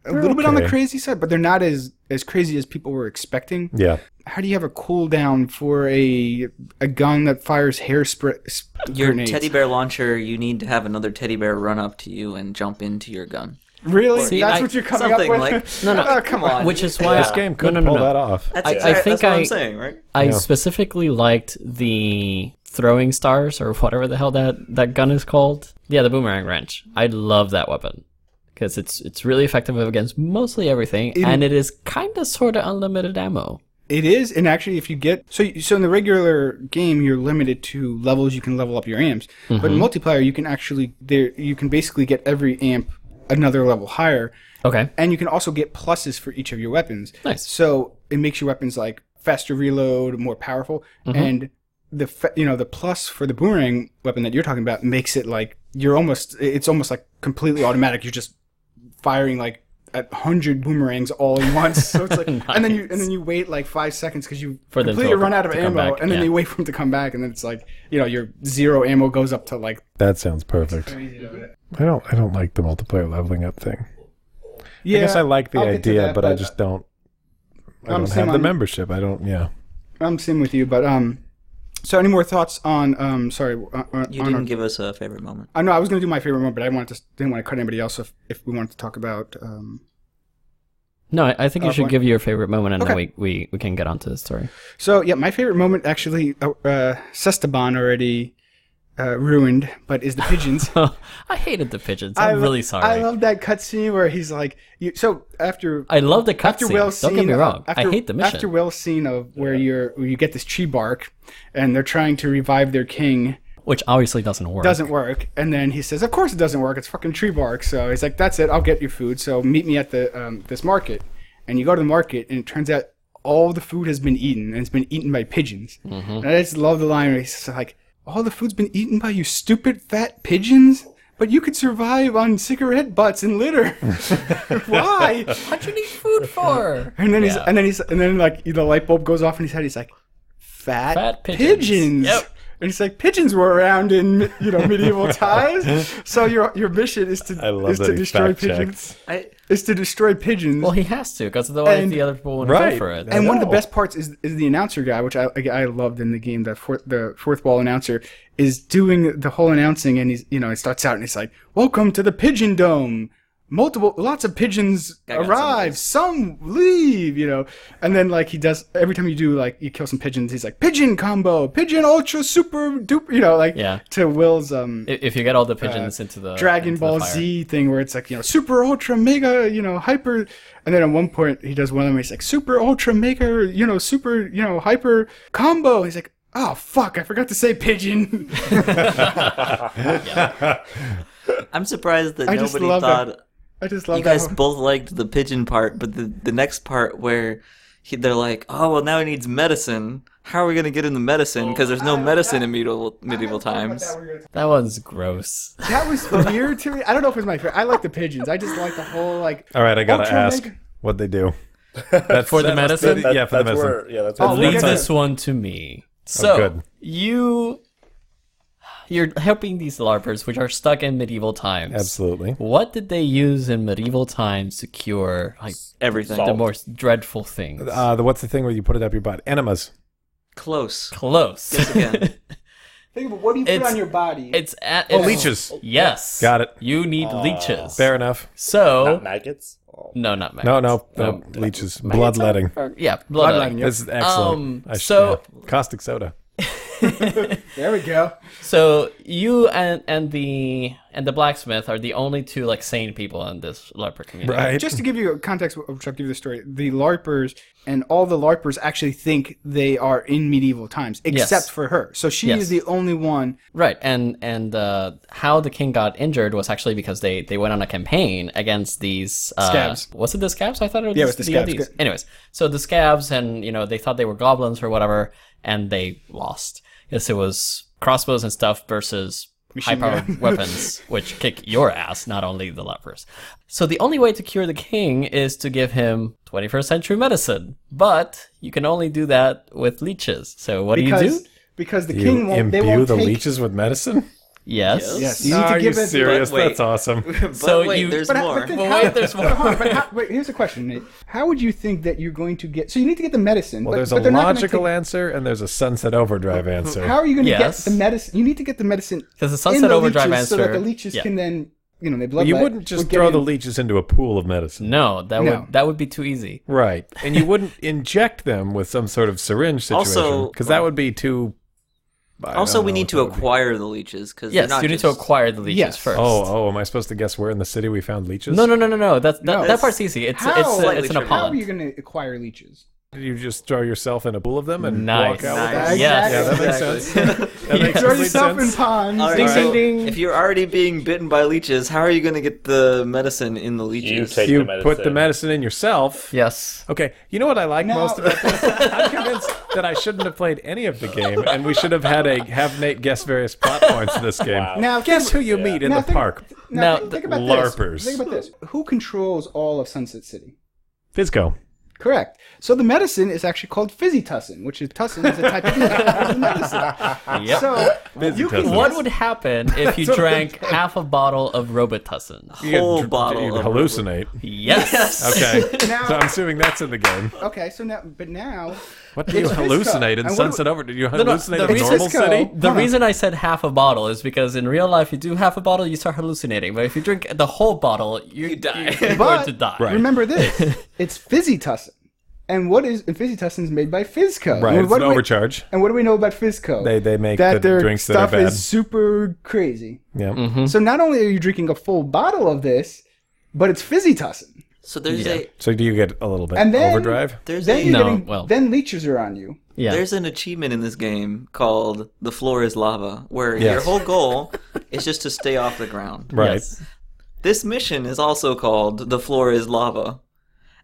D: a little bit on the
F: okay.
D: crazy side, but they're not as as crazy as people were expecting.
F: Yeah.
D: How do you have a cooldown for a a gun that fires hairspray? sp-
G: Your
D: grenades?
G: teddy bear launcher, you need to have another teddy bear run up to you and jump into your gun.
D: Really?
E: See,
D: that's
E: I-
D: what you're coming up
G: something
D: with?
G: like-
E: No, no.
D: Oh, come on.
E: Which is why
F: This game could
E: no,
F: not
E: no, no,
F: pull
E: no.
F: that off.
G: That's
E: I-
G: exact-
E: I think
G: that's what
E: I-
G: am saying, right?
E: I
F: Yeah.
E: specifically liked the throwing stars or whatever the hell that, that gun is called. Yeah, the boomerang wrench. I love that weapon because it's it's really effective against mostly everything, and it is kind of sort of unlimited ammo.
D: It is, and actually, if you get so so in the regular game, you're limited to levels you can level up your amps. But in multiplayer, you can actually there you can basically get every amp another level higher,
E: Okay.
D: and you can also get pluses for each of your weapons.
E: Nice.
D: So it makes your weapons like faster reload, more powerful,
E: Mm-hmm.
D: and the fa- you know the plus for the boomerang weapon that you're talking about makes it like you're almost it's almost like completely automatic. You're just firing like a hundred boomerangs all at once. So it's like, and then you and then you wait like five seconds because you
E: For them to
D: completely
E: open-
D: run out of
E: to come
D: ammo,
E: back,
D: and then
E: yeah.
D: you wait for them to come back, and then it's like you know your zero ammo goes up to like.
F: That sounds perfect. I don't. I don't like the multiplayer leveling up thing.
D: Yeah,
F: I guess I like the
D: I'll get to
F: idea,
D: that,
F: but, I just don't. I
D: I'm
F: don't
D: same
F: have the
D: on-
F: membership. I don't. Yeah.
D: I'm same with you, but um. So any more thoughts on um? Sorry, on, on
G: You
D: our-
G: didn't give us a favorite moment.
D: I know I was going to do my favorite moment, but I wanted to, didn't want to cut anybody else if, if we wanted to talk about. Um,
E: No, I, I think you should
D: fine.
E: give your favorite moment, and then
D: Uh, Okay.
E: we, we, we can get onto the story.
D: so yeah, my favorite moment actually, uh, uh, Sestaban already uh, ruined, but is the pigeons.
E: I hated the pigeons. I'm
D: lo-
E: really sorry.
D: I love that cutscene where he's like, you, so after
E: I love the
D: after Will's
E: cutscene. Don't get
D: scene,
E: me
D: uh,
E: wrong.
D: after-
E: I hate the mission.
D: After Will's scene of where you're where you get this tree bark, and they're trying to revive their king.
E: which obviously doesn't work.
D: doesn't work. And then he says, "Of course it doesn't work. It's fucking tree bark." So he's like, "That's it. I'll get you food. So meet me at the um, this market." And you go to the market, and it turns out all the food has been eaten, and it's been eaten by pigeons. And I just love the line where he's just like, "All the food's been eaten by you stupid fat pigeons." But you could survive on cigarette butts and litter. Why?
E: What you need food for?
D: And then he's
E: Yeah.
D: and then he's and then like the light bulb goes off in his head. He's like, "Fat,
E: Fat pigeons."
D: pigeons."
E: Yep.
D: And he's like, "Pigeons were around in you know medieval times. So your your mission is to
C: I love
D: is
C: that
D: to
C: he
D: destroy
C: fact-checked.
D: pigeons.
G: I
D: Is to destroy pigeons."
E: well, he has to, because otherwise
D: And-
E: the other people wouldn't go
F: Right.
E: for it.
D: and one of the
F: No.
D: best parts is is the announcer guy, which I I I loved in the game. The fourth the fourth wall announcer is doing the whole announcing, and he's you know it starts out and it's like, "Welcome to the Pigeon Dome." Multiple, lots of pigeons
G: got some of
D: arrive.
G: those.
D: Some leave, you know. And then like he does every time you do like you kill some pigeons, he's like pigeon combo, pigeon ultra super duper, you know, like
E: Yeah.
D: to Will's um
E: I- If you get all
F: Uh,
E: the pigeons into the
D: Dragon
E: uh, into the
D: Ball
E: fire.
D: Z thing where it's like, you know, super ultra mega, you know, hyper. And then at one point he does one of them. He's like, super ultra mega, you know, super, you know, hyper combo. He's like, oh, fuck, I forgot to say pigeon.
G: I'm surprised that
D: I just
G: nobody
D: love
G: thought
D: that- I just love
G: you guys
D: that.
G: both liked the pigeon part, but the, the next part where he, they're like, oh, well, now he needs medicine. How are we going to get him the medicine?
F: Oh,
G: Because there's no medicine in medieval, medieval times.
E: That one's gross.
D: That was weird to me. I don't know if it was my favorite. I like the pigeons. I just like the whole, like,
E: Uh,
F: All right. I gotta
D: Ultra
F: ask
D: mega-
F: what they do. That's
E: For the medicine?
F: yeah, for the
H: that's
F: medicine.
H: Where, yeah, that's
D: Oh,
H: where.
E: Leave
D: Leave
E: this
D: this
E: one to me. So
F: Oh, good.
E: you you're helping these larpers which are stuck in medieval times.
F: Absolutely.
E: What did they use in medieval times to cure like
G: Everything.
E: the most dreadful things?
F: Uh, the what's the thing where you put it up your butt? Enemas.
G: Close.
E: Close.
G: Guess again.
D: think about what do you
E: It's-
D: put on your body?
E: It's at
F: Oh,
E: it's-
F: leeches.
E: Yes.
F: Got it.
E: You need leeches.
F: Fair enough.
E: So
H: Not maggots.
E: no, not
F: No,
E: maggots.
F: no, no. leeches. Bloodletting.
E: Or- yeah, bloodletting.
F: This is excellent.
E: Um,
F: I sh-
E: so-
F: yeah. caustic soda.
D: there we go.
E: So you and and the and the blacksmith are the only two like sane people in this leper community.
F: Right.
D: Just to give you context, which I'll give you the story, the LARPers and all the LARPers actually think they are in medieval times, except for her. So she
E: Yes.
D: is the only one.
E: Right, and and uh, how the king got injured was actually because they they went on a campaign against these uh,
D: Scabs.
E: Was it the scabs? I thought it was,
D: Yeah, it was the scabs.
E: LDs. Anyways, so the scabs, and you know they thought they were goblins or whatever, and they lost. Yes, it was crossbows and stuff versus high
D: Machine
E: powered
D: gun.
E: weapons, which kick your ass, not only the lepers. So the only way to cure the king is to give him 21st century medicine, but you can only do that with leeches. So what do you
D: Because,
E: do?
D: because the king
F: You
D: won't. they won't
F: imbue the
D: take,
F: leeches with medicine?
E: Yes.
D: Yes, you need
F: Are
D: to
F: you
D: give it.
F: serious?
G: But wait.
F: That's awesome.
G: But
E: So
G: wait,
E: you-
G: there's
D: But,
G: more.
D: but then
E: Well,
D: how-
E: wait, there's more.
D: Hold on, but how- wait, here's a question, Nate. How would you think that you're going to get? So you need to get the medicine.
F: Well,
D: but,
F: there's
D: but
F: a
D: they're not gonna
F: logical
D: take-
F: answer and there's a sunset overdrive answer.
D: How are you going to
E: Yes.
D: get the medicine? You need to get the medicine.
E: Because the
D: in
E: sunset
D: the
E: overdrive
D: leeches so that
E: answer-
D: the leeches
E: yeah.
D: can then, you know, they bloodlet.
F: you wouldn't just
D: would get
F: throw
D: in-
F: the leeches into a pool of medicine.
E: No, that
D: No.
E: would that would be too easy.
F: Right. And you wouldn't inject them with some sort of syringe situation.
G: Also-
F: Because that would be too. I
G: Also,
F: don't
G: we
F: know
G: need
F: what
G: to
F: that would be.
G: acquire the leeches because
E: Yes, you need to acquire the leeches
D: Yes.
E: first.
F: Oh, oh, am I supposed to guess where in the city we found leeches?
E: no, no, no, no, no. That's that, that
D: That's-
E: part's easy. It's uh,
D: How?
E: it's a,
G: Slightly
E: it's an
G: tricky.
D: How are you
E: appellant.
D: going to acquire leeches?
F: Did you just throw yourself in a pool of them and
E: Nice.
F: walk out? with
G: Nice.
F: them?
E: Yes.
F: Yeah, that makes sense. That makes
D: Throw
F: complete
D: yourself in
F: sense.
D: ponds.
G: All right,
E: Ding,
G: so
E: ding, ding.
G: If you're already being bitten by leeches, how are you going to get the medicine in the leeches?
C: You take
F: you
C: the medicine.
F: put the medicine in yourself.
E: Yes.
F: Okay, you know what I like
D: No.
F: most about this? I'm convinced that I shouldn't have played any of the game, and we should have had a have Nate guess various plot points of this game.
D: Now,
F: guess who you
C: Yeah.
F: meet in
D: Now
F: the
D: think-
F: park?
D: Now,
E: Now,
D: think, think about
F: LARPers.
D: this. Think about this. Who controls all of Sunset City?
F: Fizco.
D: Correct. So the medicine is actually called fizzy tussin, which is tussin is a type of is a medicine.
E: Yep.
D: So you can
F: Fizzy-tussin.
E: What would happen if you drank half a bottle of Robitussin?
G: Whole
F: dr-
G: bottle
F: you
G: of-
F: hallucinate.
E: Yes.
F: Okay,
D: Now-
F: so I'm assuming that's in the game.
D: okay. So now, but now
F: What do you
D: It's Fizco.
F: hallucinate in
D: And what
F: Sunset
D: do-
F: Over? Did you
E: no,
F: hallucinate
E: the
F: in
E: reason-
F: Normal
D: Fizco.
F: City?
E: The
D: Hold on.
E: reason I said half a bottle is because in real life, you do half a bottle, you start hallucinating. But if you drink the whole bottle, you, you die. You're
D: But-
E: going to die.
F: Right.
D: remember this: it's fizzy tussin, and what is and fizzy tussin is made by Fizco.
F: Right,
D: And
F: it's
D: what
F: an
D: do we-
F: overcharge.
D: and what do we know about Fizco?
F: They- they make
D: that
F: the
D: their
F: drinks that are
D: stuff
F: bad. Mm-hmm.
D: is super crazy.
F: Yeah.
D: So not only are you drinking a full bottle of this, but it's fizzy tussin.
G: So there's a
F: So do you get a little bit
D: And then-
F: overdrive?
G: there's
D: Then
G: a
D: you're
E: No,
D: getting
E: well-
D: then leeches are on you.
E: Yeah.
G: There's an achievement in this game called The Floor is Lava, where your
F: Yes.
G: whole goal is just to stay off the ground.
F: Right.
E: Yes.
G: This mission is also called The Floor is Lava.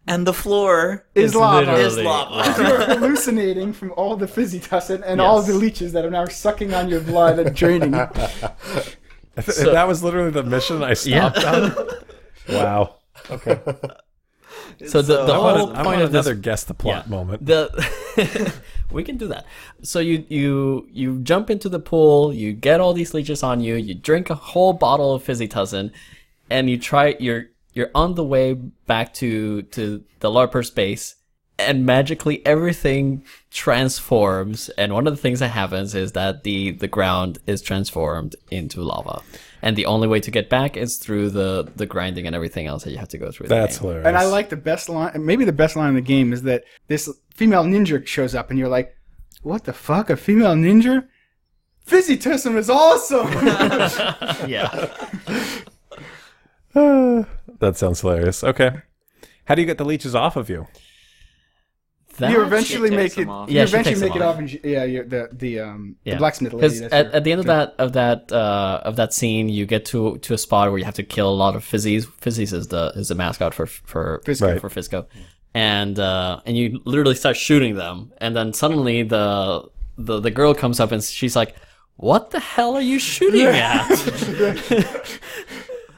G: And the floor is,
D: Is lava.
E: literally-
G: lava.
D: You're hallucinating from all the fizzy tussin and all
E: Yes.
D: the leeches that are now sucking on your blood and draining you.
F: If that was literally the mission I stopped on. Wow. Okay.
E: So the, the
G: I
E: whole
G: wanna-
E: point
F: I want
E: of this
F: another guess the plot
E: Yeah.
F: moment.
E: The we can do that. So you you you jump into the pool, you get all these leeches on you, you drink a whole bottle of fizzy tussin, and you try you're you're on the way back to to the LARPer's base, and magically everything transforms. And one of the things that happens is that the the ground is transformed into lava, and the only way to get back is through the the grinding and everything else that you have to go through. in the
F: That's
E: game.
F: hilarious.
D: And I like the best line, and maybe the best line in the game is that this female ninja shows up, and you're like, "What the fuck? A female ninja? Fizzy Tussin is awesome."
E: yeah.
F: that sounds hilarious. Okay. How do you get the leeches off of you?
D: you
E: That-
D: eventually
G: She takes
D: make it.
G: them off.
D: You
E: Yeah, she
D: eventually
E: takes
D: make
E: them
D: it
E: off.
D: off, and she, yeah, you're the the um
E: Yeah.
D: the blacksmith lady.
E: 'Cause
D: That's
E: at,
D: her.
E: at the end of that of that uh, of that scene, you get to to a spot where you have to kill a lot of fizzies. Fizzies is the is the mascot for for
D: Fisco.
F: Right.
E: for Fisco, and uh, and you literally start shooting them, and then suddenly the the the girl comes up and she's like, "What the hell are you shooting at?"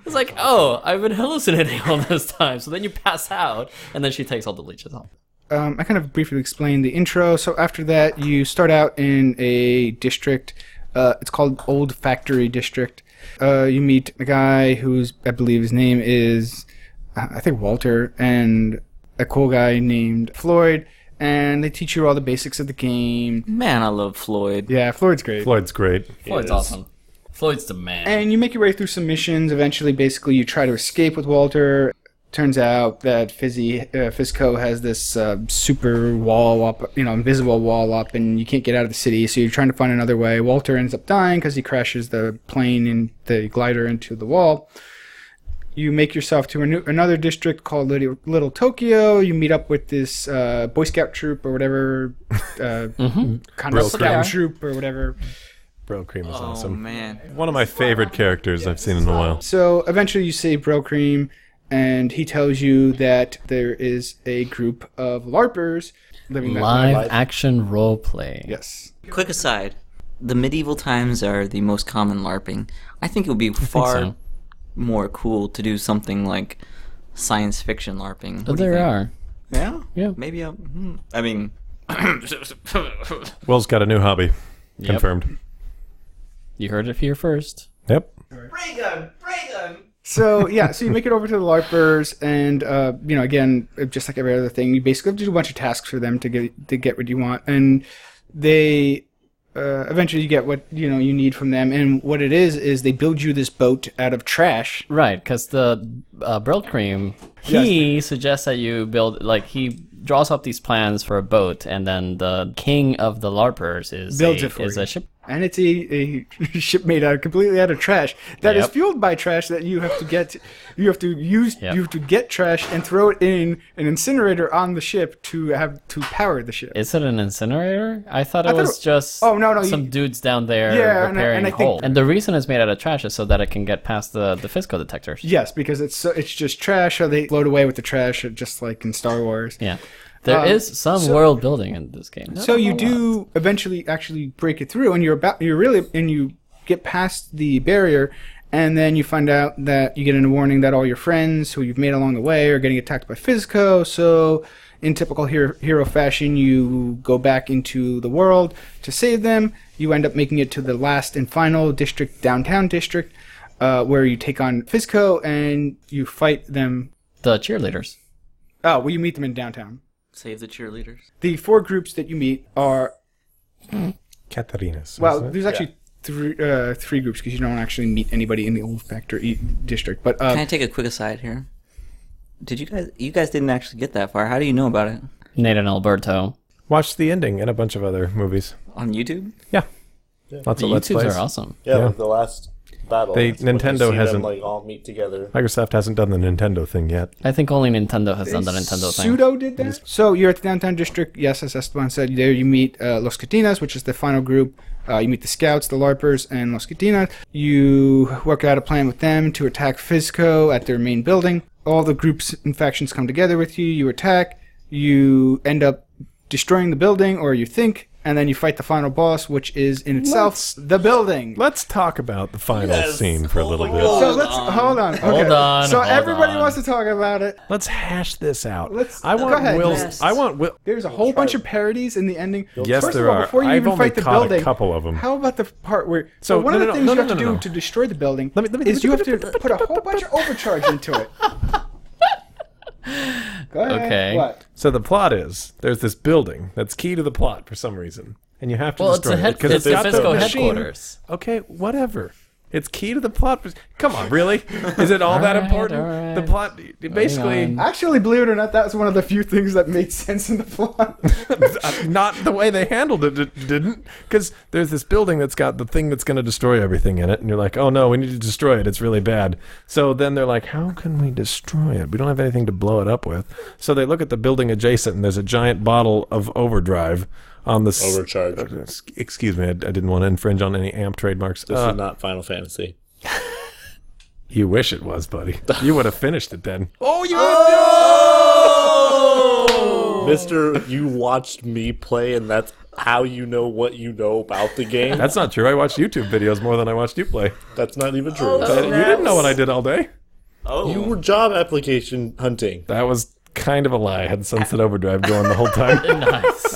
E: It's like, oh, I've been hallucinating all this time. So then you pass out, and then she takes all the leeches off.
D: um, I kind of briefly explained the intro. So after that, you start out in a district. Uh, it's called Old Factory District. Uh, you meet a guy who's, I believe, his name is, uh, I think Walter, and a cool guy named Floyd. And they teach you all the basics of the game.
G: Man, I love Floyd.
D: Yeah, Floyd's great.
F: Floyd's great.
E: Floyd's
C: is.
E: awesome. Floyd's the man.
D: And you make your way through some missions. Eventually, basically, you try to escape with Walter. Turns out that Fizzy uh, Fisco has this uh, super wall up, you know, invisible wall up, and you can't get out of the city. So you're trying to find another way. Walter ends up dying because he crashes the plane and the glider into the wall. You make yourself to a new, another district called Little, Little Tokyo. You meet up with this uh, Boy Scout troop or whatever, uh, kind of
F: Real
D: Scout
F: crew.
D: troop or whatever.
F: Bro Cream is
G: Oh,
F: awesome.
G: man.
F: One of my favorite characters I've seen in a while.
D: So eventually you save Bro Cream, and he tells you that there is a group of LARPers living that
E: Live action role play.
D: Yes.
G: Quick aside the medieval times are the most common LARPing. I think it would be far
E: so.
G: more cool to do something like science fiction LARPing. What do you
E: there
G: think?
E: are.
G: Yeah?
E: Yeah.
G: Maybe I'll. hmm. I mean,
F: Will's got a new hobby. Confirmed.
E: You heard it here first.
F: Yep.
D: So yeah, so you make it over to the LARPers, and uh, you know again, just like every other thing, you basically have to do a bunch of tasks for them to get to get what you want, and they uh, eventually you get what you know you need from them. And what it is is they build you this boat out of trash.
E: Right, because the uh, Brill Cream, he suggests that you build, like, he draws up these plans for a boat, and then the king of the LARPers is,
D: Builds
E: a,
D: it for
E: is
D: you.
E: a ship.
D: and it's a, a ship made out of completely out of trash that is
E: Yep.
D: fueled by trash that you have to get you have to use
E: Yep.
D: you have to get trash and throw it in an incinerator on the ship to have to power the ship
E: Is it an incinerator? I thought it
D: thought
E: was
D: it-
E: just
D: Oh, no, no,
E: some
D: you-
E: dudes down there
D: Yeah, and I-
E: repairing
D: and I think-
E: hole. And the reason it's made out of trash is so that it can get past the, the Fisco detectors.
D: yes because it's so, it's just trash or they float away with the trash uh, just like in star wars
E: Yeah. There is some world building in this game.
D: So you do eventually actually break it through, and you're about you're really and you get past the barrier, and then you find out that you get a warning that all your friends who you've made along the way are getting attacked by Fizco. So in typical hero, hero fashion, you go back into the world to save them. You end up making it to the last and final district, downtown district, uh, where you take on Fizco and you fight them.
E: The cheerleaders.
D: Oh, well, you meet them in downtown.
G: Save the cheerleaders.
D: The four groups that you meet are
F: Katarina's.
D: Well,
F: isn't it?
D: there's actually three uh, three groups because you don't actually meet anybody in the old factory district. But
G: Can
D: uh,
G: I take a quick aside here? Did you guys? You guys didn't actually get that far. How do you know about it
E: Nate and Alberto.
F: watch the ending and a bunch of other movies.
G: on YouTube?
F: Yeah, lots
E: The
F: of let's plays.
E: YouTubes are awesome.
H: Yeah,
F: Yeah.
H: like the last battle.
F: They-
H: that's when you
F: Nintendo
H: see them,
F: hasn't-
H: like all meet together.
F: Microsoft hasn't done the Nintendo thing yet.
E: I think only Nintendo has done the Nintendo thing.
D: Pseudo did that. So you're at the downtown district. Yes, as Esteban said, there you meet uh, Los Catinas, which is the final group. Uh, you meet the scouts, the LARPers, and Los Catinas. You work out a plan with them to attack Fizco at their main building. All the groups and factions come together with you. You attack. You end up destroying the building, or you think, and then you fight the final boss, which is in itself
F: Let's-
D: the building.
F: Let's talk about the final scene for a little bit.
D: so let's hold on. Okay. Hold
E: on,
D: So
E: hold
D: everybody
E: on.
D: wants to talk about it.
F: Let's hash this out.
D: Let's-
F: I
D: go
F: want
D: ahead.
F: Will's.
G: Yes.
F: I want Will.
D: There's a whole bunch of parodies in the ending.
F: Yes,
D: First
F: there
D: of all,
F: are.
D: Before you
F: I've
D: even
F: only
D: fight the
F: caught a
D: building,
F: couple of 'em.
D: How about the part where? So,
F: So,
D: one of
F: no,
D: the
F: no, no,
D: things
F: no,
D: you
F: no,
D: have to
F: no,
D: do
F: no.
D: to destroy the building
F: Let me- let me-
D: is you have to put a whole bunch of overcharge into it. Go ahead.
E: Okay.
D: What?
F: So the plot is there's this building that's key to the plot for some reason, and you have to
E: Well, it's
F: destroy
E: a head.
F: it
E: It's, the
F: got the
E: Fisco
F: machine.
E: headquarters.
F: Okay, whatever. It's key to the plot. Come on, really? Is it all, that
E: Alright,
F: important?
E: alright.
F: The plot basically
E: on.
D: Actually, believe it or not, that was one of the few things that made sense in the plot.
F: uh, not the way they handled it, it didn't because there's this building that's got the thing that's going to destroy everything in it and you're like oh no we need to destroy it it's really bad so then they're like how can we destroy it we don't have anything to blow it up with so they look at the building adjacent and there's a giant bottle of overdrive on the s-
H: Overcharge.
F: uh, s- excuse me I, I didn't want to infringe on any amp trademarks
H: This
F: Uh,
H: is not Final Fantasy.
F: you wish it was buddy you would have finished it then
H: Mister, you watched me play, and that's how you know what you know about the game.
F: that's not true i watched youtube videos more than i watched you play
H: That's not even true.
F: you didn't know what i did all day
H: You were job application hunting.
F: That was kind of a lie. I had Sunset Overdrive going the whole time.
E: Nice.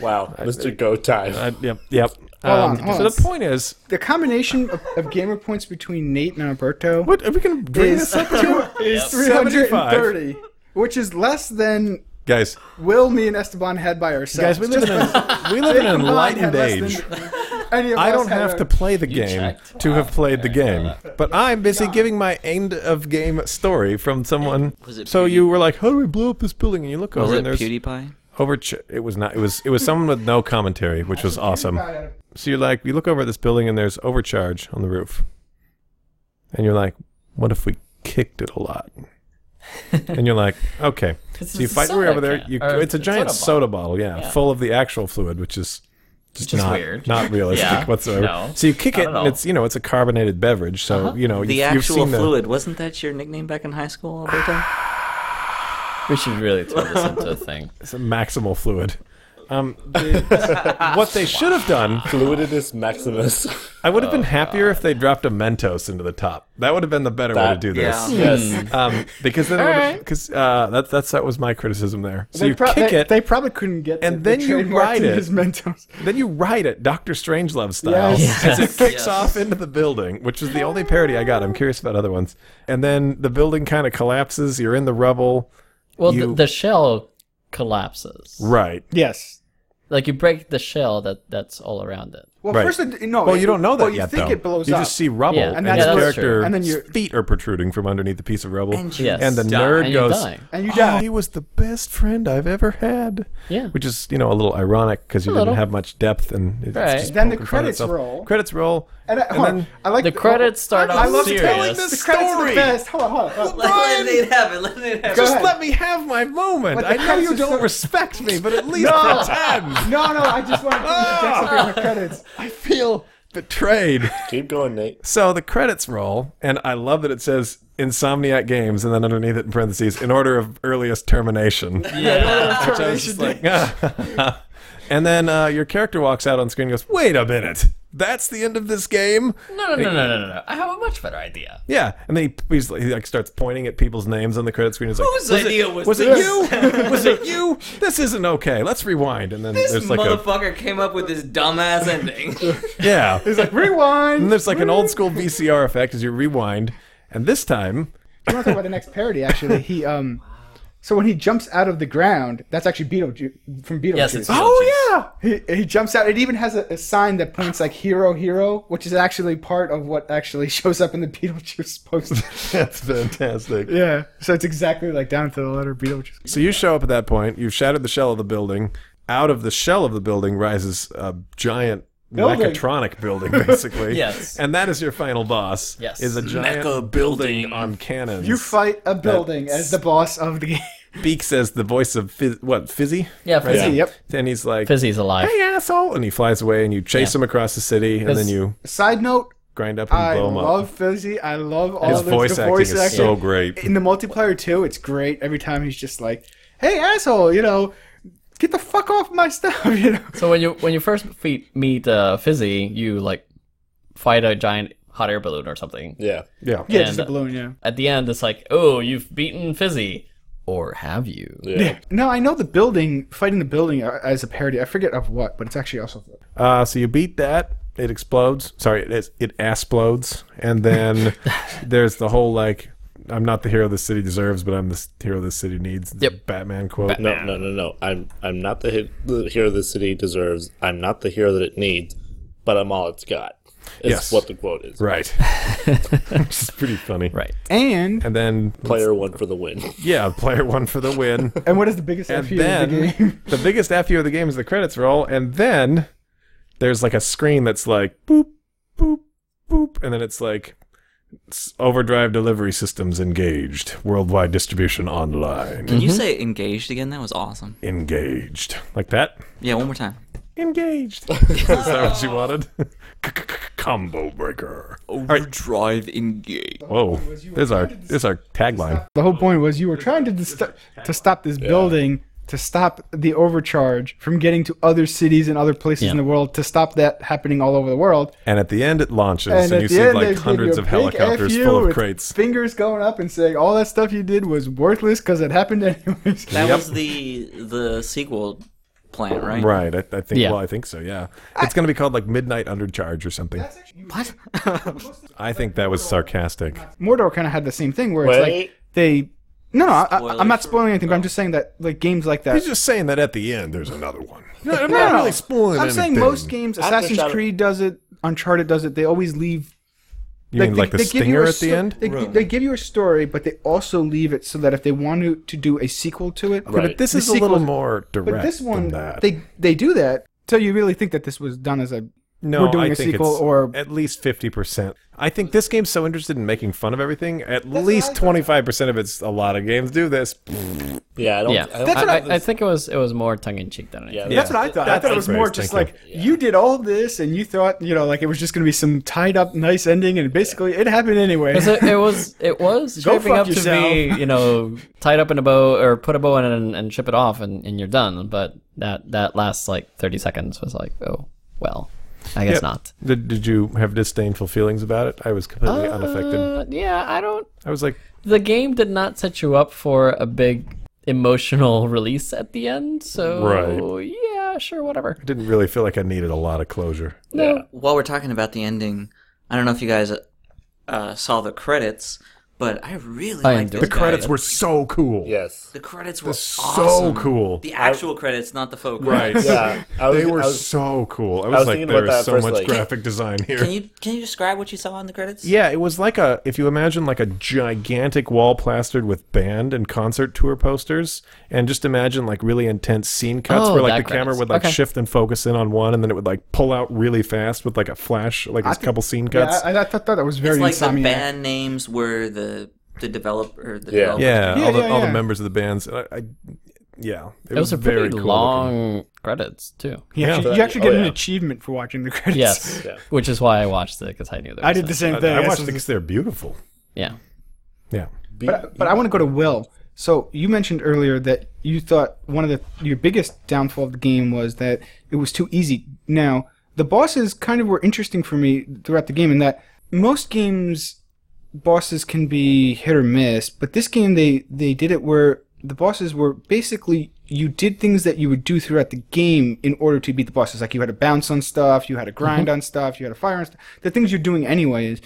H: Wow, Mr. Go Time.
F: Uh, yep, yep.
D: on,
F: Um,
D: hold
F: so
D: on.
F: the point is,
D: the combination of, of gamer points between Nate and Alberto
F: what are we going to bring
D: is
F: this up?
D: two, is 330, which is less than
F: Guys,
D: Will, me, and Esteban had by ourselves.
F: guys, we live in an, we live in an
D: Combined had
F: enlightened
D: less
F: age.
D: than any of
F: I
D: us
F: don't
D: had
F: have
D: a-
F: to play the game
E: checked.
F: to have played the game, but I'm busy giving my end of game story from someone.
G: Was it
F: So
G: Pewdie-
F: you were like, "How do we blow up this building?" And you look
G: Was
F: over,
G: it
F: and there's
G: PewDiePie?
F: over. It was not. It was it was someone with no commentary, which was awesome. So you're like, you look over at this building and there's overcharge on the roof. And you're like, what if we kicked it a lot? and you're like, okay.
E: It's
F: So you
E: a
F: fight your way
E: soda
F: over there.
E: can-
F: You,
E: or
F: it's a
E: it's
F: giant
E: soda
F: soda bottle, yeah, full of the actual fluid, which is just
E: Which is
F: not,
E: weird.
F: not realistic
E: Yeah,
F: whatsoever.
E: no,
F: so you kick
E: not
F: it,
E: at
F: and
E: all. Uh-huh.
F: it's you know it's a carbonated beverage. So you know
G: The
F: you've,
G: actual
F: you've seen
G: fluid. Wasn't that your nickname back in high school, Alberto?
E: we should really turn this into a thing.
F: The, it's a maximal fluid. Um, what they should have done
H: Fluidus Maximus.
F: I would have been
E: Oh,
F: happier if they dropped a Mentos into the top. That would have been the better way to
H: That-
F: do this.
H: yes.
F: Um, because then, because uh, that, that's that was my criticism there. So you
D: prob-
F: kick
D: they,
F: it,
D: They probably couldn't get
F: and
D: the,
F: then
D: the
F: you
D: trademark
F: ride
D: to
F: it.
D: His Mentos.
F: then you ride it, Doctor Strangelove style,
D: Yes.
F: as it kicks off into the building, which was the only parody I got. I'm curious about other ones. And then the building kind of collapses. You're in the rubble,
E: Well,
F: You-
E: the, the shell collapses.
F: right?
D: Yes.
E: Like you break the shell that that's all around it.
D: Well,
F: Right.
D: first, it, no.
F: Well,
D: it-
F: you don't know that
D: well, Oh, you
F: yet,
D: think
F: though.
D: it blows
F: you
D: up.
F: just see rubble,
E: Yeah,
F: and,
D: and
F: his
D: that's true.
F: character,
D: And then your-
F: feet are protruding from underneath the piece of rubble.
E: Yes.
F: And the
E: Die.
F: nerd
E: And you
F: goes,
E: die.
D: and you
F: "Oh,
D: die.
F: he was the best friend I've ever had.
E: Yeah.
F: Which is, you know, a little ironic because you didn't
E: little.
F: have much depth and it's
E: Right.
F: just
D: Then the
F: poking fun at
D: credits
F: itself.
D: roll.
F: Credits roll.
D: and I, hold on,
F: then-
D: I like
E: The credits start
D: I
E: off
D: love the
E: serious.
D: credits-
E: Telling
D: The credits are the best. Hold on, hold on, hold on.
G: Let Nate have it. Let Nate have
D: Go
F: just
D: ahead.
F: let me have my moment.
D: But the
F: I know you
D: credits are
F: don't
D: so-
F: respect me, but at least
D: No.
F: pretend.
D: No, no, I just want to inject something in the credits.
F: I feel betrayed.
H: Keep going, Nate.
F: So the credits roll, and I love that it says Insomniac Games, and then underneath it in parentheses, in order of earliest termination.
E: Yeah.
F: Which I was just like, and then uh, your character walks out on screen and goes, wait a minute, that's the end of this game?
I: No, no, no, no, no, no, no. I have a much better idea.
F: Yeah. And then he, he's, he like starts pointing at people's names on the credit screen. He's like,
I: Whose
F: was
I: idea
F: it,
I: was
F: it
I: this?"
F: you? was it you? This isn't okay. Let's rewind. And then
G: This
F: there's like a
G: motherfucker came up with this dumbass ending.
F: yeah.
D: It's like rewind.
F: And there's like an old school VCR effect as you rewind. And this time,
D: I want to talk about the next parody. Actually, he um, so when he jumps out of the ground, that's actually Beetlejuice from Beetlejuice.
I: Yes, it's
F: oh yeah,
D: He, he jumps out. It even has a, a sign that points like "Hero, Hero," which is actually part of what actually shows up in the Beetlejuice poster.
F: that's fantastic.
D: yeah, so it's exactly like down to the letter Beetlejuice.
F: So you show up at that point. You've shattered the shell of the building. Out of the shell of the building rises a giant
D: Building.
F: mechatronic building, basically.
I: Yes.
F: And that is your final boss.
I: Yes.
F: Is a giant
H: Mecha building.
F: building on cannons.
D: You fight a building as the boss of the game.
F: Speaks as the voice of Fiz- what Fizzy,
E: Yeah, Fizzy.
D: Yep.
F: and he's like,
E: Fizzy's alive.
F: "Hey asshole!" And he flies away, and you chase him across the city, and then
E: Fizz-
F: you
D: Side note:
F: grind up and
D: I
F: blow him
D: love
F: up.
D: Fizzy. I love all
F: His
D: the
F: voice
D: the
F: acting
D: voice
F: is
D: acting.
F: so great.
D: in the multiplayer too, it's great. Every time he's just like, "Hey, asshole," you know, get the fuck off my stuff, you know.
E: So when you when you first fe- meet uh, Fizzy, you like fight a giant hot air balloon or something.
H: Yeah.
F: Yeah.
D: Yeah, just a
E: And-
D: balloon. Yeah.
E: At the end, it's like, oh, you've beaten Fizzy, or have you?
H: Yeah.
D: No, I know the building fighting the building uh, as a parody. I forget of what, but it's actually also
F: Uh, so you beat that. It explodes. Sorry, it is, it explodes, and then there's the whole like, "I'm not the hero this city deserves, but I'm the s- hero this city needs."
E: Yep.
F: Batman quote.
H: No, no, no, no. I'm I'm not the, hit, the hero the city deserves. I'm not the hero that it needs, but I'm all it's got. Is
F: Yes.
H: what the quote is.
F: Right. Which is pretty funny.
E: Right.
D: and
F: And then
H: Player one for the win.
F: yeah, player one for the win.
D: and what is the biggest
F: and
D: F you
F: then
D: in the game?
F: the biggest F you of the game is the credits roll, and then there's like a screen that's like boop, boop, boop, and then it's like s- overdrive delivery systems engaged, worldwide distribution online.
G: Can you say engaged again? That was awesome.
F: engaged. Like that?
G: Yeah, one more time.
F: Engaged. Is that what you wanted? Combo breaker.
G: Overdrive engaged.
F: Whoa. There's our there's our tagline.
D: the whole point was you were trying to dis- to stop this building. To stop the overcharge from getting to other cities and other places in the world, to stop that happening all over the world,
F: And at the end it launches and,
D: at
F: you
D: the
F: see
D: end, they
F: like
D: give you
F: hundreds
D: a
F: of
D: big
F: helicopters
D: FU
F: full of
D: with
F: crates.
D: Fingers going up and saying all that stuff you did was worthless because it happened anyways.
G: That was the the sequel plan, right?
F: Right, I, I think.
E: Yeah.
F: Well, I think so. Yeah, it's going to be called like Midnight Undercharge or something.
G: What?
F: I think that was sarcastic.
D: Mordor kind of had the same thing where it's
H: Wait.
D: like they. No, no, I, I- I'm not
G: Spoilers for-
D: spoiling anything, but I'm just saying that like games like that.
F: He's just saying that at the end, there's another one. No, I'm
D: No,
F: not
D: no,
F: really spoiling.
D: I'm saying
F: anything.
D: most games, Assassin's
H: Shadow-
D: Creed does it, Uncharted does it. They always leave.
F: You mean like the
D: give you a
F: stinger at the
D: sto-
F: end?
D: They, they give you a story, but they also leave it so that if they want to, to do a sequel to it,
H: Right.
F: But this
D: The
F: is a little
D: sequel-
F: more direct.
D: but this one
F: than that.
D: they they do that. So you really think that this was done as a
F: no,
D: we're doing a
F: I think
D: sequel
F: it's
D: or-
F: at least fifty percent. I think this game's so interested in making fun of everything. At least twenty five percent of it's a lot of games do this.
H: Yeah. I don't.
E: Yeah.
H: I don't
E: I, I, I think it was it was more tongue in cheek than anything.
H: yeah.
D: That's what I thought. I
F: That's
D: thought it was
F: what I
D: more
F: was
D: just
F: thinking.
D: like you did all this, and you thought you know like it was just going to be some tied up nice ending, and basically it happened anyway.
E: So it was it was
D: Go
E: shaping
D: fuck
E: up to
D: yourself.
E: be you know tied up in a bow or put a bow in and, and ship it off and, and you're done. But that that last like thirty seconds was like oh well, I guess
F: Yep.
E: not.
F: Did, did you have disdainful feelings about it? I was completely unaffected.
E: Uh, yeah, I don't.
F: I was like,
E: The game did not set you up for a big emotional release at the end, so
F: Right.
E: yeah, sure, whatever.
F: I didn't really feel like I needed a lot of closure.
E: No,
G: While we're talking about the ending, I don't know if you guys uh, saw the credits, but I really
E: I
G: liked
E: do.
G: those
E: The
G: guys.
F: Credits were so cool.
H: Yes.
G: The credits were
F: so
G: awesome.
F: cool.
G: The actual credits, not the faux credits.
F: Right.
H: Yeah. I was,
F: They were
H: I was,
F: so cool. I was,
H: was
F: like,
H: thinking about
F: there is
H: that
F: so
H: first,
F: much
H: like-
F: graphic design here.
G: Can you can you describe what you saw in the credits?
F: yeah, it was like a if you imagine like a gigantic wall plastered with band and concert tour posters, and just imagine like really intense scene cuts
E: Oh,
F: where
E: that
F: like the camera
E: credits.
F: would like
E: Okay.
F: shift and focus in on one, and then it would like pull out really fast with like a flash, like a couple scene cuts.
D: Yeah, I, I thought that was
G: It's
D: very
G: like the
D: Insomniac.
G: band names were the the developer. The
H: Yeah.
G: developer.
F: Yeah,
D: Yeah,
F: all, the,
D: yeah,
F: all the
D: yeah.
F: members of the bands. I, I, yeah, it,
E: it was a pretty
F: cool
E: long
F: looking.
E: credits too.
D: You
F: Yeah.
D: actually, you actually get
H: Oh,
D: an
H: yeah.
D: achievement for watching the credits.
E: Yes,
H: Yeah.
E: which is why I watched it because I knew. There was
D: I did
E: a-
D: the same
F: I,
D: thing.
F: I watched it
D: This was-
F: because they're beautiful.
E: Yeah.
F: Yeah.
D: But, but I want to go to Will. So you mentioned earlier that you thought one of the your biggest downfall of the game was that it was too easy. Now the bosses kind of were interesting for me throughout the game in that most games bosses can be hit or miss, but this game they they did it where the bosses were basically you did things that you would do throughout the game in order to beat the bosses. Like you had to bounce on stuff, you had to grind on stuff, you had to fire on stuff. The things you're doing anyways.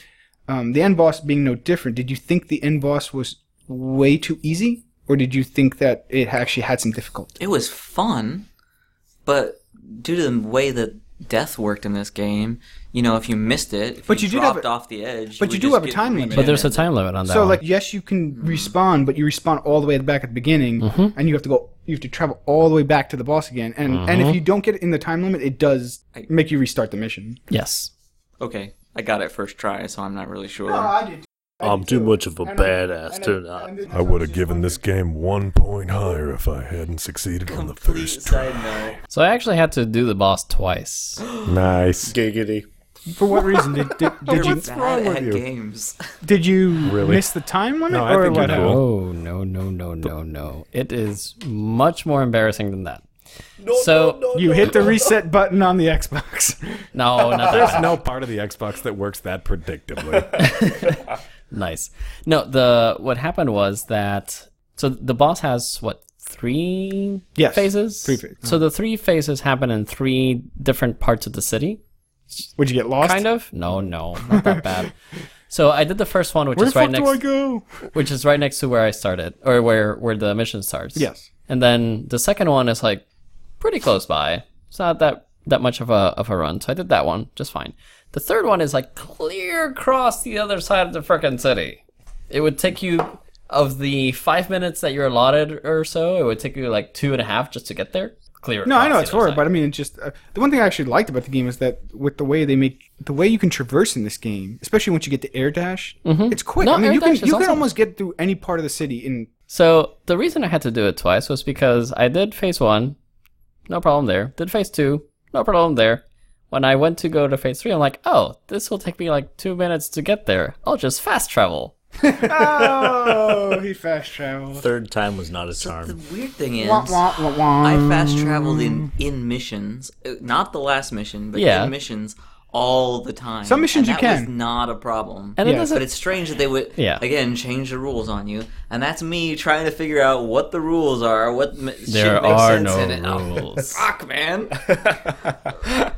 D: Um, the end boss being no different. Did you think the end boss was way too easy, or did you think that it actually had some difficulty?
G: It was fun, but due to the way that death worked in this game, you know, if you missed it, if
D: But you
G: you,
D: did have
G: dropped
D: a-
G: off the edge.
D: but
G: would
D: you do
G: just
D: have a
G: get
D: time limit.
G: remanded.
E: But there's a time limit on that.
D: So,
E: one.
D: like, yes, you can respawn, but you respawn all the way back at the beginning,
E: Mm-hmm.
D: and you have to go. You have to travel all the way back to the boss again, and and
E: Mm-hmm.
D: if you don't get it in the time limit, it does make you restart the mission.
E: yes.
G: Okay, I got it first try, so I'm not really sure.
J: Ah.
D: did.
H: I'm too much of a badass to not.
J: I would have given this game one point higher if I hadn't succeeded on the first try.
E: So I actually had to do the boss twice.
F: Nice.
H: Giggity.
D: For what reason did did, did you
G: What's wrong with you? games.
D: did you
F: Really?
D: miss the time limit
F: No, I
D: or
F: think
D: what?
F: you're cool.
E: Oh no no no no no! It is much more embarrassing than that. so
D: You hit the reset button on the Xbox.
E: no, not that.
F: There's no part of the Xbox that works that predictably.
E: Nice. No, the what happened was that so the boss has what three
D: Yes,
E: phases?
D: three phases.
E: So the three phases happen in three different parts of the city.
D: Would you get lost?
E: Kind of. No, no, not that bad. So I did the first one, which
D: Where the
E: is right
D: fuck do I
E: next,
D: go?
E: which is right next to where I started, or where where the mission starts.
D: Yes.
E: And then the second one is like pretty close by. It's not that that much of a of a run. So I did that one just fine. The third one is like clear across the other side of the frickin' city. It would take you of the five minutes that you're allotted or so. It would take you like two and a half just to get there. Clear.
D: No, I know
E: across
D: it's
E: the other
D: horrid,
E: side.
D: but I mean, it's just uh, the one thing I actually liked about the game is that with the way they make the way you can traverse in this game, especially once you get to air dash, it's quick.
E: Mm-hmm. No,
D: I mean,
E: air
D: you can
E: dash is
D: you can
E: awesome.
D: almost get through any part of the city in.
E: So the reason I had to do it twice was because I did phase one, no problem there. Did phase two, no problem there. When I went to go to phase three, I'm like, oh, this will take me like two minutes to get there. I'll just fast travel.
D: Oh, he fast traveled.
H: Third time was not a
G: The
H: charm.
G: weird thing is,
D: Wah, wah, wah, wah.
G: I fast traveled in in missions, uh, not the last mission, but
E: Yeah.
G: in missions all the time.
D: Some missions
G: and
D: you
G: that was
D: can.
G: not a problem.
E: And it
D: Yeah.
E: doesn't.
G: but it's strange that they would
E: Yeah.
G: again change the rules on you, and that's me trying to figure out what the rules are, what m-
E: there
G: shit makes
E: are
G: sense
E: no
G: in it. Oh,
E: rules.
G: fuck, man!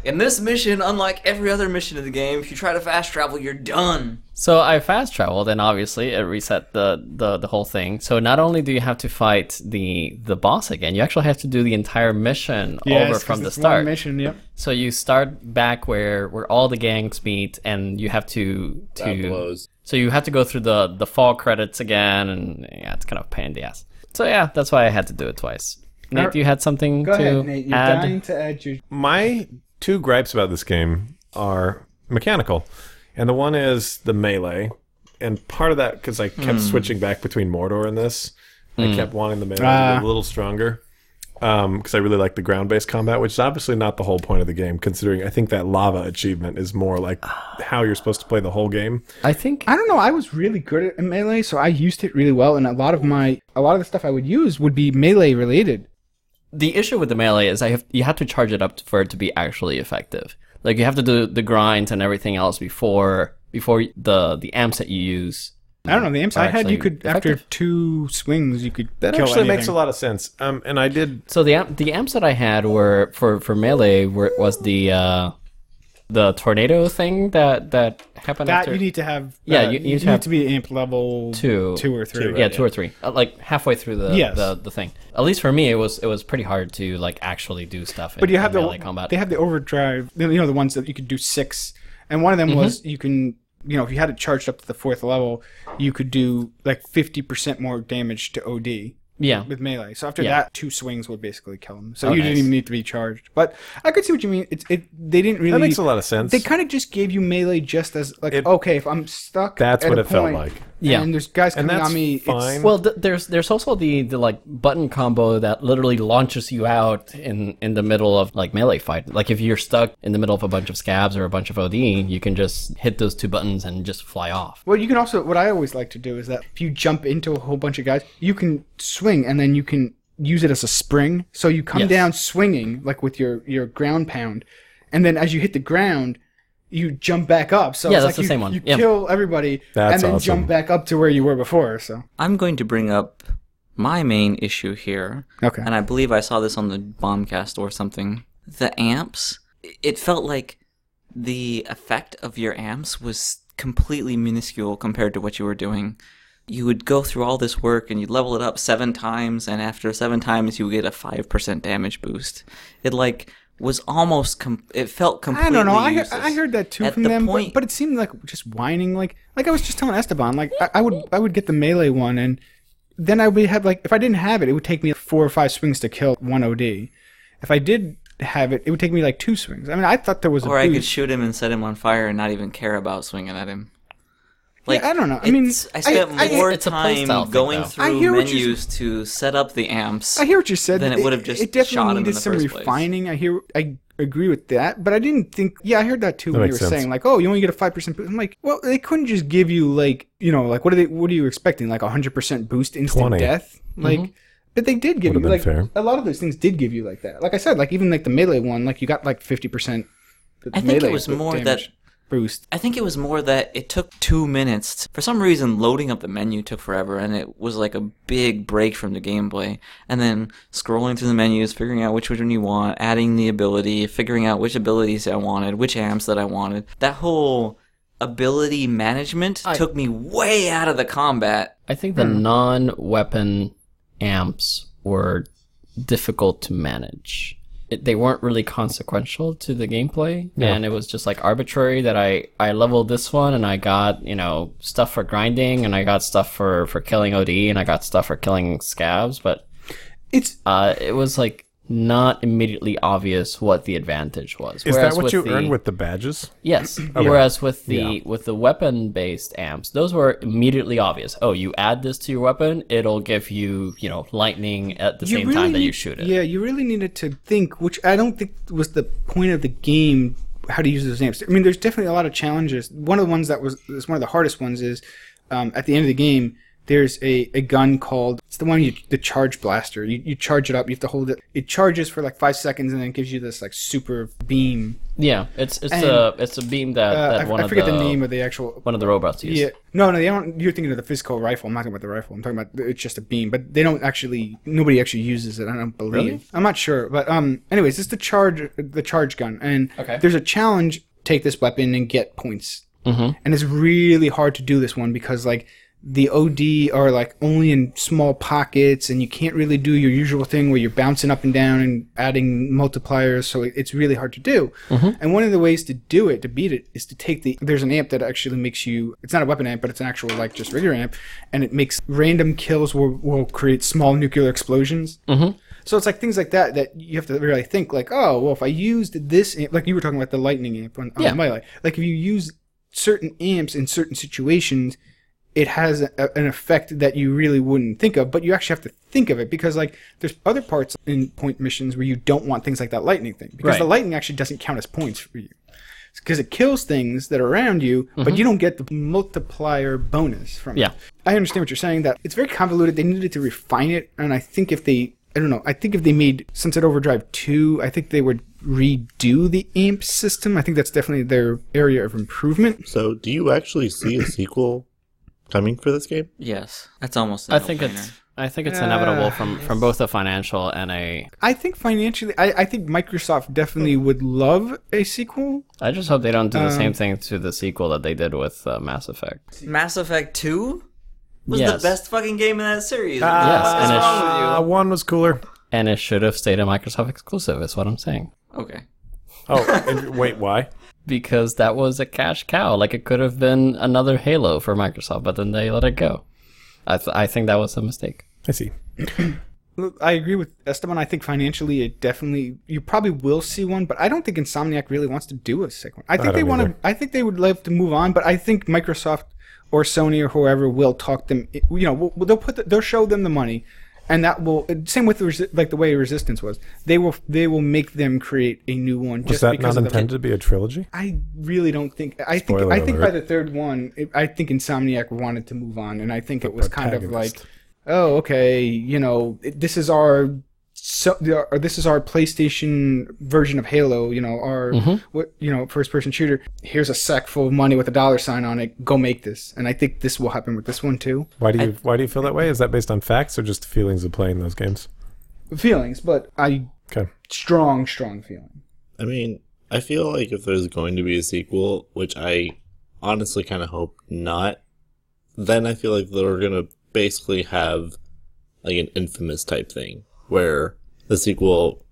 G: in this mission, unlike every other mission in the game, if you try to fast travel, you're done.
E: so I fast traveled, and obviously it reset the, the the whole thing. So not only do you have to fight the the boss again, you actually have to do the entire mission
D: Yes,
E: over
D: 'cause
E: from the
D: it's one
E: start.
D: mission, yep.
E: So you start back where where all the gangs meet, and you have to to
H: That blows.
E: So you have to go through the the fall credits again, and yeah, it's kind of a pain in the ass. So yeah, that's why I had to do it twice. Nate, you had something to add.
D: to add your.
F: My two gripes about this game are mechanical, and the one is the melee, and part of that because I kept switching back between Mordor and this, I kept wanting the melee to
D: Ah.
F: be a little stronger. Because I really like the ground-based combat, which is obviously not the whole point of the game. Considering I think that lava achievement is more like how you're supposed to play the whole game.
E: I think
D: I don't know. I was really good at melee, so I used it really well, and a lot of my a lot of the stuff I would use would be melee related.
E: the issue with the melee is I have you have to charge it up for it to be actually effective. Like you have to do the grinds and everything else before before the the amps that you use.
D: I don't know the amps I
E: Are
D: had. You
E: actually
D: could after
E: effective.
D: two swings, you could
F: That
D: kill
F: actually makes
D: anything.
F: a lot of sense. Um, and I did
E: So the amp, the amps that I had were for for melee were, was the uh, the tornado thing that that happened
D: That
E: after
D: you need to have.
E: Yeah, you- you
D: need
E: need to
D: to,
E: have
D: be amp level
E: two-
D: two or three.
E: yeah two or three Uh, like halfway through the,
D: Yes.
E: the the thing. At least for me, it was it was pretty hard to like actually do stuff.
D: But you have the
E: melee combat.
D: they have the overdrive. You know the ones that you could do six, and one of them was
E: Mm-hmm.
D: you can you know if you had it charged up to the fourth level, you could do like fifty percent more damage to OD.
E: Yeah.
D: with melee. So after
E: Yeah.
D: that, two swings would basically kill him. So
E: Oh,
D: you didn't
E: nice.
D: even need to be charged. But I could see what you mean. It's it. They didn't really.
F: That makes a lot of sense.
D: They kind of just gave you melee just as like
F: It-
D: okay, if I'm stuck.
F: That's
D: at
F: what
D: a
F: it felt
D: point,
F: like.
E: Yeah.
D: and there's guys
F: and
D: coming
F: that's
D: on me.
F: fine.
E: Well, th- there's there's also the, the like button combo that literally launches you out in in the middle of like melee fight. Like if you're stuck in the middle of a bunch of scabs or a bunch of OD, you can just hit those two buttons and just fly off.
D: Well, you can also. What I always like to do is that if you jump into a whole bunch of guys, you can swing and then you can use it as a spring. So you come
E: Yes.
D: down swinging, like with your your ground pound, and then as you hit the ground, you jump back up. So
E: Yeah,
D: it's
E: that's
D: like
E: the
D: you,
E: same one.
D: You
E: Yeah.
D: kill everybody
F: That's
D: and then
F: awesome.
D: jump back up to where you were before. So
G: I'm going to bring up my main issue here.
D: Okay.
G: And I believe I saw this on the bombcast or something. The amps, i- it felt like the effect of your amps was completely minuscule compared to what you were doing. You would go through all this work and you'd level it up seven times, and after seven times, you would get a 5% damage boost. It, like, was almost, com- it
D: I
G: felt completely.
D: don't know. I, hear-
G: useless.
D: I heard that too
G: At
D: from
G: the
D: them,
G: point-
D: but, but it seemed like just whining. Like like I was just telling Esteban, like I, I would I would get the melee one, and then I would have like if I didn't have it, it would take me four or five swings to kill one OD. If I did have it, it would take me like two swings. I mean, I thought there was a
G: Or I could
D: boost.
G: shoot him and set him on fire and not even care about swinging at him. Like
D: I don't know. I mean,
G: it's- I
D: I-
G: spent
D: I-
G: more
E: It's a playstyle
G: time
E: thing,
G: going
E: though.
G: through
D: I hear what you-
G: menus to set up the amps.
D: I hear what you said.
G: Then it would've just
D: it definitely
G: shot him in
D: needed
G: the
D: some
G: first place.
D: refining. I hear I agree with that, but I didn't think. Yeah, I heard that too when you were
F: makes sense.
D: saying like, oh, you only get a five percent. boost. I'm like, well, they couldn't just give you like you know like what are they what are you expecting like a hundred percent boost instant
F: 20.
D: death
G: Mm-hmm.
D: like. But they did give you
F: Would've been
D: like
F: fair.
D: a lot of those things did give you like that. Like I said, like even like the melee one, like you got like fifty percent.
G: I think it was more that-
D: boost.
G: I think it was more that it took two minutes. For some reason, loading up the menu took forever, and it was like a big break from the gameplay. And then scrolling through the menus, figuring out which one you want, adding the ability, figuring out which abilities I wanted, which amps that I wanted. That whole ability management took me way out of the combat.
E: I think the
F: Hmm.
E: non-weapon amps were difficult to manage. It, they weren't really consequential to the gameplay, and it was just like arbitrary that I I leveled this one and I got you know stuff for grinding and I got stuff for for killing OD and I got stuff for killing scabs, but
D: It's
E: uh, it was like not immediately obvious what the advantage was.
F: Is that
E: Whereas
F: what you
E: the-
F: earn with the badges?
E: Yes. Whereas with the with the weapon based amps, those were immediately obvious. Oh, you add this to your weapon, it'll give you you know lightning at the same time that you
D: need-
E: shoot it.
D: Yeah, you really needed to think, which I don't think was the point of the game. How to use those amps. I mean, there's definitely a lot of challenges. One of the ones that was is one of the hardest ones is um, at the end of the game. There's a, a gun called it's the one you the charge blaster. You, you charge it up. You have to hold it. It charges for like five seconds and then it gives you this like super beam.
E: Yeah, it's it's a it's a beam that,
D: Uh,
E: that
D: I,
E: one
D: I
E: of
D: forget
E: the,
D: the, name of the actual.
E: one of the robots used.
D: Yeah, no, no, they don't. You're thinking of the physical rifle. I'm not talking about the rifle. I'm talking about it's just a beam, but they don't actually. Nobody actually uses it. I don't believe. I'm not sure, but um. Anyways, it's the charge, the charge gun, and
E: Okay.
D: there's a challenge. Take this weapon and get points. Mm-hmm. And it's really hard to do this one because like the OD are like only in small pockets, and you can't really do your usual thing where you're bouncing up and down and adding multipliers. So it- it's really hard to do. And one of the ways to do it, to beat it, is to take the. There's an amp that actually makes you. It's not a weapon amp, but it's an actual like just regular amp, and it makes random kills will will create small nuclear explosions. So it's like things like that that you have to really think like, oh, well, if I used this, amp, like you were talking about the lightning amp on, on
E: Yeah.
D: melee, like if you use certain amps in certain situations, it has a, an effect that you really wouldn't think of, but you actually have to think of it because like there's other parts in point missions where you don't want things like that lightning thing because
E: Right.
D: the lightning actually doesn't count as points for you because it kills things that are around you, but you don't get the multiplier bonus from
E: Yeah.
D: it. I understand what you're saying. That it's very convoluted. They needed to refine it, and I think if they, I don't know, I think if they made Sunset Overdrive two, I think they would redo the AMP system. I think that's definitely their area of improvement.
H: So, do you actually see a sequel coming for this game?
G: Yes, that's almost. I
E: I think it's I think it's inevitable from
D: Ah.
E: from both a financial and a.
D: I think financially, I, I think Microsoft definitely would love a sequel.
E: I just hope they don't do the
D: Um,
E: same thing to the sequel that they did with uh, Mass Effect.
G: Mass Effect Two was
E: Yes. Ah.
G: the best fucking game in that series.
D: Ah.
E: Yes, and it sh-
F: Uh, one was cooler.
E: and it should have stayed a Microsoft exclusive. Is what I'm saying.
G: okay.
F: Oh, and, wait, why?
E: because that was a cash cow. Like it could have been another Halo for Microsoft, but then they let it go. I th- I think that was a mistake.
F: I see.
D: I agree with Esteban. I think financially, it definitely you probably will see one, but I don't think Insomniac really wants to do a second one. I think
F: don't
D: they want
F: either.
D: to. I think they would love to move on, but I think Microsoft or Sony or whoever will talk them. You know, will- they'll put the, they'll show them the money, and that will same with the resi- like the way Resistance was. They will they will make them create a new one.
F: Was
D: just
F: that
D: because
F: not
D: of the-
F: intended to be a trilogy?
D: I really don't think. I
F: Spoiler
D: think. I think by
F: alert.
D: the third one, it, I think Insomniac wanted to move on, and I think it was kind of like,
F: protagonist.
D: oh, okay, you know, it- this is our. So or this is our PlayStation version of Halo, you know, our
F: Mm-hmm.
D: what you know first-person shooter. Here's a sack full of money with a dollar sign on it. Go make this, and I think this will happen with this one too.
F: Why do you Why do you feel that way? Is that based on facts or just the feelings of playing those games?
D: Feelings, but I
F: Okay.
D: strong, strong feeling.
H: I mean, I feel like if there's going to be a sequel, which I honestly kind of hope not, then I feel like they're going to basically have like an infamous type thing where the sequel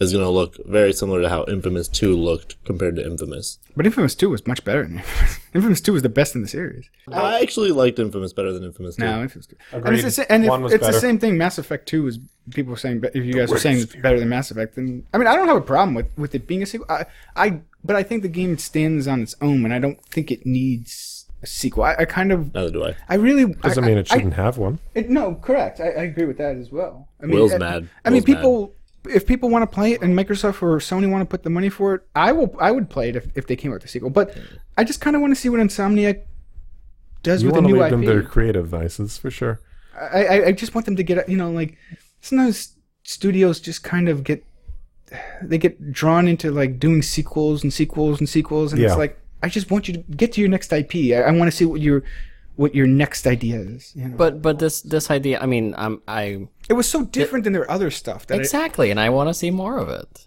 H: is going to look very similar to how Infamous 2 looked compared to Infamous.
D: But Infamous Two was much better. Than Infamous. Infamous Two was the best in the series.
H: I actually liked Infamous better than Infamous 2.
D: No, it feels good. And
F: Agreed.
D: it's, the, sa- and if-
F: One was
D: it's the
F: better.
D: same thing. Mass Effect Two is people were saying but if you guys are saying it's better than Mass Effect, then I mean I don't have a problem with with it being a sequel. I, I but I think the game stands on its own, and I don't think it needs a sequel. I, I kind of
H: Neither do I.
D: I really
F: Doesn't
D: I,
F: mean it
D: I- I-
F: shouldn't have one.
D: it- no, correct. I, I agree with that as well. I mean,
H: Will's
D: I,
H: mad.
D: I mean,
H: Will's mad.
D: people. If people want to play it and Microsoft or Sony want to put the money for it, I will. I would play it if, if they came out with a sequel. But I just kind of want to see what Insomniac does
F: You
D: with a
F: want to
D: new
F: leave
D: IP.
F: them their creative vices for sure.
D: I, I, I just want them to get you know like sometimes studios just kind of get they get drawn into like doing sequels and sequels and sequels and it's
F: Yeah.
D: like I just want you to get to your next IP. I, I want to see what your what your next idea is. You know?
E: But but this this idea, I mean, I'm I
D: It was so different than their other stuff that exactly.
E: exactly, and I want to see more of it.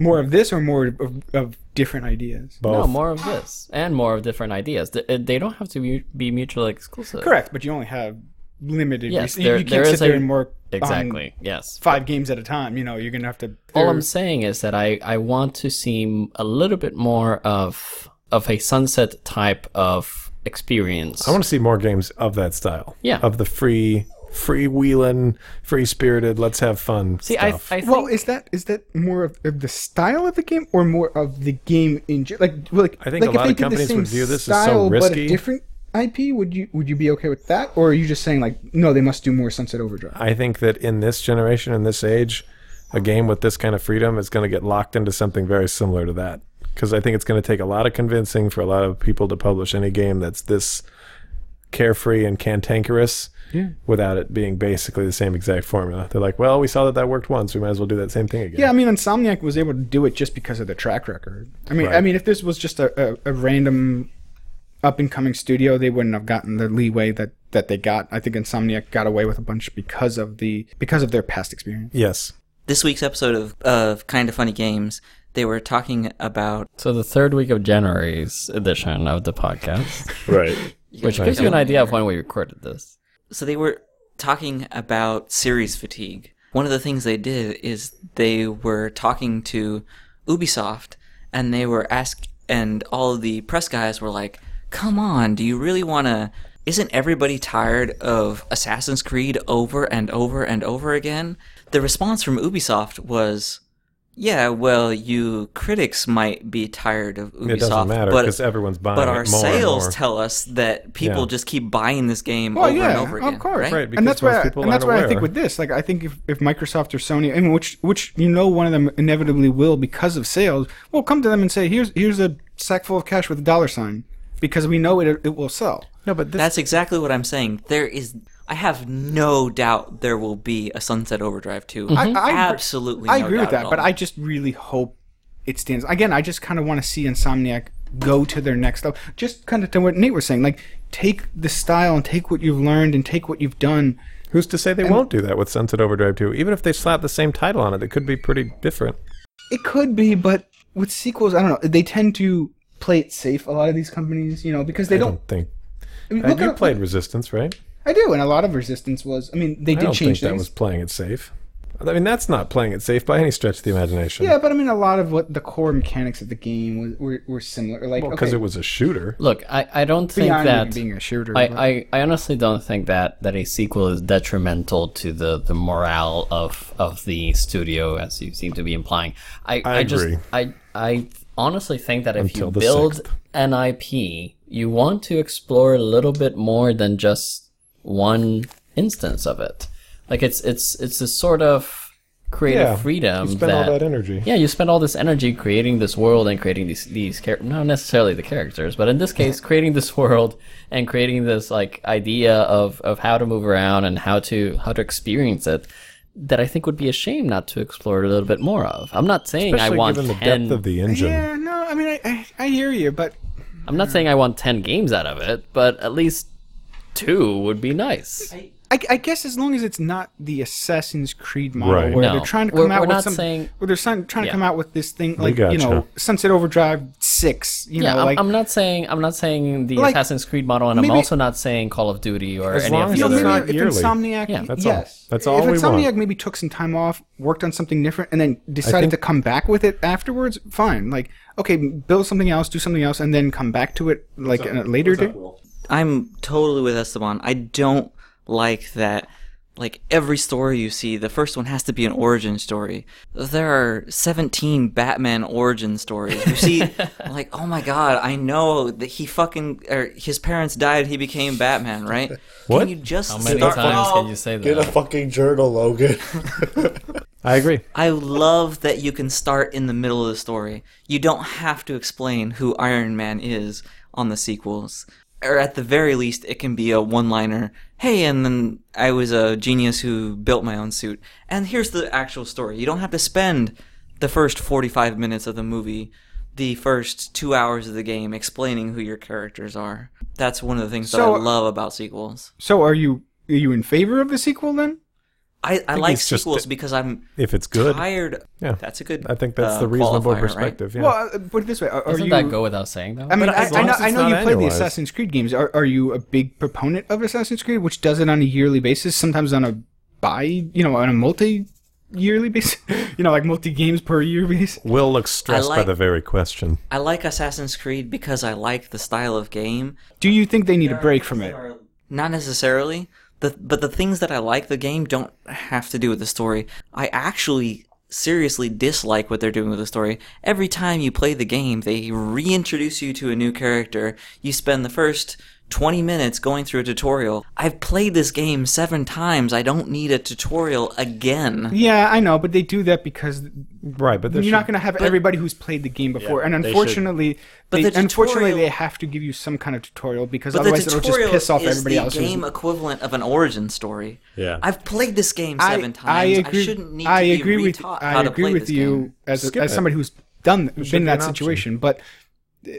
D: more of this or more of, of different ideas.
E: No,
F: Both.
E: more of this and more of different ideas. Th- uh, They don't have to be- be mutually exclusive.
D: Correct, but you only have limited.
E: Yes,
D: res- you-
E: there-
D: you can't
E: there
D: sit
E: is
D: there
E: a-
D: and work on
E: Exactly. Yes.
D: five games at a time. You know, you're gonna have to.
E: All I'm saying is that I, I want to see a little bit more of of a sunset type of experience.
F: I want to see more games of that style.
E: Yeah.
F: Of the free, free wheeling, free spirited. Let's have fun.
E: see. I, I
F: stuff.
E: think
D: Well, is that is that more of, of the style of the game or more of the game in ge- like like
F: I think
D: like
F: a
D: if
F: lot
D: they did
F: of
D: the
F: companies
D: same
F: would view this as so
D: style, but a
F: risky.
D: different IP would you would you be okay with that or are you just saying like no they must do more Sunset Overdrive?
F: I think that in this generation, in this age, a game with this kind of freedom is going to get locked into something very similar to that. Because I think it's going to take a lot of convincing for a lot of people to publish any game that's this carefree and cantankerous without it being basically the same exact formula. They're like, well, we saw that that worked once. We might as well do that same thing again.
D: Yeah, I mean Insomniac was able to do it just because of their track record. I mean I mean if this was just a, a, a random up and coming studio they wouldn't have gotten the leeway that that they got. I think Insomniac got away with a bunch because of the because of their past experience.
F: Yes.
G: This week's episode of of Kind of Funny Games, they were talking about
E: so. The third week of January's edition of the podcast,
H: Right.
E: which gives you an idea of when we recorded this.
G: so they were talking about series fatigue. One of the things they did is they were talking to Ubisoft and they were ask and all of the press guys were like, "Come on, do you really want to isn't everybody tired of Assassin's Creed over and over and over again?" The response from Ubisoft was yeah, well, you critics might be tired of Ubisoft,
F: It doesn't matter
G: but-
F: because everyone's buying
G: but
F: it
G: our
F: more and
G: sales
F: more.
G: tell us that people
F: Yeah.
G: just keep buying this game
D: Well,
G: over
D: yeah,
G: and over again.
D: of course,
G: right?
F: Right,
D: and
F: because
D: that's why,
F: most
D: I-
F: people
D: and
F: aren't
D: that's why I
F: aware.
D: think with this, like, I think if, if Microsoft or Sony, I mean, which which you know one of them inevitably will because of sales, will come to them and say, here's here's a sack full of cash with a dollar sign, because we know it it will sell.
F: No, but this,
G: That's exactly what I'm saying. There is, I have no doubt there will be a Sunset Overdrive 2.
D: I agree-
G: absolutely,
D: I
G: no
D: agree with
G: doubt
D: that,
G: at
D: but
G: all.
D: I just really hope it stands. Again, I just kind of want to see Insomniac go to their next level. Just kind of to what Nate was saying, like take the style and take what you've learned and take what you've done.
F: who's to say they won't do that with Sunset Overdrive 2? Even if they slap the same title on it, it could be pretty different.
D: It could be, but with sequels, I don't know. They tend to play it safe. A lot of these companies, you know, because they
F: I
D: don't.
F: don't think.
D: I mean,
F: Have
D: look
F: you
D: at-
F: played Resistance, right?
D: I do, and a lot of Resistance was. I mean, they
F: I
D: did
F: don't think
D: change
F: that
D: things.
F: was playing it safe. I mean, that's not playing it safe by any stretch of the imagination.
D: Yeah, but I mean, a lot of what the core mechanics of the game were, were, were similar. Like,
F: because
D: okay,
F: it was a shooter.
E: Look, I, I don't think
D: beyond
E: that
D: being a shooter, but-
E: I, I, I honestly don't think that, that a sequel is detrimental to the, the morale of, of the studio, as you seem to be implying. I, I,
F: agree.
E: just I I honestly think that if
F: Until the
E: you build an IP, you want to explore a little bit more than just one instance of it. Like it's it's it's a sort of creative
F: Yeah,
E: freedom.
F: you spend all that energy.
E: Yeah, you spend all this energy creating this world and creating these these char- not necessarily the characters, but in this case, creating this world and creating this like idea of of how to move around and how to how to experience it. That I think would be a shame not to explore a little bit more of. I'm not saying
F: Especially
E: I want
F: given the
E: ten.
F: depth of the engine.
D: yeah, no, I mean, I, I, I hear you, but
E: I'm not saying I want ten games out of it, but at least two would be nice.
D: I, I guess as long as it's not the Assassin's Creed model
F: Right.
D: where
E: No.
D: they're trying to come
E: We're-
D: out
E: we're
D: with
E: not
D: some,
E: saying-
D: where they're son- trying
E: Yeah.
D: to come out with this thing like you know
F: gotcha.
D: Sunset Overdrive six. You
E: Yeah,
D: know,
E: I'm,
D: like
E: I'm not saying I'm not saying the
D: Like,
E: Assassin's Creed model, and
D: maybe-
E: I'm also not saying Call of Duty or
F: As
E: any
F: long
E: of
F: as
E: the
D: you know,
F: it's
E: other.
F: not
D: maybe if
F: yearly.
D: Insomniac,
E: Yeah,
F: that's all.
D: yes,
F: That's all
D: If
F: we want.
D: Insomniac maybe took some time off, worked on something different, and then decided
F: think-
D: to come back with it afterwards, fine. Like okay, build something else, do something else, and then come back to it like in a later day.
G: I'm totally with Esteban. I don't like that. Like every story you see, the first one has to be an origin story. There are 17 Batman origin stories. You see, like, oh my god, I know that he fucking, or his parents died, he became Batman, right?
F: What?
G: Can you just
E: How many
G: start
E: times
G: off-
E: can you say
H: Get a
E: that?
H: fucking journal, Logan.
F: I agree.
G: I love that you can start in the middle of the story. You don't have to explain who Iron Man is on the sequels. Or at the very least, it can be a one liner hey, and then I was a genius who built my own suit. And here's the actual story. You don't have to spend the first 45 minutes of the movie, the first two hours of the game explaining who your characters are. That's one of the things
D: So-
G: that I love about sequels.
D: So are you are you in favor of the sequel then?
G: I, I, like
F: it's just
G: sequels
F: that-
G: because I'm
F: If it's good,
G: tired.
F: yeah,
G: That's a good.
F: I think that's
G: uh,
F: the reasonable
G: qualifier, right?
F: perspective. Yeah.
D: Well, uh, put it this way: Are, are
E: Doesn't
D: you?
E: that go without saying though?
D: I mean,
F: But
D: I,
F: as
D: I
F: long
D: know,
F: as
D: I
F: it's
D: know
F: not
D: you played the
F: annualized.
D: Assassin's Creed games. Are, are you a big proponent of Assassin's Creed, which does it on a yearly basis, sometimes on a bi, you know, on a multi yearly basis, you know, like multi games per year basis?
F: Will looks stressed by
G: like-
F: the very question.
G: I like Assassin's Creed because I like the style of game.
D: Do you think they need a break from it?
G: Not necessarily. The, but the things that I like the game don't have to do with the story. I actually seriously dislike what they're doing with the story. Every time you play the game, they reintroduce you to a new character. You spend the first 20 minutes going through a tutorial. I've played this game 7 times. I don't need a tutorial again.
D: Yeah, I know, but they do that because
F: Right, but
D: you're
F: there's
D: not going to have everybody who's played the game before, and
H: they should.
D: unfortunately,
G: But
D: they,
G: the
D: unfortunately,
G: tutorial-
D: they have to give you some kind of tutorial because
G: But the
D: otherwise it'll just
G: tutorial
D: piss off
G: is
D: everybody
G: the
D: else. who's-
G: game equivalent of an origin story.
H: Yeah.
G: I've played this game seven times. I, shouldn't need
D: I
G: to
D: agree
G: be
D: with,
G: retaught
D: I
G: how to
D: agree
G: play
D: with
G: this
D: you
G: game.
D: as
F: Skip
D: as
F: it.
D: somebody who's done been in
F: be
D: that
F: an option.
D: situation, but uh,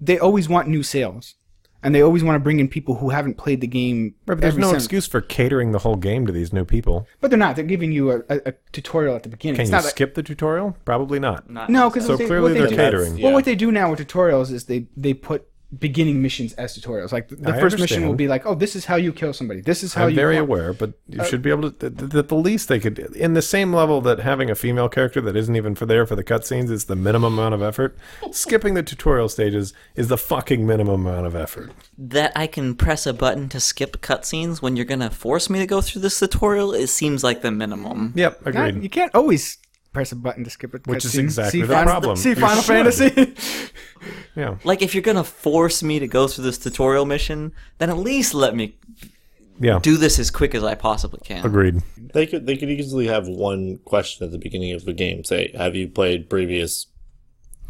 D: they always want new sales, and they always want to bring in people who haven't played the game.
F: Right, but there's
D: every
F: no
D: since-
F: excuse for catering the whole game to these new people.
D: But they're not. They're giving you a, a, a tutorial at the beginning.
F: Can
D: it's
F: you
D: not like-
F: skip the tutorial? Probably not.
G: Not
D: no, because
F: So
D: what they,
F: clearly
D: what
F: they're
D: they do,
F: catering.
D: Well,
H: Yeah.
D: what they do now with tutorials is they they put beginning missions as tutorials. Like the, the
F: I
D: first mission will
F: understand.
D: be like, oh, this is how you kill somebody. This is how
F: I'm
D: you. Uh,
F: very
D: farm."
F: aware, but you should be able to. That the, the least they could, in the same level that having a female character that isn't even for there for the cutscenes is the minimum amount of effort. Skipping the tutorial stages is the fucking minimum amount of effort.
G: that I can press a button to skip cutscenes when you're gonna force me to go through this tutorial, it seems like the minimum.
F: Yep,
D: Not-
F: agreed.
D: you can't always press a button to skip it.
F: Which is
D: cutscene.
F: exactly the
D: Final-
F: problem.
D: See
F: You
D: Final
F: should.
D: Fantasy.
F: yeah,
G: Like if you're gonna force me to go through this tutorial mission, then at least let me
F: yeah,
G: do this as quick as I possibly can.
F: agreed.
H: They could they could easily have one question at the beginning of the game. Say, have you played previous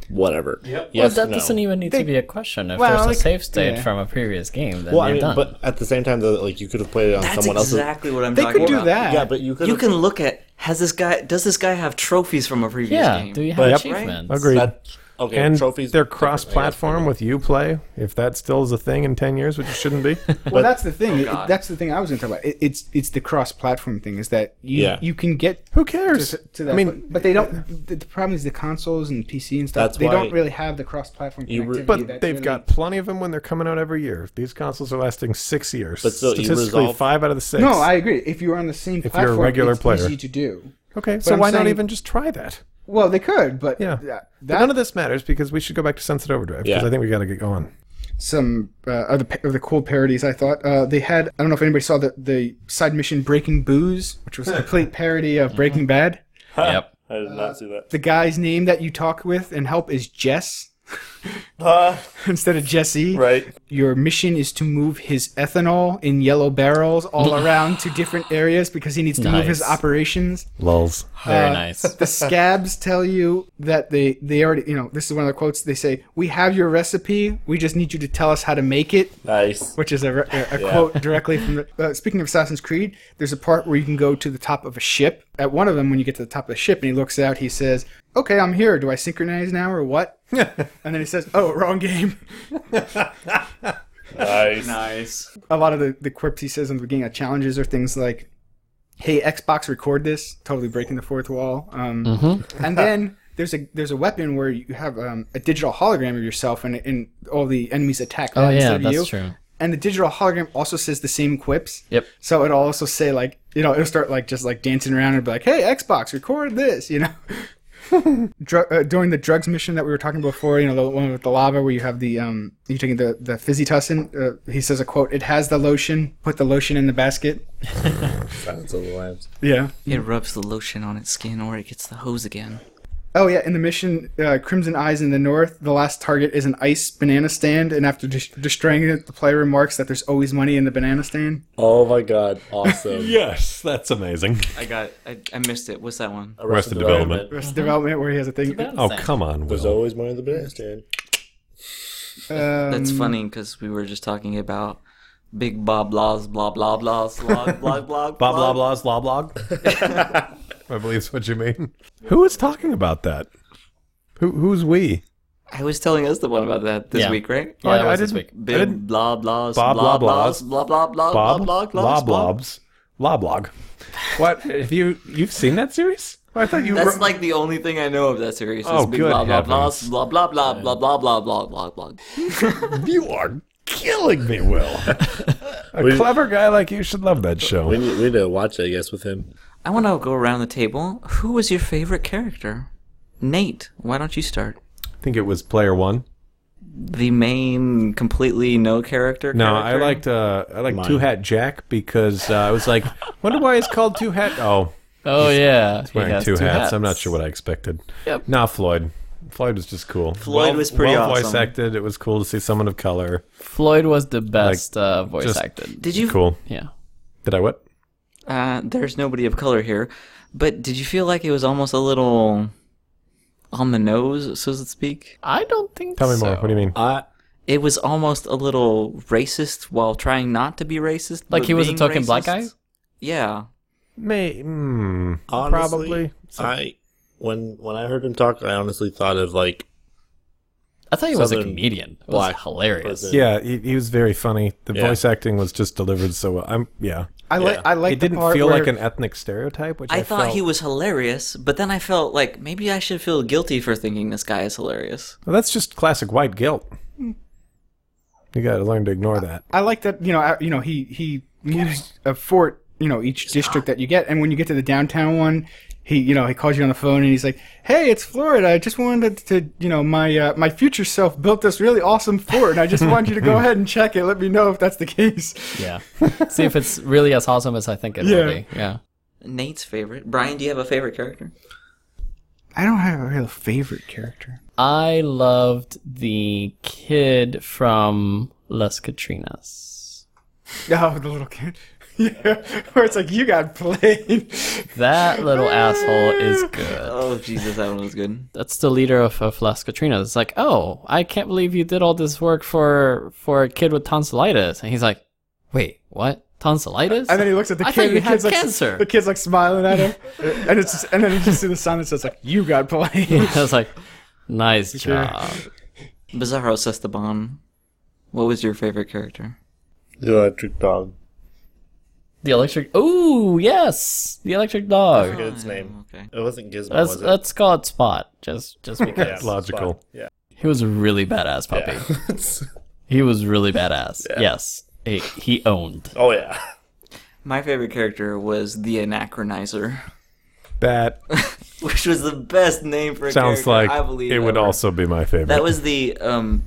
H: whatever? Yep.
E: Well,
H: Yes,
E: that
H: no.
E: doesn't even need
D: They-
E: to be a question. If
D: Well, like-
E: there's a save state
D: yeah.
E: from a previous game, then
H: Well,
E: you're
H: I mean,
E: done.
H: but at the same time, though, like you could have played it on
G: That's
H: someone else's.
G: exactly what I'm
D: They
G: talking
D: could do
G: about.
D: that.
H: Yeah, but you could.
G: You
H: have-
G: can look at has this guy does this guy have trophies from a previous
E: yeah,
G: game?
E: do you have
H: But-
E: achievements?
F: Agreed.
H: That, Okay,
F: and
H: trophies.
F: they're
H: different, I guess,
F: cross-platform with UPlay. If that still is a thing in ten years, which it shouldn't be.
D: Well, that's the
H: Oh,
D: thing. It- that's the thing I was going to talk about. It, it's it's the cross-platform thing. Is that you
H: Yeah.
D: you can get
F: Who cares?
D: to, to that.
F: I mean,
D: but, but they don't. The, the problem is the consoles and PC and stuff.
H: That's
D: they don't
H: why
D: really have the cross-platform
H: you re-
D: connectivity.
F: But
D: that
F: they've
D: really-
F: got plenty of them when they're coming out every year. These consoles are lasting six years.
H: But still, you
F: statistically,
H: resolve-
F: five out of the six.
D: No, I agree. If you're on the same
F: you're a
D: platform,
F: regular
D: it's
F: player.
D: easy to do.
F: Okay, so
D: I'm
F: why
D: saying-
F: not even just try that?
D: Well, they could, but
F: Yeah.
D: that,
F: But none of this matters because we should go back to Sunset Overdrive because
H: Yeah.
F: I think we got to get going.
D: some uh, other pa- other cool parodies. I thought uh, they had. I don't know if anybody saw the the side mission Breaking Booze, which was a complete parody of
F: Mm-hmm.
D: Breaking Bad.
I: Yep.
C: I did not see that.
D: The guy's name that you talk with and help is Jess
C: Uh,
D: instead of Jesse.
C: right.
D: Your mission is to move his ethanol in yellow barrels all around to different areas because he needs to move his
I: Nice.
D: operations.
F: Lulz.
I: Very
D: Uh,
I: nice.
D: The scabs tell you that they they already you know this is one of the quotes they say we have your recipe we just need you to tell us how to make it
C: Nice.
D: which is a, re- a, a quote directly from the. Uh, speaking of Assassin's Creed, there's a part where you can go to the top of a ship. At one of them, when you get to the top of the ship and he looks out, he says, Okay, I'm here. Do I synchronize now or what? and then he says, Oh, wrong game.
C: Nice.
G: Nice.
D: A lot of the, the quips he says in the beginning of challenges are things like, Hey, Xbox, record this. Totally breaking the fourth wall. Um,
E: Mm-hmm.
D: and then. There's a there's a weapon where you have um, a digital hologram of yourself and, and all the enemies attack.
E: Oh
D: that instead
E: yeah,
D: of
E: that's
D: you.
E: true.
D: and the digital hologram also says the same quips.
E: Yep.
D: So it'll also say like you know it'll start like just like dancing around and be like, hey Xbox, record this, you know. Dr- uh, during the drugs mission that we were talking before, you know the one with the lava where you have the um you taking the the fizzy tussin. Uh, he says a quote: "It has the lotion. Put the lotion in the basket."
H: Silence of the Lambs.
D: Yeah.
G: It rubs the lotion on its skin, or it gets the hose again.
D: Oh yeah. In the mission, uh, Crimson Eyes in the North, the last target is an ice banana stand, and after dis- destroying it, the player remarks that there's always money in the banana stand.
H: Oh my god! Awesome.
J: Yes, that's amazing.
G: I got. I, I missed it. What's that one?
F: Um,
J: Arrested Development.
D: Rest development where he has a thing.
J: Oh, come on,
H: There's
J: Will.
H: always more in the banana stand.
D: Um,
G: That's funny because we were just talking about Big Bob Laws, blah blah blah, slog, blog blog.
F: Blah blah blah's blah blog. I believe is what you mean. Who is talking about that? Who who's we?
G: I was telling us the one about that this
I: Yeah.
G: week, right?
I: Yeah, it was this
F: didn't-
I: week.
F: Oh, I
G: Big
F: didn't-
G: blah blahs,
F: Blah,
G: blah
F: blah,
G: blahs,
F: blahs.
G: blah blah blah blah
F: Bob blah
G: blah blahs, blah.
F: blobs blah blog. What have you you've seen that series? I thought you
G: That's
F: were-
G: like the only thing I know of that series. is
F: Oh,
G: Big
F: good
G: blah blah blahs,
F: heavens.
G: blah blah blah blah blah blah blah blah blah.
F: you are killing me, Will. A clever guy like you should love that show.
H: We need, we need to watch it, I guess, with him.
G: I want to go around the table. Who was your favorite character? Nate, why don't you start?
F: I think it was player one.
G: The main, completely no character.
F: No, I
G: character?
F: liked uh, I liked Two Hat Jack because uh, I was like, wonder why he's called Two Hat. Oh,
E: Oh yeah, he's
F: wearing two, hats. I'm not sure what I expected.
E: Yep.
F: Nah, Floyd. Floyd was just cool.
G: Floyd was pretty
F: well voice
G: awesome.
F: acted. It was cool to see someone of color.
E: Floyd was the best uh, voice
F: just-
E: acted.
G: Did you?
F: Cool.
E: Yeah.
F: Did I what?
G: Uh, there's nobody of color here, but did you feel like it was almost a little on the nose, so to speak?
E: I don't think.
F: Tell me
E: so.
F: more. What do you mean?
H: I
G: It was almost a little racist while trying not to be racist.
E: Like
G: but
E: he was a
G: being
E: token black
G: racist?
E: guy.
G: Yeah.
F: May mm,
H: honestly,
F: probably. So-
H: I when when I heard him talk, I honestly thought of like
E: I thought he was a
H: Southern
E: comedian. It was
H: black
E: hilarious.
H: person.
F: yeah, he, he was very funny. The
H: Yeah.
F: voice acting was just delivered so well. I'm yeah.
D: I like
H: Yeah.
D: I like
F: It didn't feel like an ethnic stereotype, which I,
G: I thought
F: felt-
G: he was hilarious, but then I felt like maybe I should feel guilty for thinking this guy is hilarious.
F: Well, that's just classic white guilt. You got to learn to ignore that.
D: I like that you know I, you know he he moves a fort you know each district that you get, and when you get to the downtown one, he you know he calls you on the phone and he's like, "Hey, it's Florida. I just wanted to you know my uh, my future self built this really awesome fort, and I just wanted you to go ahead and check it. Let me know if that's the case."
E: Yeah. See if it's really as awesome as I think it will
D: Yeah.
E: be. Yeah.
G: Nate's favorite. Brian, do you have a favorite character?
D: I don't have a real favorite character.
E: I loved the kid from Las Katrinas.
D: Oh, the little kid. Yeah, where it's like you got played.
E: That little asshole is good.
G: Oh Jesus, that one was good.
E: That's the leader of, of Las Katrinas. It's like, oh, I can't believe you did all this work for for a kid with tonsillitis, and he's like, wait, what? Tonsillitis?
D: And then he looks at the
E: I
D: kid.
E: thought
D: and
E: you
D: the kid's
E: had
D: like,
E: cancer.
D: The kid's like smiling at him, and it's just, and then you just see the sign that says like "You got played."
E: I was like, Nice job.
G: Bizarro Sestaban, what was your favorite character?
H: The electric dog.
E: The electric. Oh yes, the electric dog.
H: Forget its name.
G: Mm, Okay.
H: It wasn't Gizmo,
E: That's
H: was it?
E: that's called Spot. Just just
H: Yeah,
E: because
F: Logical.
H: Spot. Yeah.
E: he was a really badass puppy. He was really badass. Yes, he, he owned.
H: oh yeah.
G: My favorite character was the Anachronizer,
F: That
G: which was the best name for a
F: sounds
G: character.
F: like
G: I believe
F: it would
G: ever.
F: also be my favorite.
G: That was the um.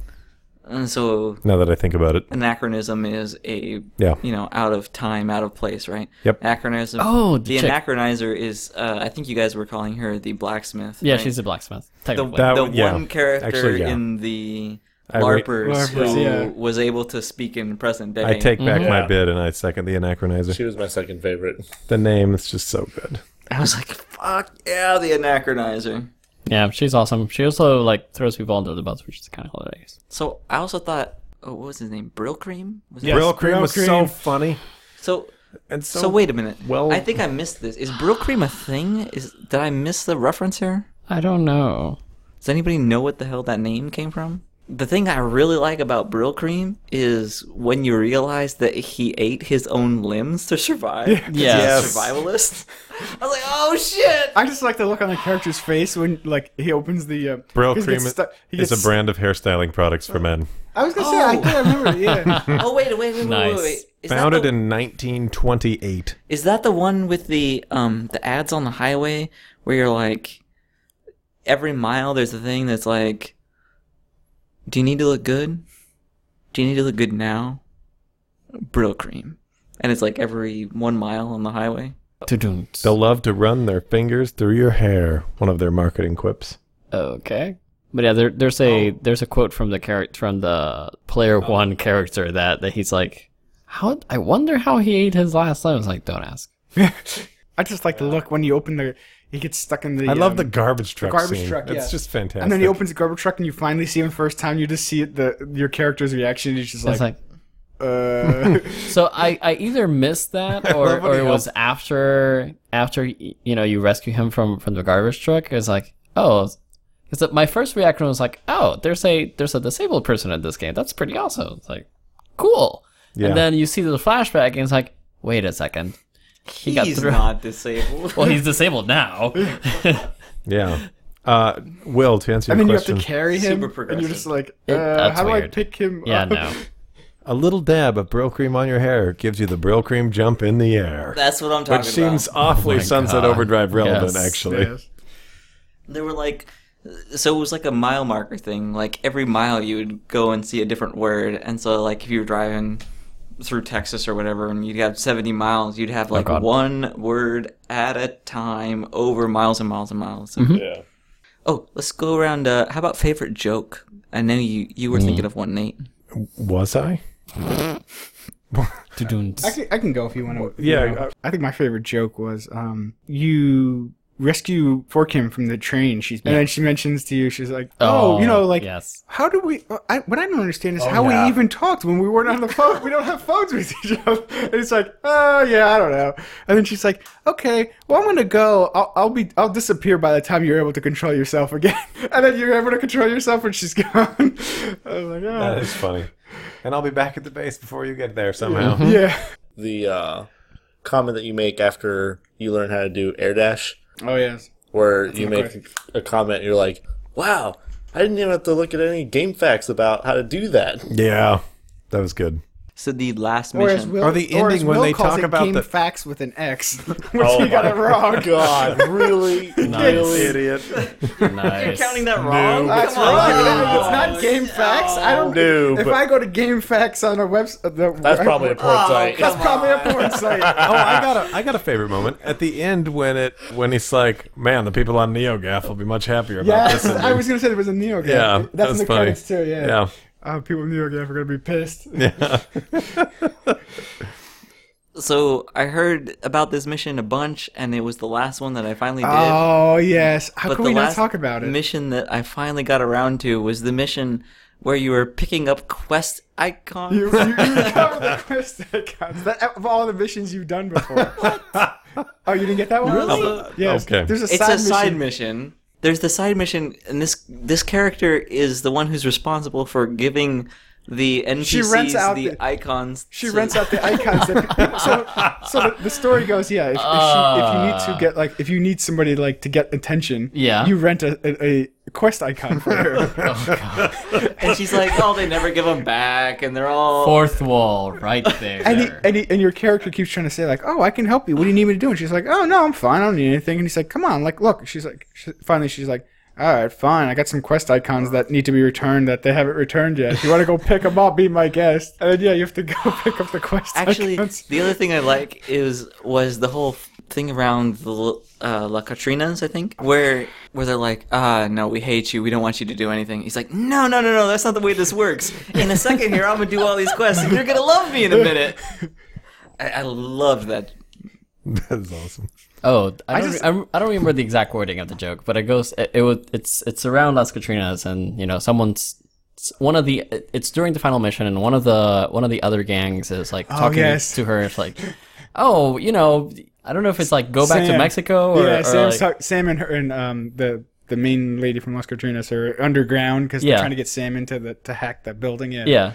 G: uh, So
F: now that I think about it.
G: anachronism is a
F: Yeah.
G: you know out of time, out of place, right?
F: Yep.
G: Anachronism.
E: Oh,
G: the
E: check.
G: anachronizer is. Uh, I think you guys were calling her the blacksmith.
E: Yeah,
G: right?
E: she's a blacksmith.
G: the,
E: Technically,
F: That-
G: the
F: yeah.
G: one character
F: Actually, yeah.
G: in the
F: I re-
G: LARPers,
D: LARPers,
G: who
D: yeah.
G: was able to speak in present day.
F: I take back
H: Yeah.
F: my bid and I second the anachronizer.
H: She was my second favorite.
F: The name is just so good.
G: I was like, fuck yeah, the anachronizer.
E: yeah, she's awesome. She also like throws people under the bus, which is kind of hilarious.
G: So I also thought, oh, what was his name? Brill Cream? Was it-
F: Brill cream was so funny
G: So
F: and so.
G: so wait a minute.
F: well-
G: I think I missed this. Is Brill Cream a thing? Is did I miss the reference here?
E: I don't know.
G: Does anybody know what the hell that name came from? The thing I really like about Brill Cream is when you realize that he ate his own limbs to survive. Yeah.
E: Yes.
G: Survivalist. I was like, oh shit.
D: I just like the look on the character's face when like he opens the uh,
F: Brill
D: he
F: cream
D: gets
F: is
D: stuck- he
F: is
D: gets-
F: a brand of hairstyling products for men.
D: I was gonna say I
G: Oh.
D: think I remember. it, Yeah,
G: Oh wait, wait, wait, wait,
E: Nice.
G: wait, wait. Is that
F: Founded
G: the-
F: in 1928.
G: Is that the one with the um the ads on the highway where you're like every mile there's a thing that's like Do you need to look good? Do you need to look good now? Brill cream. And it's like every one mile on the highway.
E: Tudum.
F: They'll love to run their fingers through your hair. One of their marketing quips.
E: Okay. But yeah, there, there's a
G: Oh.
E: there's a quote from the character from the player one character that, that he's like, how I wonder how he ate his last limb. I was like, don't ask.
D: I just like the look when you open the. He gets stuck in the.
F: I love
D: um,
F: the garbage truck
D: garbage
F: scene.
D: truck, yeah.
F: It's just fantastic.
D: And then he opens the garbage truck, and you finally see him first time. You just see it, the your character's reaction. He's just like,
E: It's like
D: uh,
E: so I, I either missed that or,
F: love when
E: or
F: he
E: it was after after you know you rescue him from from the garbage truck. It was like oh, because my first reaction was like oh there's a there's a disabled person in this game. That's pretty awesome. It's like cool.
F: Yeah.
E: And then you see the flashback and it's like wait a second. He got
G: He's
E: through.
G: not disabled.
E: Well, he's disabled now.
F: Yeah. Uh, Will, to answer
D: and
F: your
D: then you have
F: question,
D: to carry him,
G: Super
D: and you're just like,
E: It-
D: uh,
E: that's
D: how do I
E: weird.
D: pick him?
E: yeah,
D: up?
E: no.
F: a little dab of Brill Cream on your hair gives you the Brill Cream jump in the air.
G: That's what I'm talking
F: Which
G: about.
F: seems
D: Oh
F: awfully Sunset
E: God.
F: Overdrive relevant,
E: Yes.
F: actually.
G: They were like, so it was like a mile marker thing. Like every mile, you would go and see a different word. And so, like if you were driving through Texas or whatever, and you'd have seventy miles, you'd have like
E: God.
G: one word at a time over miles and miles and miles.
C: Mm-hmm.
G: So-
D: Hmm.
H: Yeah.
G: Oh, let's go around. Uh, how about favorite joke? I know you you were thinking of one, Nate.
F: Was I?
D: I can, I can go if you want to.
F: yeah,
D: I think my favorite joke was um, you rescue Forkim from the train. She's and then she mentions to you, she's like, "Oh, you know, like
E: yes.
D: how do we? uh, I, what I don't understand is how we even talked when we weren't on the phone. we don't have phones with each other." And it's like, "Oh yeah, I don't know." And then she's like, "Okay, well I'm gonna go. I'll, I'll be. I'll disappear by the time you're able to control yourself again." and then you're able to control yourself when she's gone. I was like, "Oh
F: That is funny. And I'll be back at the base before you get there somehow.
D: yeah."
H: The uh, comment that you make after you learn how to do air dash,
D: Oh yes.
H: where you make a comment, you're like, "Wow, I didn't even have to look at any game facts about how to do that."
F: Yeah, that was good.
G: So the last
D: Or as
G: mission.
D: Will,
F: Or the
D: or as
F: ending when
D: Will
F: they
D: calls
F: talk
D: it
F: about
D: game
F: the-
D: facts with an X, which
H: Oh
D: he got
H: my
D: it wrong.
H: God, really? Really?
F: Idiot.
E: Nice.
G: Counting that wrong?
D: That's
G: Come
D: wrong.
G: on.
D: It's not game facts. I don't.
H: No,
D: if
H: but-
D: I go to game facts on a website,
H: That's probably a porn site.
D: that's probably a porn site.
F: Oh, I got a I got a favorite moment at the end when it when he's like, "Man, the people on NeoGaf will be much happier about
D: yes,
F: this." ending."
D: I was gonna say there was a Neo game.
F: yeah,
D: that's
F: that
D: in
F: was
D: the
F: funny.
D: credits too. Yeah.
F: yeah.
D: Oh, people in Neo game are gonna be pissed.
G: So I heard about this mission a bunch, and it was the last one that I finally did.
D: Oh yes. How
G: But
D: can
G: the
D: we not
G: last
D: talk about it?
G: mission that I finally got around to was the mission where you were picking up quest icons.
D: You, you, you cover the quest icons. That, of all the missions you've done before. oh, you didn't get that one?
G: Really?
D: Yes.
F: Okay.
D: There's a
G: it's
D: side
G: a side
D: mission.
G: mission there's the side mission, and this this character is the one who's responsible for giving the NPCs
D: rents out
G: the,
D: the-
G: icons.
D: She
G: to-
D: rents out the icons. That, so, so the, the story goes, yeah. If, if,
G: Ah.
D: she, if you need to get like, if you need somebody like to get attention,
I: Yeah.
D: you rent a, a, a quest icon for her.
G: and she's like, "Oh, they never give them back," and they're all
I: Fourth wall, right there.
D: and, he, and, he, and your character keeps trying to say like, "Oh, I can help you. What do you need me to do?" And she's like, "Oh no, I'm fine. I don't need anything." And he's like, "Come on, like look." She's like, she, finally, she's like, "All right, fine. I got some quest icons that need to be returned that they haven't returned yet. If you want to go pick them up, be my guest." And then, yeah, you have to go pick up the quest
G: Actually,
D: icons.
G: the other thing I like is was the whole thing around the uh, La Katrinas, I think, where where they're like, "Ah, no, we hate you. We don't want you to do anything." He's like, "No, no, no, no. That's not the way this works. In a second here, I'm gonna do all these quests, and you're gonna love me in a minute." I, I loved that.
J: That is awesome.
E: Oh, I don't, I, I don't remember the exact wording of the joke, but it goes. It, it was. It's it's around Las Katrinas, and you know, someone's it's one of the. It's during the final mission, and one of the one of the other gangs is like talking
D: Oh, yes.
E: to her. It's like, oh, you know, I don't know if it's like go back to
D: Sam.
E: Mexico or,
D: yeah,
E: or
D: Sam,
E: like-
D: talk- Sam and her and um, the the main lady from Las Katrinas are underground because
E: Yeah.
D: they're trying to get Sam into the to hack the building. Yeah,
E: yeah.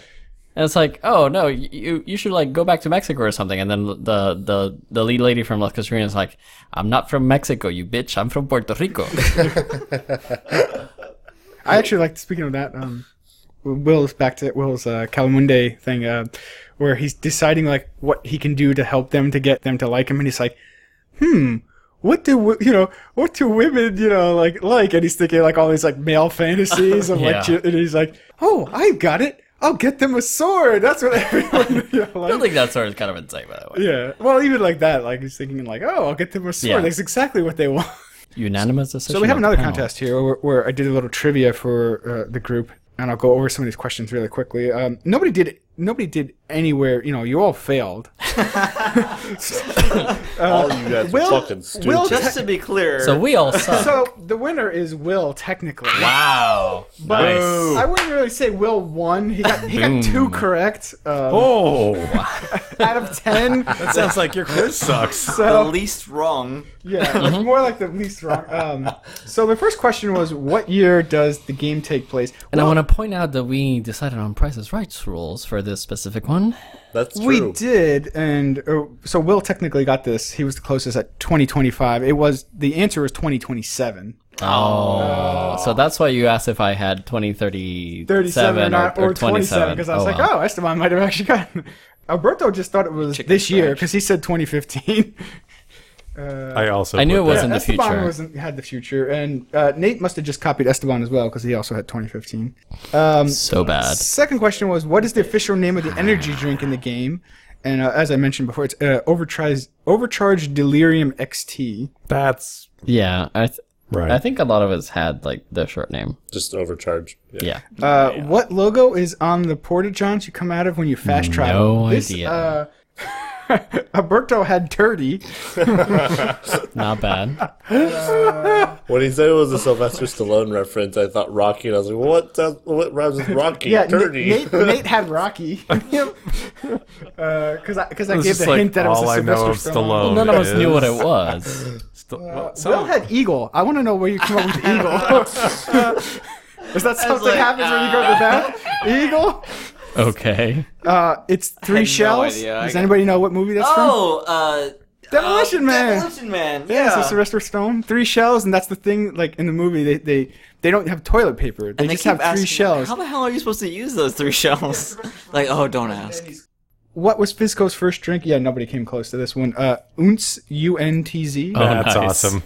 E: And it's like, oh no, you you should like go back to Mexico or something. And then the the the lead lady from Las Catrinas is like, I'm not from Mexico, you bitch. I'm from Puerto Rico.
D: I actually like speaking of that. Um, Will's back to Will's uh, Calamunde thing, uh, where he's deciding like what he can do to help them to get them to like him, and he's like, hmm. What do wo- you know? What do women you know like like? And he's thinking like all these like male fantasies of like,
I: Yeah.
D: chi- and he's like, oh, I've got it. I'll get them a sword. That's what everyone. You know,
I: I
D: like.
I: don't think that sort of kind of insane, by the way.
D: Yeah. Well, even like that, like he's thinking like, oh, I'll get them a sword.
E: Yeah.
D: That's exactly what they want.
E: Unanimous decision.
D: So we have
E: of
D: another
E: panel.
D: contest here where, where I did a little trivia for uh, the group, and I'll go over some of these questions really quickly. Um, nobody did. Nobody did anywhere. You know, you all failed.
H: All you guys
D: Will-
H: are fucking stupid.
D: Will
G: Just to be clear,
E: So we all suck.
D: So the winner is Will, technically.
I: Wow. nice.
D: I wouldn't really say Will won. He got he got two correct um,
F: Oh,
D: out of ten.
F: that sounds like your quiz sucks.
G: the
D: So
G: least wrong.
D: Yeah, more like the least wrong. Um, so the first question was, what year does the game take place?
E: And I
D: Well,
E: want to point out that we decided on prices rights rules for this specific one.
H: That's true.
D: we did, and uh, so Will technically got this. He was the closest at 2025. It was the answer was 2027,
E: Oh, so that's why you asked if I had 20, 37,
D: 37
E: or,
D: or,
E: or
D: 27. Because I was like,
E: wow.
D: oh, Esteban might have actually gotten. Alberto just thought it was this year because he said 2015.
F: I also.
E: I knew
F: put
E: it wasn't
D: Yeah,
E: the
D: Esteban
E: future.
D: wasn't, had the future, and uh, Nate must have just copied Esteban as well because he also had 2015. oh.
E: so bad.
D: Second question was, what is the official name of the energy drink in the game? And uh, as I mentioned before, it's uh, Overcharged, Overcharged Delirium XT.
F: that- That's
E: Yeah, I th-
F: right.
E: I think a lot of us had like the short name.
H: Just overcharge. Yeah.
E: Yeah.
D: Uh, What logo is on the porta-johns you come out of when you fast travel?
E: No
D: This,
E: idea.
D: Uh, Alberto had dirty.
E: Not bad.
H: When he said it was a Sylvester Stallone reference, I thought Rocky, and I was like, well, what, sounds, what rhymes with Rocky?
D: Yeah, Na-
H: Dirty.
D: Nate, Nate had Rocky. Because I, cause I gave
F: just
D: the
F: like
D: hint that it was
F: all
D: a
F: I know
D: Sylvester
F: of
D: Stallone.
F: Stallone
E: None of us knew what it
F: is-
E: was.
F: Sta- well, some-
D: Uh, Will had eagle. I want to know where you come up with eagle. Uh, is that something happens when you go to
F: uh,
D: the bath? Eagle.
E: Okay.
D: Uh, it's three
G: no
D: shells.
G: idea. I
D: Does
G: got-
D: anybody know what movie that's
G: Oh, uh,
D: from? Demolition Man.
G: Demolition Man.
D: Yeah, so
G: Yeah.
D: Sylvester Stone, three shells, and that's the thing. Like in the movie, they they, they don't have toilet paper. They
G: And
D: just
G: keep
D: have three
G: asking,
D: shells.
G: How the hell are you supposed to use those three shells? like, oh, don't ask.
D: What was Fisco's first drink? Yeah, nobody came close to this one. Uh, Unz, U N T Z.
E: Oh.
F: That's
E: nice.
F: awesome.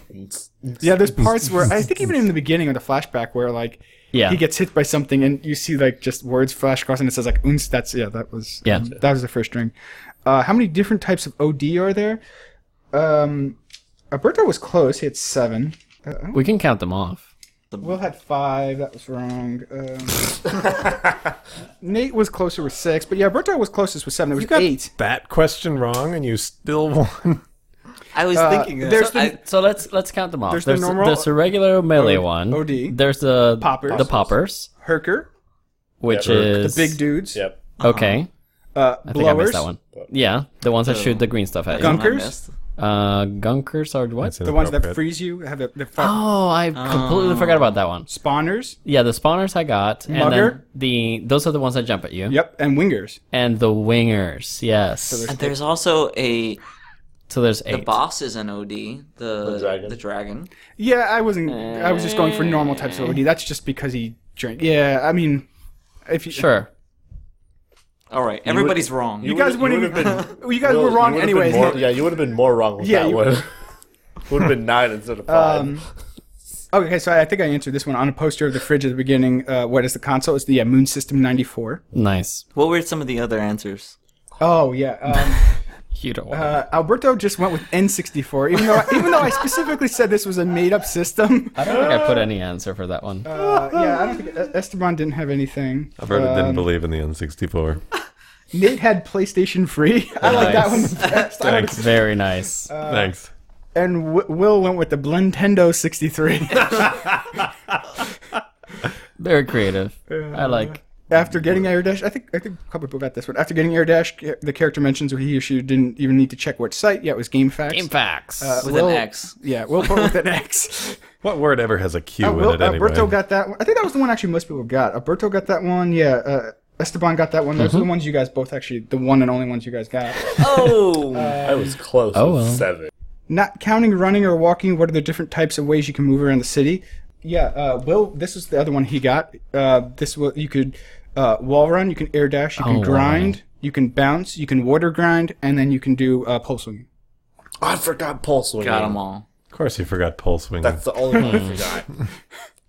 D: Yeah, there's parts where I think even in the beginning of the flashback where like
E: Yeah.
D: he gets hit by something and you see like just words flash across and it says like uns that's yeah that was
E: Yeah.
D: that was the first string uh, how many different types of od are there um alberto was close he had seven
E: We can count them off.
D: will had five that was wrong um, nate was closer with six but yeah alberto was closest with seven it was eight
F: That question wrong, and you still won.
G: I was thinking that.
D: Uh, there's the-
G: I-
E: So let's let's count them off.
D: There's
E: There's
D: the
E: the there's,
D: normal-
E: the regular melee one.
D: OD.
E: There's the
D: Poppers.
E: the poppers,
D: herker
E: which
D: the
E: is
D: big dudes
H: Yep.
E: Okay.
D: uh,
E: I think I
D: blowers
E: missed that one. Yeah, the ones that shoot the green stuff at you.
D: gunkers
G: missed.
E: Uh, gunkers are what?
F: That's
D: The ones that
F: inappropriate.
D: freeze you have the, the fu-
E: Oh, I completely forgot about that one.
D: spawners.
E: Yeah, the spawners I got, and then
D: Mugger?
E: the those are the ones that jump at you.
D: Yep, and wingers.
E: And the wingers, yes. So there's,
G: And there's also a the
E: eight.
G: boss is an OD. The the
H: dragon.
G: dragon.
D: Yeah, I wasn't. I was just going for normal types
H: Eh.
D: of OD. That's just because he drank. Yeah, I mean, if you
E: Sure.
G: All right, everybody's wrong.
D: you guys
H: would- you
D: wouldn't even.
H: would have
D: Well, you guys
H: Well,
D: were
H: you
D: wrong
H: would've been
D: anyways.
H: more- yeah, you would have been more wrong with
D: Yeah,
H: that
D: you-
H: one. would have been nine instead of five.
D: Um, Okay, so I think I answered this one on a poster of the fridge at the beginning. Uh, what is the console? It's the yeah, Moon System ninety four.
E: Nice.
G: what were some of the other answers?
D: Oh yeah. Um,
E: You don't want
D: Uh, Alberto just went with N64, even though even though I specifically said this was a made-up system.
E: I don't think I put any answer for that one.
D: Uh, yeah, I don't think E- Esteban didn't have anything.
J: Alberta
D: Um,
J: didn't believe in the N64.
D: Nate had PlayStation Free. I like that one the best. I don't-
E: Very nice.
F: uh,
D: Uh,
J: Thanks.
D: and w- Will went with the Blintendo 63
E: Very creative. I like.
D: after getting Air Dash. I think I think a couple people got this one. After getting Air Dash, ca- the character mentions where he or she didn't even need to check which site. Yeah, it was GameFAQs.
E: Game facts.
G: With
D: Will-
G: an X.
D: Yeah, Will put with an X.
J: What word ever has a Q
D: Uh,
J: in
D: Will-
J: it anyway?
D: Alberto got that one. I think that was the one actually most people got. Alberto got that one. Yeah. Uh, Esteban got that one. Those
J: Mm-hmm.
D: are the ones you guys both actually, the one and only ones you guys got.
G: Oh,
H: I was close
E: Oh,
H: with
E: well.
H: seven.
D: Not counting running or walking, what are the different types of ways you can move around the city? Yeah. Uh, Will, this was the other one he got. Uh, this was, you could uh, wall run, you can air dash, you can
E: Oh,
D: grind, you can bounce, you can water grind, and then you can do uh, pole swinging.
H: I forgot pulse wing.
D: Uh,
G: got them all.
J: Of course, you forgot pole swinging.
H: That's the only one
E: Hmm.
H: I forgot.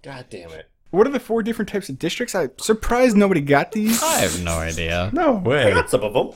H: God damn it.
D: What are the four different types of districts? I'm surprised nobody got these.
E: I have no idea.
J: no way.
H: Some of them.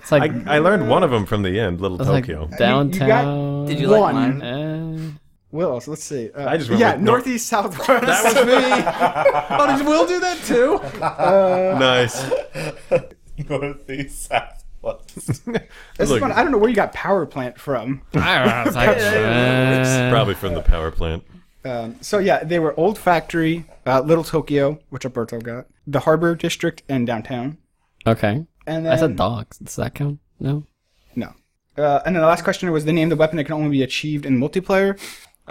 E: It's like,
J: I, I learned one of them from the end, Little
E: it's like
J: Tokyo.
E: downtown.
G: Did you
D: One.
G: like mine?
E: Uh,
D: Will, so let's see. Uh,
J: I just went
D: yeah,
J: with nor-
D: northeast, southwest. That was me. oh, did Will do that too?
J: Nice.
H: Northeast, southwest.
D: This
J: Look.
D: is one, I don't know where you got power plant from.
E: I don't know. It's like, uh,
J: Probably from the power plant.
D: Um, so yeah, they were Old Factory, uh, Little Tokyo, which Alberto got, the Harbor District, and downtown.
E: okay.
D: And then
E: I said dogs. Does that count? No.
D: no. Uh, and then the last question was the name of the weapon that can only be achieved in multiplayer,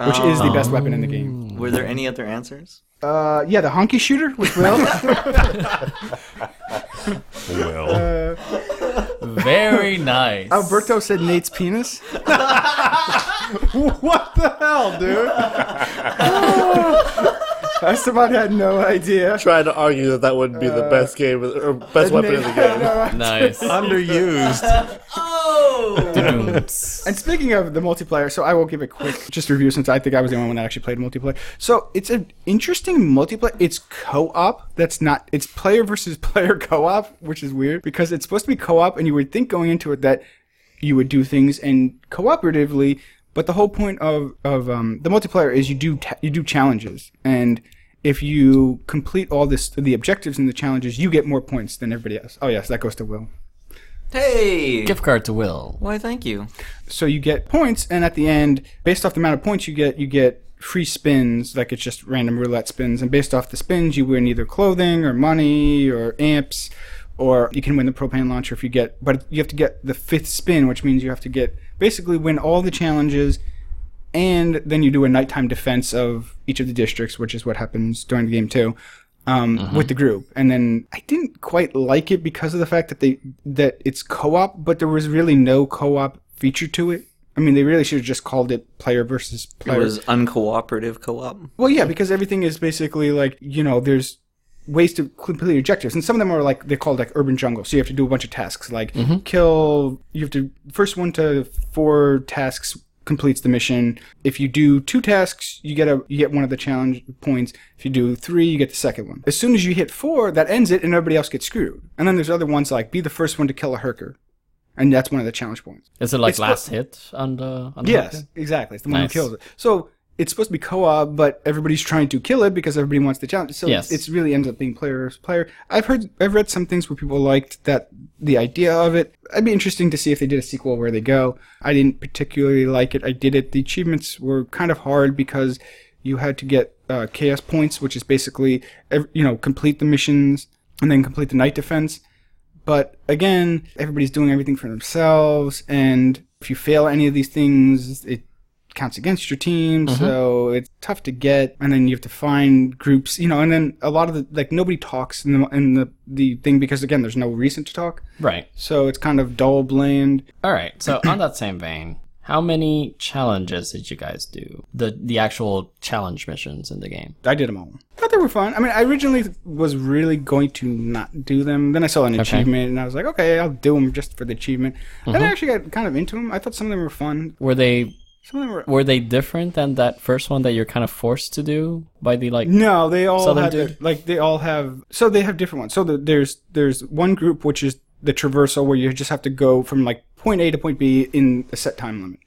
D: which is the best weapon in the game.
G: Were there any other answers?
D: Uh, yeah, the honky shooter, which Will. Uh,
J: Well,
I: Very nice.
D: Alberto said Nate's penis.
J: what the hell, dude?
D: Esteban had no idea.
H: Trying to argue that that wouldn't be
D: Uh,
H: the best game of- or best weapon in the game.
I: Nice.
J: Underused.
D: And speaking of the multiplayer, so I will give a quick just review since I think I was the only one that actually played multiplayer. So it's an interesting multiplayer. It's co-op. That's not. It's player versus player co-op, which is weird because it's supposed to be co-op, and you would think going into it that you would do things and cooperatively. But the whole point of of um, the multiplayer is you do ta- you do challenges, and if you complete all this the objectives and the challenges, you get more points than everybody else. Oh yes, that goes to Will.
G: Hey.
E: Gift card to Will.
G: Why? Thank you.
D: so you get points and at the end based off the amount of points you get you get free spins like it's just random roulette spins and based off the spins you win either clothing or money or amps or you can win the propane launcher if you get but you have to get the fifth spin which means you have to get basically win all the challenges and then you do a nighttime defense of each of the districts which is what happens during the game too um,
G: Mm-hmm.
D: with the group and then i didn't quite like it because of the fact that they that it's co-op but there was really no co-op feature to it i mean they really should have just called it player versus
G: It
D: player
G: was uncooperative co-op.
D: well yeah because everything is basically like you know there's ways to complete objectives and some of them are like they're called like urban jungle so you have to do a bunch of tasks like kill you have to first one to four tasks completes the mission if you do two tasks you get a you get one of the challenge points if you do three you get the second one as soon as you hit four that ends it and everybody else gets screwed and then there's other ones like be the first one to kill a herker and that's one of the challenge points
E: Is it like
D: It's
E: last hit on the? On the
D: Yes,
E: hook?
D: exactly. It's the one
E: Nice.
D: who kills it. So it's supposed to be co-op, but everybody's trying to kill it because everybody wants the challenge. So
E: Yes.
D: it's really ends up being player versus player. I've heard, I've read some things where people liked that the idea of it. I'd be interesting to see if they did a sequel where they go. I didn't particularly like it. I did it. The achievements were kind of hard because you had to get uh, chaos points, which is basically ev- you know complete the missions and then complete the night defense. But again, everybody's doing everything for themselves, and If you fail any of these things, it counts against your team, so it's tough to get. And then you have to find groups, you know. And then a lot of the like nobody talks in the in the the thing because again, there's no reason to talk,
E: Right.
D: so it's kind of dull, bland.
E: All right. So on that same vein, how many challenges did you guys do? The the actual challenge missions in the game.
D: I did them all. Thought they were fun. I mean, I originally was really going to not do them. Then I saw an achievement, and I was like, okay, I'll do them just for the achievement. And I actually got kind of into them. I thought some of them were fun.
E: Were they
D: Some of them were.
E: were they different than that first one that you're kind of forced to do by the like
D: No, they all
E: Southern
D: have their-
E: dude?
D: like they all have. So they have different ones. So the, there's there's one group which is the traversal where you just have to go from like point A to point B in a set time limit.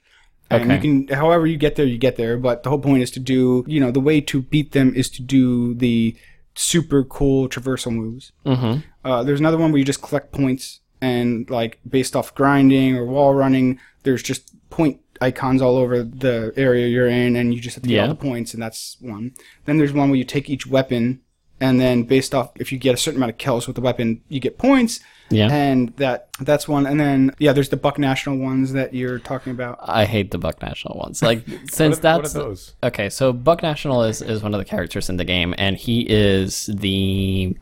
D: And
E: Okay.
D: you can, however you get there, you get there. But the whole point is to do, you know, the way to beat them is to do the super cool traversal moves.
E: Mhm.
D: Uh, there's another one where you just collect points and like based off grinding or wall running, there's just point icons all over the area you're in and you just have to get all
E: Yeah.
D: the points and that's one. Then there's one where you take each weapon and then based off if you get a certain amount of kills with the weapon, you get points.
E: Yeah.
D: And that that's one and then yeah, there's the Buck National ones that you're talking about.
E: I hate the Buck National ones. Like
F: What
E: since
F: are-
E: that's
F: what are those?
E: okay, so Buck National is is one of the characters in the game, and he is the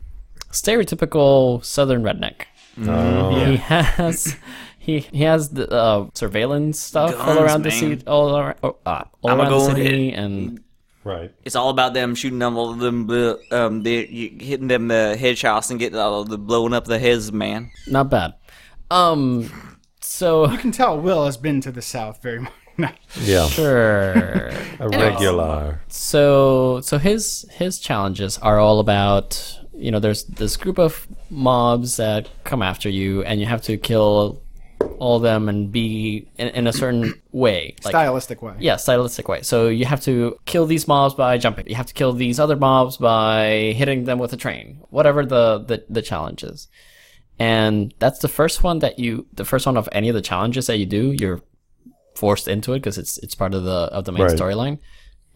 E: stereotypical Southern redneck. He has he he has the uh, surveillance stuff all
G: Guns,
E: around the
G: man.
E: city, all around, oh, uh, all
G: I'ma
E: around
G: go
E: the
G: with
E: city, and
F: Right.
G: It's all about them shooting them all them the um the you hitting them the headshots and getting all the blowing up the heads, man.
E: not bad. Um, so
D: You can tell Will has been to the South very much.
F: Yeah.
E: sure.
F: A regular.
E: so so his his challenges are all about you know there's this group of mobs that come after you and you have to kill all them and be in, in a certain way like
D: Stylistic way.
E: yeah stylistic way so you have to kill these mobs by jumping you have to kill these other mobs by hitting them with a train whatever the the, the challenge is and that's the first one that you the first one of any of the challenges that you do you're forced into it because it's it's part of the of the main
F: Right.
E: storyline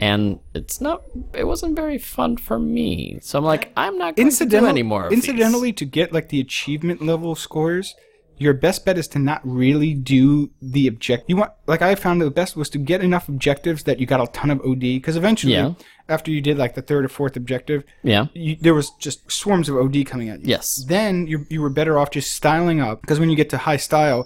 E: and it's not it wasn't very fun for me so i'm like i'm not going to do
D: Incidentally,
E: any more of these.
D: incidentally, to get like the achievement level scores, your best bet is to not really do the object. You want like I found the best was to get enough objectives that you got a ton of OD because eventually,
E: Yeah.
D: after you did like the third or fourth objective,
E: yeah
D: you, there was just swarms of OD coming at you.
E: Yes.
D: Then you you were better off just styling up because when you get to high style,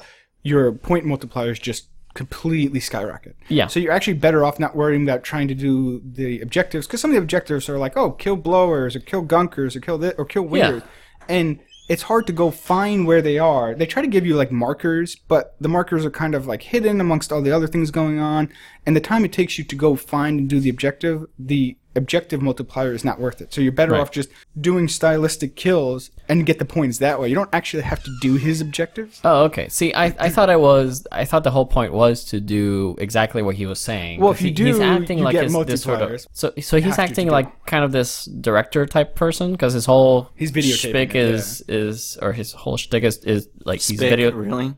D: your point multipliers just completely skyrocket.
E: Yeah.
D: So you're actually better off not worrying about trying to do the objectives because some of the objectives are like, oh, kill blowers or kill gunkers or kill this or kill waiters, and it's hard to go find where they are. They try to give you like markers, but the markers are kind of like hidden amongst all the other things going on, and the time it takes you to go find and do the objective, the objective multiplier is not worth it. So you're better off just doing stylistic kills and get the points that way. You don't actually have to do his objectives.
E: oh okay see i i thought i was i thought the whole point was to do exactly what he was saying
D: Well, if
E: 'cause he-
D: you do,
E: he's acting
D: you
E: like
D: get
E: his- this sort of
D: multipliers.
E: so so he's
D: have to
E: acting
D: do
E: like kind of this director type person because his whole
D: He's videotaping
E: shtick
D: it,
E: is is or his whole shtick is is like he's
G: Spick,
E: video
G: really?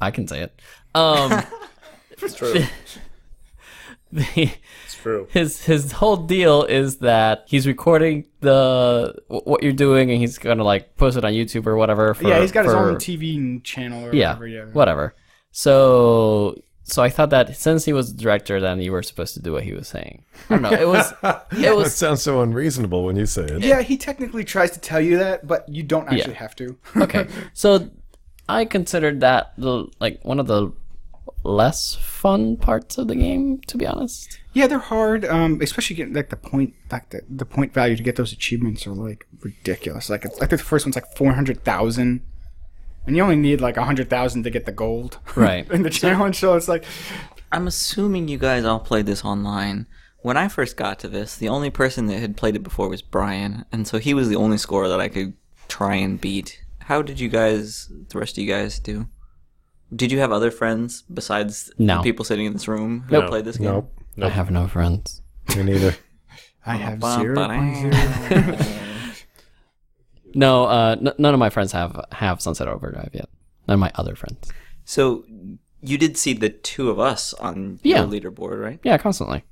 E: I can say it. Um,
H: It's true.
E: the,
H: It's true.
E: his his whole deal is that he's recording the wh- what you're doing, and he's gonna like post it on YouTube or whatever. For,
D: yeah, he's got his
E: for-
D: own TV channel or
E: Yeah,
D: whatever. Yeah.
E: whatever. So so I thought that since he was the director, then you were supposed to do what he was saying. I don't know. It was it
F: That
E: was
F: sounds so unreasonable when you say it.
D: Yeah, he technically tries to tell you that, but you don't actually have to.
E: okay. So I considered that the like one of the less fun parts of the game, to be honest.
D: Yeah, they're hard, um, especially getting like the point, like the, the point value to get those achievements are like ridiculous. Like it's, I think the first one's like four hundred thousand, and you only need like hundred thousand to get the gold,
E: Right.
D: in the challenge, so it's like
G: I'm assuming you guys all played this online. When I first got to this, the only person that had played it before was Brian, and so he was the only scorer that I could try and beat. How did you guys, the rest of you guys, do? Did you have other friends besides
E: No.
G: the people sitting in this room who
H: No.
G: played this game?
F: Nope.
E: I have no friends.
F: Me neither.
D: I have
G: Bum,
D: zero.
G: ba-dang.
E: No, uh, n- none of my friends have have Sunset Overdrive yet. None of my other friends.
G: So you did see the two of us on
E: Yeah.
G: your leaderboard, right?
E: Yeah, constantly.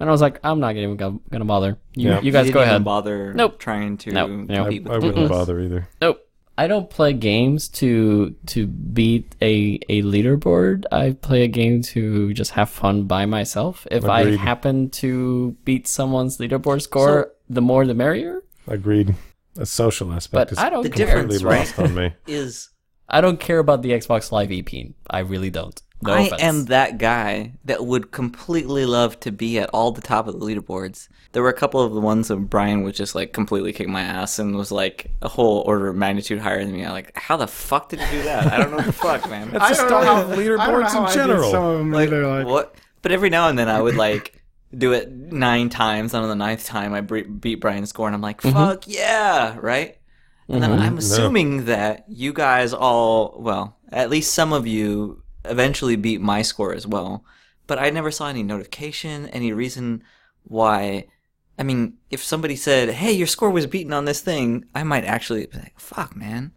E: And I was like, I'm not even gonna, gonna bother. You,
F: Yeah.
E: you guys
G: you didn't
E: go
G: even
E: ahead.
G: bother
E: Nope.
G: trying to
E: Nope. Nope.
F: I,
G: compete
F: I
G: with
F: wouldn't bother either.
E: Nope. I I don't play games to to beat a a leaderboard. I play a game to just have fun by myself. If I
F: Agreed.
E: happen to beat someone's leaderboard score, the more the merrier.
F: Agreed. A social aspect
E: But
F: is
E: I don't
G: The
E: care.
F: completely
G: difference, right?
F: lost on me.
G: Is
E: I don't care about the Xbox Live EP. I really don't. No
G: I
E: offense.
G: am that guy that would completely love to be at all the top of the leaderboards. There were a couple of the ones that Brian would just like completely kick my ass and was like a whole order of magnitude higher than me. I'm like, how the fuck did you do that? I don't know what the fuck, man.
D: I don't know how
F: leaderboards in general.
D: some of them
G: like,
D: either, like,
G: what? But every now and then I would like do it nine times, and on the ninth time I bre- beat Brian's score, and I'm like, fuck yeah, right? And then I'm assuming that you guys all, well, at least some of you eventually beat my score as well. But I never saw any notification, any reason why. I mean, if somebody said, hey, your score was beaten on this thing, I might actually be like, fuck, man.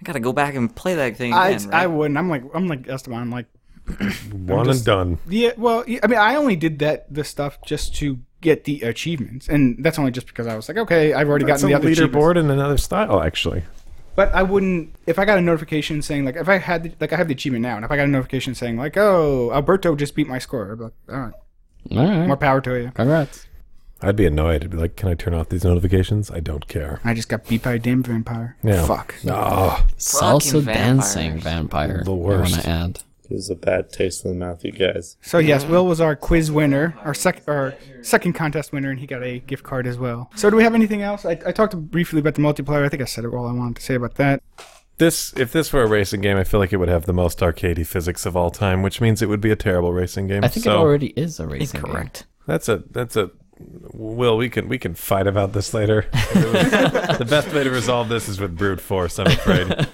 G: I gotta go back and play that thing
D: I,
G: again, right?
D: I wouldn't. I'm like I'm like Esteban. I'm like
F: One and done.
D: yeah. Well, yeah, I mean, I only did that the stuff just to get the achievements, and that's only just because I was like, okay, I've already
F: That's a
D: gotten the other achievements.
F: leaderboard in another style, actually.
D: But I wouldn't if I got a notification saying like if I had the, like I have the achievement now, and if I got a notification saying like oh Alberto just beat my score, I'd be like all right,
E: All right.
D: more power to you.
E: Congrats.
F: I'd be annoyed. I'd be like, can I turn off these notifications? I don't care.
D: I just got beat by a damn vampire.
F: Yeah.
D: Fuck. Ah.
F: Oh,
E: Salsa
G: vampires.
E: dancing vampire.
F: The
E: I
F: worst.
E: want to add.
H: There's a bad taste in the mouth, you guys.
D: So yes, Will was our quiz winner, our second our second contest winner, and he got a gift card as well. So do we have anything else? I, I talked briefly about the multiplayer. I think I said all I wanted to say about that.
F: This, if this were a racing game, I feel like it would have the most arcadey physics of all time, which means it would be a terrible racing game.
E: I think
F: so
E: it already is a racing game.
G: Incorrect.
F: That's a that's a. Will we can we can fight about this later. the best way to resolve this is with brute force. I'm afraid.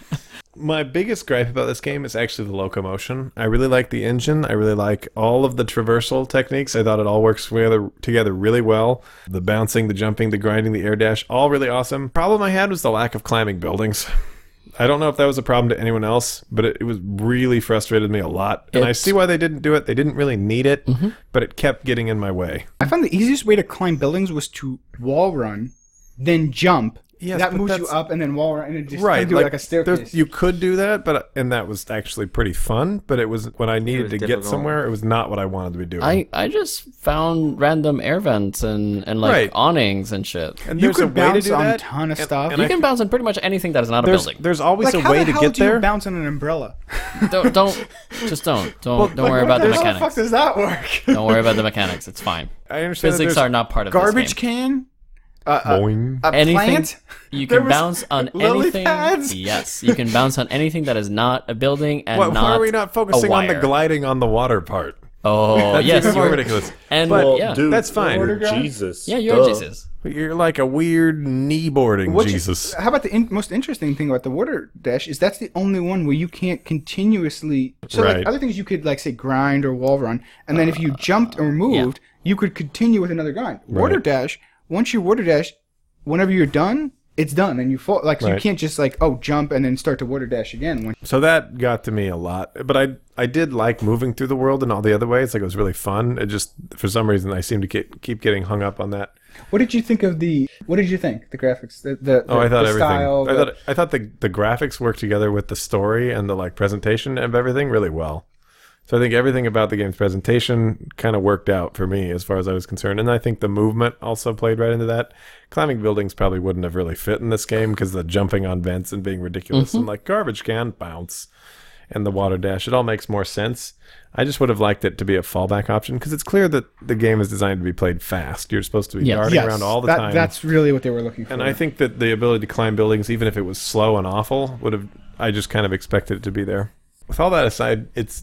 F: My biggest gripe about this game is actually the locomotion. I really like the engine. I really like all of the traversal techniques. I thought it all works together, together really well. The bouncing, the jumping, the grinding, the air dash, all really awesome. Problem I had was the lack of climbing buildings. I don't know if that was a problem to anyone else, but it, it was really frustrated me a lot. And I
E: It's-
F: see why they didn't do it. They didn't really need it, but it kept getting in my way.
D: I found the easiest way to climb buildings was to wall run, then jump.
F: Yes,
D: that
F: but
D: moves you
F: that's-
D: up, and then wall run, and it just right, do like, a
F: there-
D: staircase.
F: you could do that, but and that was actually pretty fun. But it was when I needed
G: was
F: to get
G: difficult.
F: somewhere, it was not what I wanted to be doing.
E: I, I just found random air vents and, and like
F: Right.
E: awnings and shit.
F: and
D: You
F: there's a
D: could
F: way to
D: bounce
F: do
D: on
F: that,
D: ton of
F: and-
D: stuff.
F: and
E: You
F: I
E: can
F: f-
E: bounce on pretty much anything that is not a
F: there's,
E: building.
F: there's always
D: like
F: a
D: how
F: way
D: the
F: to
D: hell
F: get
D: do you
F: there.
D: bounce on an umbrella?
E: don't don't just don't don't don't
F: like,
E: worry
F: what
E: about the
F: the
D: How the
E: mechanics.
D: fuck does that work?
E: don't worry about the mechanics. It's fine.
F: I understand. that
E: Physics
F: there's-
E: are not part of
D: Garbage
E: This game.
D: can. Uh, uh,
F: Boing.
D: a
E: Anything
D: plant.
E: you
D: There
E: can
D: was
E: bounce on
D: lily
E: anything.
D: pads.
E: Yes, you can bounce on anything that is not a building and
F: Why,
E: not.
F: why are we not focusing
E: a
F: on the
E: wire.
F: gliding on the water part?
E: Oh
F: That's
E: yes,
F: even more
E: you're-
F: ridiculous.
E: And
F: But-
E: yeah,
H: Dude,
F: That's fine.
H: Lord Jesus.
E: yeah, you're
H: duh.
E: Jesus.
F: You're like a weird kneeboarding
D: Which-
F: Jesus.
D: How about the in- most interesting thing about the water dash is that's the only one where you can't continuously. So
F: Right.
D: like other things you could like say grind or wall run, and then if you jumped or moved, you could continue with another grind. Water
F: Right.
D: dash. Once you water dash, whenever you're done, it's done, and you fall. Like so you
F: Right.
D: can't just like oh jump and then start to water dash again. When-
F: So that got to me a lot, but I I did like moving through the world in all the other ways. Like it was really fun. It just for some reason I seem to get, keep getting hung up on that.
D: What did you think of the? What did you think the graphics? The, the
F: Oh,
D: the,
F: I thought
D: the
F: everything.
D: Style,
F: I
D: the-
F: thought I thought the the graphics worked together with the story and the like presentation of everything really well. So I think everything about the game's presentation kind of worked out for me as far as I was concerned, and I think the movement also played right into that. Climbing buildings probably wouldn't have really fit in this game because the jumping on vents and being ridiculous
D: Mm-hmm.
F: and like garbage can bounce and the water dash it all makes more sense. I just would have liked it to be a fallback option because it's clear that the game is designed to be played fast. You're supposed to be
E: Yes.
F: darting
D: yes,
F: around all the
D: that-
F: time.
D: That's really what they were looking for.
F: And I think that the ability to climb buildings, even if it was slow and awful, would have. I just kind of expected it to be there. With all that aside, it's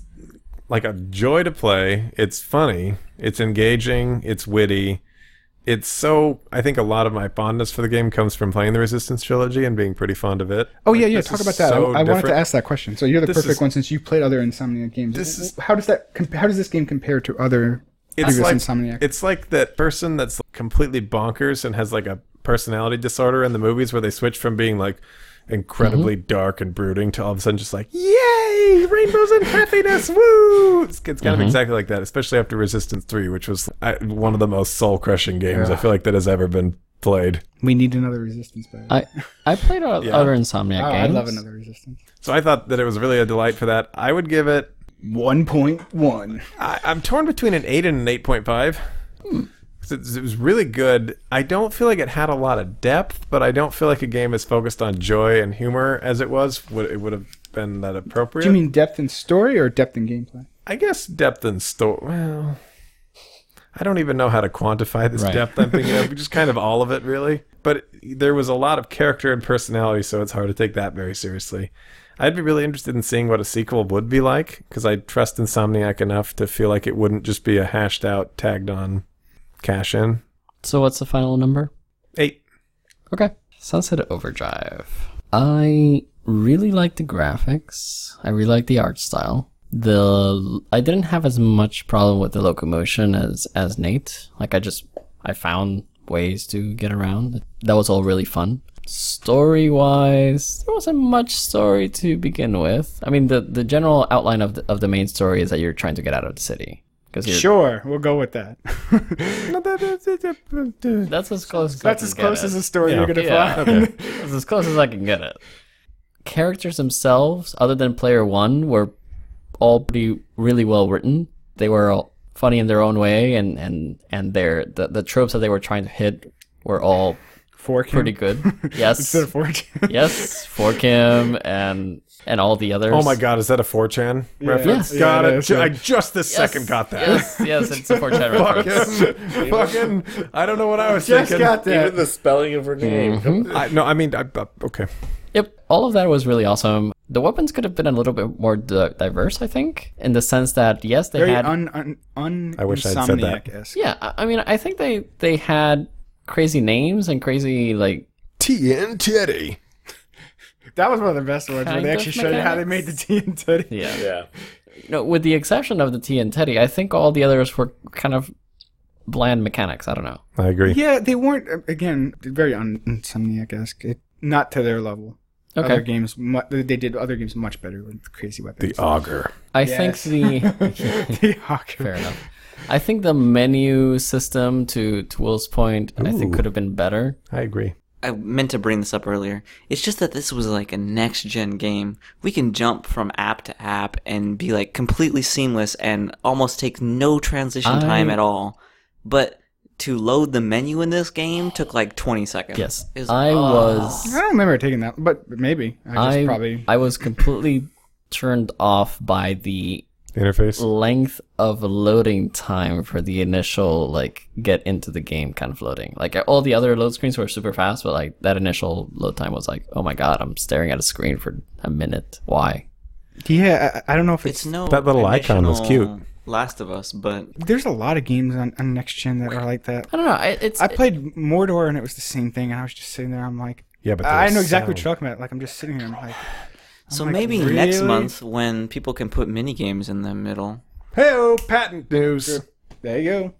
F: like a joy to play. It's funny. It's engaging. It's witty. It's so. I think a lot of my fondness for the game comes from playing the Resistance trilogy and being pretty fond of it.
D: Oh
F: Like,
D: yeah, yeah.
F: this
D: Talk
F: is
D: about that. I-
F: so
D: I, wanted to
F: different.
D: ask that question. So you're the
F: This
D: perfect
F: is-
D: one since you've played other Insomniac games.
F: This is-
D: how does that? Comp- how does this game compare to other
F: it's
D: previous
F: like,
D: Insomniac?
F: It's like that person that's completely bonkers and has like a personality disorder in the movies where they switch from being like incredibly dark and brooding to all of a sudden just like, yay, rainbows and happiness, woo! It's, it's kind of exactly uh, like that, especially after Resistance 3, which was I, one of the most soul crushing games I feel like that has ever been played.
D: We need another resistance battle.
E: I I played o-
F: Yeah.
E: other Insomniac
D: Oh,
E: games.
D: I'd love another resistance.
F: So I thought that it was really a delight for that. I would give it.
D: One point one.
F: I, I'm torn between an eight and an eight point five.
D: Hmm.
F: It was really good. I don't feel like it had a lot of depth, but I don't feel like a game as focused on joy and humor as it was. Would it would have been that appropriate?
D: Do you mean depth in story or depth in gameplay?
F: I guess depth and story. Well, I don't even know how to quantify this depth. I'm thinking of just kind of all of it, really. But there was a lot of character and personality, so it's hard to take that very seriously. I'd be really interested in seeing what a sequel would be like because I trust Insomniac enough to feel like it wouldn't just be a hashed out, tagged on cash in.
E: So what's the final number?
F: Eight.
E: Okay. Sunset Overdrive. I really like the graphics. I really like the art style. The I didn't have as much problem with the locomotion as as Nate. Like I just I found ways to get around. That was all really fun. Story wise, there wasn't much story to begin with. I mean, the the general outline of the, of the main story is that you're trying to get out of the city because you're
D: Sure, we'll go with that.
E: That's as close.
D: That's as close as a story you're gonna
E: Yeah.
D: find.
E: That's as close as I can get it. Characters themselves, other than player one, were all pretty really well written. They were all funny in their own way, and and and their the, the tropes that they were trying to hit were all
D: Fork him.
E: pretty good. Yes,
D: Instead of fork. him.
E: yes, for Kim and and all the others.
F: Oh my god, is that a 4chan reference?
E: Yeah,
F: Got
D: that's
F: it.
D: it.
F: I just this second got that.
E: Yes, yes, it's a four chat reference.
F: Fucking, I don't know what I was
D: Just
F: thinking.
D: got
H: Even
D: that.
H: the spelling of her name.
E: Mm-hmm.
F: I, no, I mean, I, I, okay.
E: Yep, all of that was really awesome. The weapons could have been a little bit more di- diverse, I think, in the sense that yes, they
D: Very
E: had
D: un un un.
F: I wish I'd said that.
D: Insomniac-esque.
E: yeah. I I mean, I think they they had crazy names and crazy like
J: TN Teddy.
D: That was one of the best ones where
E: Kind
D: they
E: of
D: actually showed you how they made the
E: mechanics.
D: TNT.
E: yeah.
H: Yeah.
E: No, with the exception of the T and Teddy, I think all the others were kind of bland mechanics. I don't know.
F: I agree.
D: Yeah, they weren't uh, again very un Insomniac esque. Not to their level.
E: Okay.
D: Other games, mu- they did other games much better with crazy weapons.
F: The auger.
E: I
D: Yes.
E: think the
D: The Hawker.
E: fair enough. I think the menu system to to Will's point, I think
F: Ooh.
E: could have been better.
F: I agree.
G: I meant to bring this up earlier. It's just that this was like a next gen game. We can jump from app to app and be like completely seamless and almost take no transition time
E: I-
G: at all. But to load the menu in this game took like 20 seconds.
E: Yes,
G: It was-
E: I
G: oh.
E: was.
D: I don't remember taking that, but maybe I just
E: I
D: probably
E: I was completely turned off by the
F: The interface.
E: length of loading time for the initial like get into the game kind of loading. Like all the other load screens were super fast, but like that initial load time was like, oh my god, I'm staring at a screen for a minute. Why?
D: yeah. I, I don't know if it's,
G: It's no.
F: That little icon was
G: traditional Last of Us, but
D: there's a lot of games on, on next gen that are like that.
E: I don't know. I, it's
D: I played Mordor and it was the same thing, and I was just sitting there. I'm like,
F: Yeah, but
D: I
F: there's
D: know exactly what
F: sound.
D: you're talking about. Like I'm just sitting here. I'm like,
G: so
D: like,
G: maybe next
D: really?
G: month when people can put mini games in the middle.
F: Hey, oh, patent news.
D: there you go,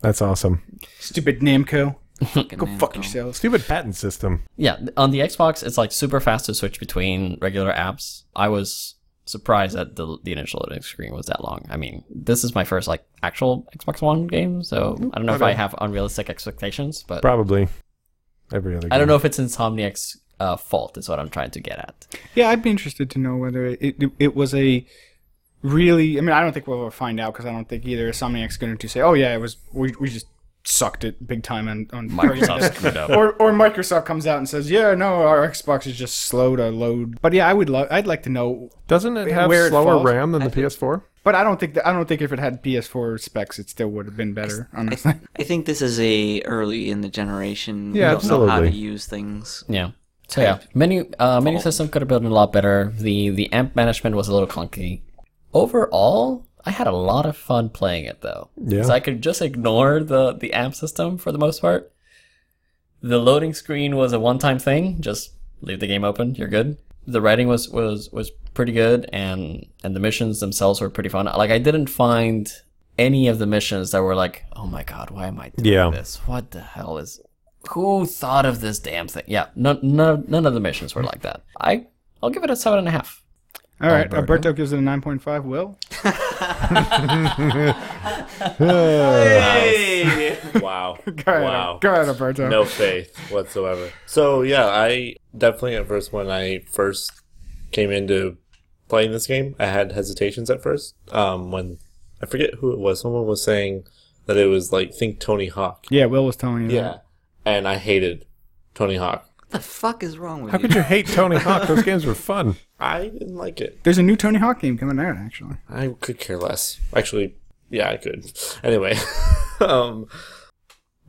F: That's awesome.
D: stupid Namco.
G: Fucking
D: Go
G: man,
D: fuck
G: go.
D: yourselves.
F: Stupid patent system.
E: yeah. On the Xbox, it's like super fast to switch between regular apps. I was surprised that the the initial loading screen was that long. I mean, this is my first like actual Xbox One game, so I don't know if I have unrealistic expectations, but
F: Probably. Every other. Game.
E: I don't know if it's Insomniac's uh, fault. Is what I'm trying to get at.
D: Yeah, I'd be interested to know whether it it, it was a really. I mean, I don't think we'll ever find out because I don't think either Insomniac's going to say, "Oh yeah, it was we we just sucked it big time on on
E: Microsoft screwed up.
D: or or Microsoft comes out and says, "Yeah, no, our Xbox is just slow to load." But yeah, I would love. I'd like to know.
F: Doesn't it have
D: Where it
F: slower
D: falls.
F: RAM than the PS4?
D: But I don't think that I don't think if it had PS4 specs, it still would have been better. Honestly,
G: I think this is a early in the generation.
F: Yeah,
G: we don't know how to
F: absolutely.
G: use things.
E: Yeah. So yeah, menu uh, menu system could have been a lot better. The the amp management was a little clunky. Overall, I had a lot of fun playing it though.
F: Yeah.
E: So I could just ignore the the amp system for the most part. The loading screen was a one time thing. Just leave the game open. You're good. The writing was was was pretty good, and and the missions themselves were pretty fun. Like I didn't find any of the missions that were like, oh my god, why am I doing
F: Yeah.
E: this? What the hell is? Who thought of this damn thing? Yeah, none none none of the missions were like that. I I'll give it a seven and a half.
D: all right. Alberto gives it a nine point five. Will
H: Wow.
C: Wow.
D: Go ahead,
C: wow.
D: go ahead, Alberto.
C: No faith whatsoever. So yeah, I definitely at first when I first came into playing this game, I had hesitations at first. Um, when I forget who it was, someone was saying that it was like think Tony Hawk.
D: Yeah, Will was telling you.
C: Yeah, and I hated Tony Hawk.
G: the fuck is wrong with
F: How
G: you?
F: could you hate Tony Hawk? Those games were fun.
C: I didn't like it.
D: There's a new Tony Hawk game coming out, actually.
C: I could care less. Actually, yeah, I could. Anyway, um,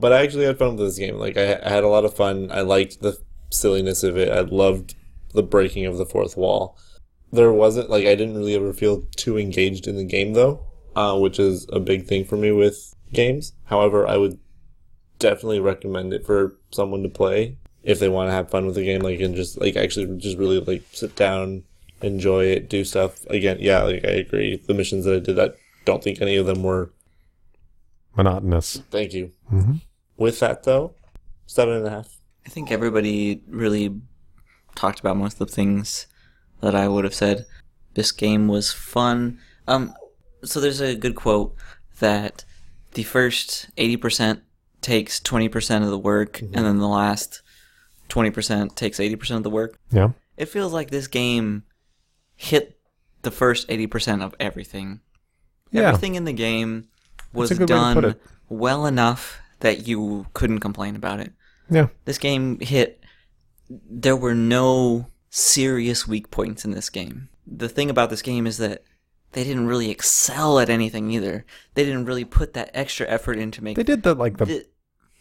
C: but I actually had fun with this game. Like, I, I had a lot of fun. I liked the silliness of it. I loved the breaking of the fourth wall. There wasn't like I didn't really ever feel too engaged in the game though, uh, which is a big thing for me with games. However, I would definitely recommend it for someone to play if they want to have fun with the game, like and just like actually just really like sit down, enjoy it, do stuff. Again, yeah, like I agree. The missions that I did, I don't think any of them were.
F: Monotonous.
C: Thank you.
D: Mm-hmm.
C: With that though, seven and a half.
G: I think everybody really talked about most of the things that I would have said. This game was fun. Um, so there's a good quote that the first 80% takes 20% of the work,
F: Mm-hmm.
G: and then the last 20% takes 80% of the work.
F: Yeah.
G: It feels like this game hit the first 80% of everything.
F: Yeah.
G: Everything in the game was
F: a good way to put
G: done
F: it.
G: well enough that you couldn't complain about it
F: Yeah.
G: this game hit there were no serious weak points in this game the thing about this game is that they didn't really excel at anything either they didn't really put that extra effort into
F: They
G: making
F: did the like the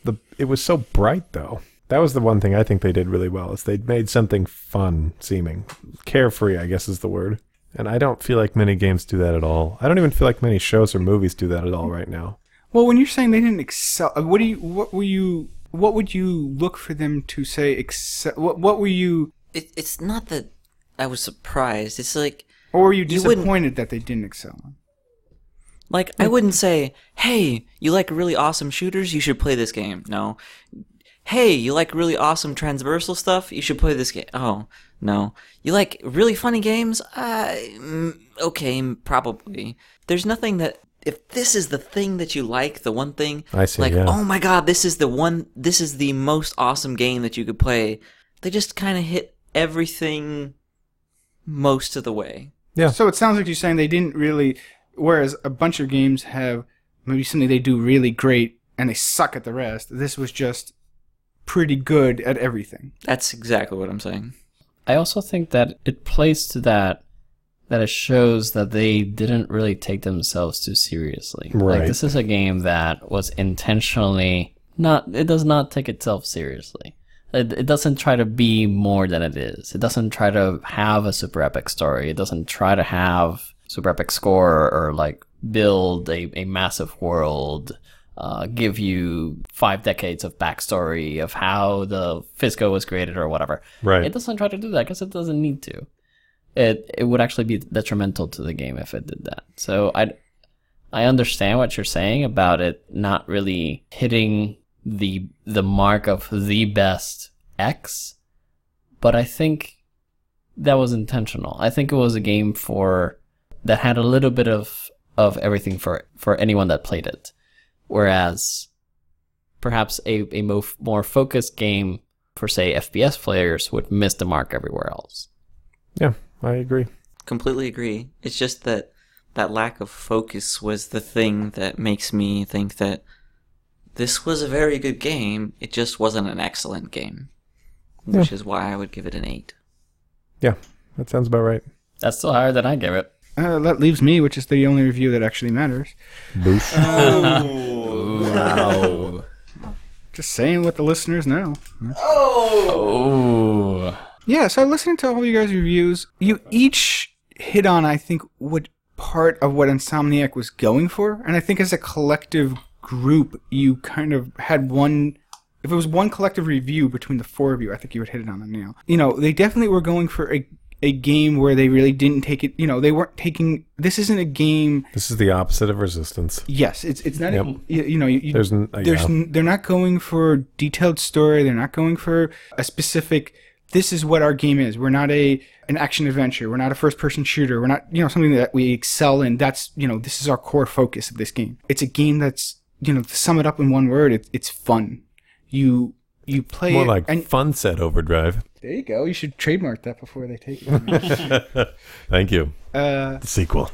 F: the it was so bright though. That was the one thing I think they did really well is they made something fun seeming. Carefree, I guess is the word. And I don't feel like many games do that at all. I don't even feel like many shows or movies do that at all right now.
D: Well, when you're saying they didn't excel, uh, what do you? What were you? What would you look for them to say? Excel? What, what were you?
G: it, it's not that i was surprised it's like
D: Or were you
G: You wouldn't-
D: disappointed that they didn't excel?
G: Like, I wouldn't say, hey, you like really awesome shooters? You should play this game. No. Hey, you like really awesome transversal stuff? You should play this game. Oh, no. You like really funny games? Uh, mm, okay, m- probably. There's nothing that. If this is the thing that you like, the one thing.
F: I see,
G: Like,
F: yeah.
G: oh my god, this is the one. This is the most awesome game that you could play. They just kind of hit everything most of the way.
F: Yeah.
D: So it sounds like you're saying they didn't really. Whereas a bunch of games have maybe something they do really great and they suck at the rest. This was just pretty good at everything.
G: That's exactly what I'm saying.
E: I also think that it plays to that that it shows that they didn't really take themselves too seriously.
F: Right.
E: Like this is a game that was intentionally not it does not take itself seriously. It, it doesn't try to be more than it is. It doesn't try to have a super epic story. It doesn't try to have super epic score or like build a, a massive world uh, give you five decades of backstory of how the Fisco was created or whatever.
F: Right.
E: It doesn't try to do that because it doesn't need to. It it would actually be detrimental to the game if it did that. So I I understand what you're saying about it not really hitting the the mark of the best X, but I think that was intentional. I think it was a game for that had a little bit of of everything for for anyone that played it. Whereas perhaps a, a mo- more focused game for say FPS players would miss the mark everywhere else.
F: Yeah, I agree.
G: completely agree. It's just that that lack of focus was the thing that makes me think that this was a very good game. It just wasn't an excellent game, which is why I would give it an eight.
F: Yeah. That sounds about right.
E: That's still higher than I gave it.
D: Uh, that leaves me, which is the only review that actually matters. Uh,
E: Wow.
D: Just saying what the listeners know.
E: oh.
D: Yeah, so listening to all you guys' reviews, you each hit on, I think, what part of what Insomniac was going for. And I think as a collective group, you kind of had one. If it was one collective review between the four of you, I think you would hit it on the nail. You know, they definitely were going for a, a game where they really didn't take it. You know, they weren't taking. This isn't a game.
F: This is the opposite of resistance.
D: Yes, it's it's not. a-
F: Yep.
D: you, you know, you, you-
F: There's n- uh,
D: there's
F: yeah.
D: n- they're not going for detailed story. They're not going for a specific. This is what our game is. We're not a an action adventure. We're not a first person shooter. We're not you know something that we excel in. That's you know this is our core focus of this game. It's a game that's you know, to sum it up in one word, it, it's fun. You you play
J: More
D: it
J: like
D: oh, and-
J: fun set overdrive.
D: there you go. You should trademark that before they take it. from you.
J: Thank you. Uh, the sequel.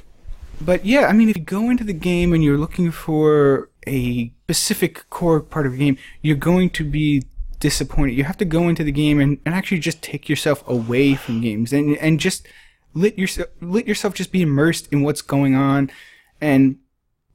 D: But yeah, I mean, if you go into the game and you're looking for a specific core part of the game, you're going to be disappointed. You have to go into the game and, and actually just take yourself away from games and and just let yourself let yourself just be immersed in what's going on and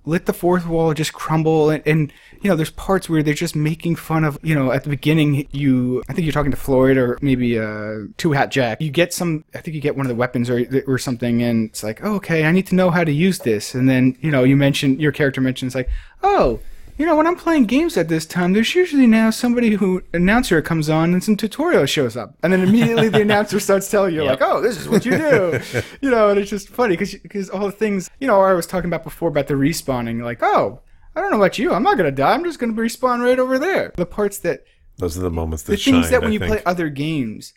D: let the fourth wall just crumble and, and you know there's parts where they're just making fun of you know at the beginning you i think you're talking to floyd or maybe uh two hat jack you get some i think you get one of the weapons or or something and it's like oh, okay i need to know how to use this and then you know you mention your character mentions like oh you know when i'm playing games at this time there's usually now somebody who announcer comes on and some tutorial shows up and then immediately the announcer starts telling you like oh this is what you do you know and it's just funny because because all the things you know i was talking about before about the respawning like oh i don't know about you i'm not gonna die i'm just gonna respawn right over there the parts that
J: Those are the moments that
D: the
J: shine.
D: things that when
J: I
D: you
J: think.
D: play other games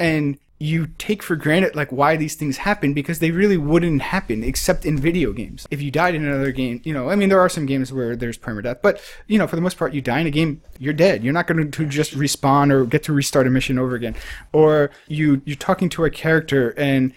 D: and you take for granted like why these things happen because they really wouldn't happen except in video games if you died in another game you know i mean there are some games where there's permadeath but you know for the most part you die in a game you're dead you're not going to just respawn or get to restart a mission over again or you you're talking to a character and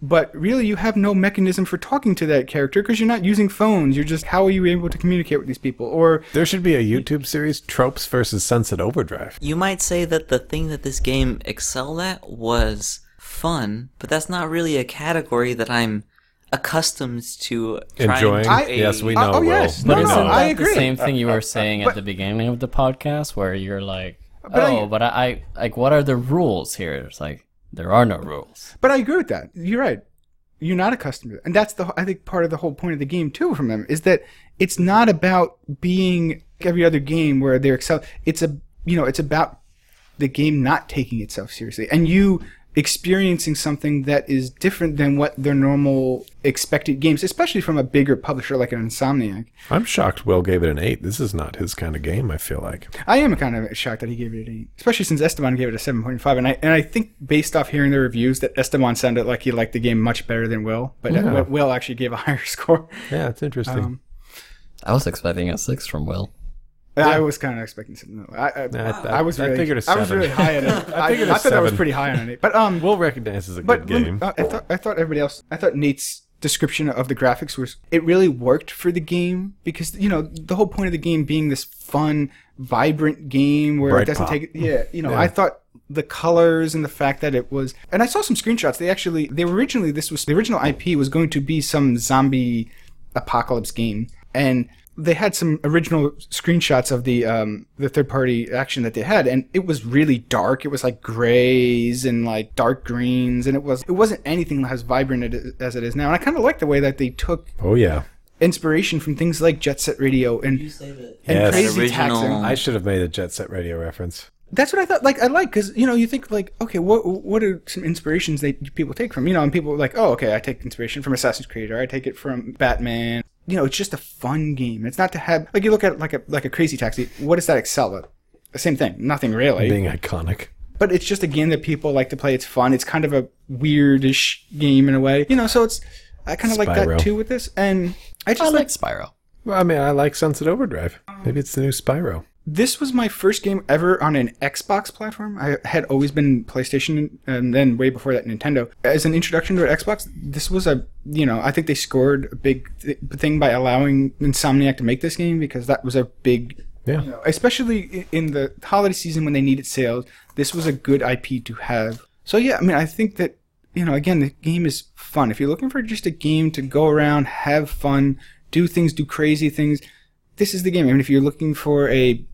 D: but really you have no mechanism for talking to that character because you're not using phones you're just how are you able to communicate with these people or
F: There should be a YouTube series, Tropes versus Sunset Overdrive.
G: You might say that the thing that this game excelled at was fun, but that's not really a category that I'm accustomed to trying
F: Enjoying?
G: To
D: I-
F: yes, we
D: I-
F: know.
D: oh,
F: Will.
D: yes.
F: We
D: No,
F: know.
D: no, I
I: that
D: agree. Uh,
I: the same thing you were saying at the beginning of the podcast where you're like,
D: But I-
I: oh, but I, I, like, what are the rules here? It's like, there are no rules.
D: But I agree with that. You're right. You're not accustomed to it. And that's the I think part of the whole point of the game too from them is that it's not about being like every other game where they're excel it's a you know, it's about the game not taking itself seriously and you experiencing something that is different than what their normal expected games, especially from a bigger publisher like an Insomniac.
F: I'm shocked Will gave it an 8. This is not his kind of game, I feel like.
D: I am kind of shocked that he gave it an eight, especially since Esteban gave it a seven point five, and I and I think based off hearing the reviews that Esteban sounded like he liked the game much better than Will, but uh, Will- Will actually gave a higher score.
F: Yeah, it's interesting.
D: Um,
I: I was expecting a six from Will.
D: I was kind of expecting something. I I,
F: Nah, I-
D: I, was
F: I
D: really,
F: figured a
D: I was
F: seven.
D: really high on it. I,
F: figured a
D: I thought that was
F: seven.
D: pretty high on it, but um,
F: Will recognizes a
D: but
F: good
D: let me-
F: game.
D: uh, I thought I thought everybody else. I thought Nate's description of the graphics was it really worked for the game because you know the whole point of the game being this fun, vibrant game where
F: Bright
D: it doesn't
F: pop.
D: take yeah. You know, I thought the colors and the fact that it was and I saw some screenshots. They actually they were originally this was the original IP was going to be some zombie apocalypse game and they had some original screenshots of the um, the third party action that they had and it was really dark it was like grays and like dark greens and it was it wasn't anything as vibrant it- as it is now and i kind of like the way that they took
F: oh, yeah.
D: inspiration from things like jet set radio and, and
F: Yes.
D: crazy
G: Original-
D: Taxi.
F: I should have made a Jet Set Radio reference.
D: That's what I thought. Like I like because you know you think like okay, what what are some inspirations that people take from you know? And people are like oh okay, I take inspiration from Assassin's Creed or I take it from Batman. You know, it's just a fun game. It's not to have like you look at it like a like a Crazy Taxi. What does that excel at? The Same thing, nothing really.
F: Being iconic.
D: But it's just a game that people like to play. It's fun. It's kind of a weirdish game in a way, you know. So it's I kind of like
F: Spyro.
D: that too with this, and I just
I: I
D: like
I: like Spyro.
F: Well, I mean, I like Sunset Overdrive. Maybe it's the new Spyro.
D: this was my first game ever on an Xbox platform. I had always been PlayStation and then way before that Nintendo. As an introduction to an Xbox, this was a, you know, I think they scored a big th- thing by allowing Insomniac to make this game because that was a big
F: Yeah.
D: you know, especially i- in the holiday season when they needed sales, this was a good IP to have. So yeah, I mean, I think that you know, again, the game is fun. If you're looking for just a game to go around, have fun, do things, do crazy things, this is the game. I mean, if you're looking for a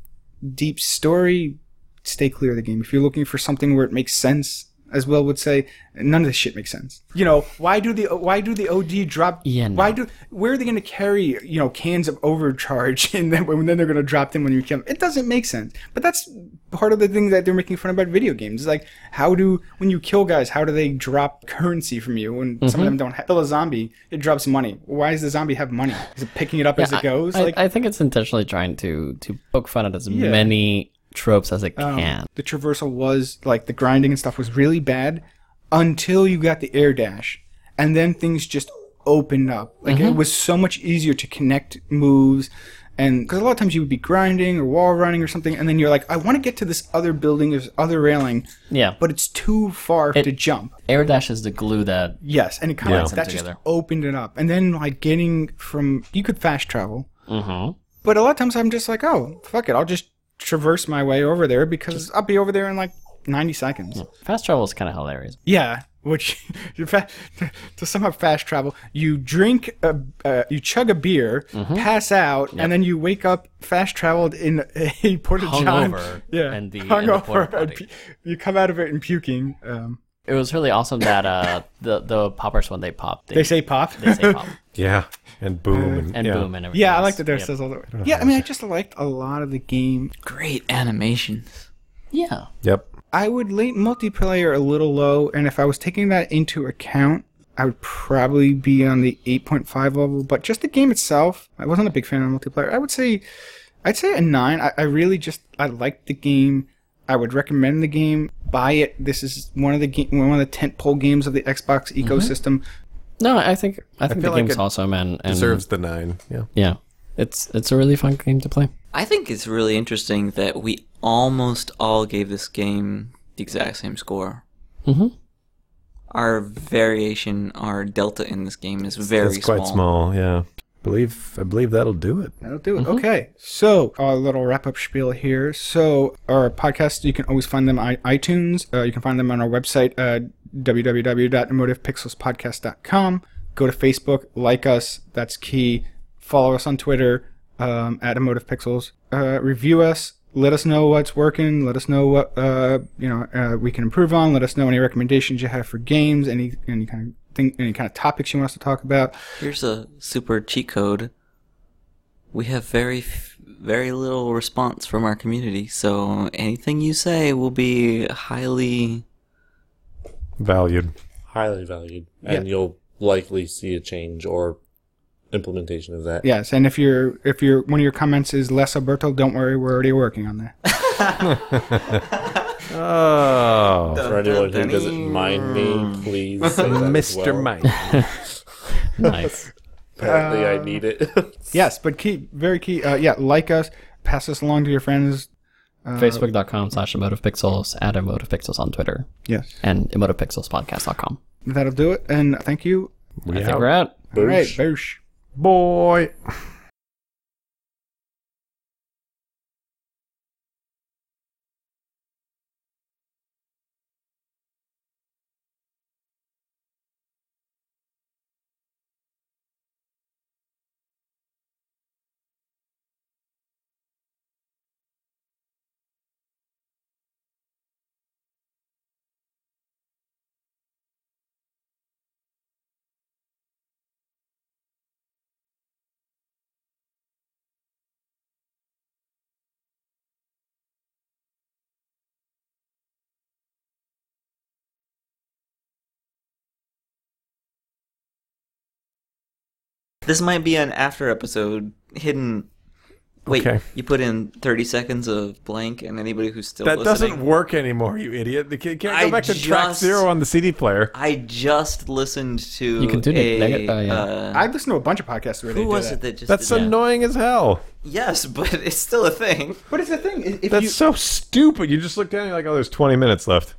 D: deep story, stay clear of the game. If you're looking for something where it makes sense, as Will would say, none of this shit makes sense. You know, why do the why do the OD drop?
I: Yeah, no.
D: Why do where are they going to carry you know cans of overcharge and then when then they're going to drop them when you kill them? It doesn't make sense. But that's part of the thing that they're making fun about video games. It's like how do when you kill guys, how do they drop currency from you? When some
I: Mm-hmm.
D: of them don't have, kill a zombie, it drops money. Why does the zombie have money? Is it picking it up as it goes?
I: I,
D: like
I: I think it's intentionally trying to to poke fun at as many tropes as it can.
D: the traversal was like the grinding and stuff was really bad until you got the air dash and then things just opened up like it was so much easier to connect moves And because a lot of times you would be grinding or wall running or something, and then you're like, I want to get to this other building, this other railing,
E: Yeah.
D: but it's too far to jump.
E: Air dash is the glue that
D: Yes, and it kind of
E: them
D: that just
E: together.
D: opened it up, and then like getting from you could fast travel, mm-hmm. but a lot of times I'm just like, oh fuck it, I'll just traverse my way over there because I'll be over there in like 90 seconds.
E: fast travel is kind of hilarious.
D: Yeah, which you fa- to somehow fast travel, you drink a uh, you chug a beer,
E: Mm-hmm.
D: pass out, and then you wake up fast traveled in a porta john.
E: Hungover
D: yeah,
E: and the- and the
D: hungover.
E: porta potty.
D: pu- you come out of it and puking. Um,
E: It was really awesome that uh, the the poppers when they pop, they,
D: they say pop.
E: they say pop
F: Yeah, and boom and,
E: and
F: yeah.
E: boom and everything.
D: Yeah, I
E: else.
D: like that there
E: Yep.
D: says all that. Yeah, I mean, I just liked a lot of the game.
G: Great animations.
E: Yeah,
F: Yep.
D: I would rate multiplayer a little low, and if I was taking that into account, I would probably be on the 8.5 level. But just the game itself, I wasn't a big fan of multiplayer. I would say, I'd say a nine. I, I really just I liked the game. I would recommend the game. Buy it. This is one of the game, one of the tentpole games of the Xbox ecosystem.
E: no, I think I think
F: feel
E: the
F: like
E: game's
F: it
E: awesome and, and
F: Deserves the nine. Yeah.
E: Yeah, it's it's a really fun game to play.
G: I think it's really interesting that we almost all gave this game the exact same score.
F: Mm-hmm.
E: Mhm.
G: Our variation, our delta in this game is very
F: it's quite small. Yeah. Believe I believe that'll do it.
D: That'll do it. Okay. So, our little wrap up spiel here. So, our podcast, you can always find them on iTunes. Uh, you can find them on our website, uh, www.emotivepixelspodcast.com. Go to Facebook, like us. That's key. Follow us on Twitter um, at Emotive Pixels. Uh, review us. Let us know what's working. Let us know what uh, you know uh, we can improve on. Let us know any recommendations you have for games, any any kind of thing, any kind of topics you want us to talk about.
G: Here's a super cheat code. We have very, f- very little response from our community, so anything you say will be highly.
F: Valued.
C: Highly valued. And you'll likely see a change or implementation of that.
D: Yes, and if your if your one of your comments is less Alberto, don't worry, we're already working on that.
F: Oh,
C: For anyone who doesn't mind me, please say that as well.
F: Mr. Mike.
E: Nice.
C: Apparently, I need it.
D: yes, but key, very key. Uh, yeah, like us, pass us along to your friends. uh,
F: Uh,
E: Facebook.com slash emotive pixels at emotive pixels on Twitter
D: Yes,
E: and emotive pixels podcast.com.
D: that'll do it. And thank you.
E: I
F: We
E: think
F: out.
E: we're out.
D: All right, boosh.
F: boy.
G: This might be an after episode hidden. Wait,
F: Okay.
G: you put in 30 seconds of blank, and anybody who's still
F: That
G: listening.
F: doesn't work anymore, you idiot. The kid can't go
G: I
F: back to track
G: just-
F: zero on the CD player.
G: I just listened to.
E: You can do
G: a,
E: neg- neg- oh, yeah.
G: uh,
D: I listened to a bunch of podcasts where they
G: who
D: do
G: was
D: that.
G: it that just?
F: That's
G: did that?
F: annoying as hell.
G: Yes, but it's still a thing.
D: But it's the thing. i- If
F: That's
D: you,
F: so stupid. You just look down and you're like, oh, there's 20 minutes left.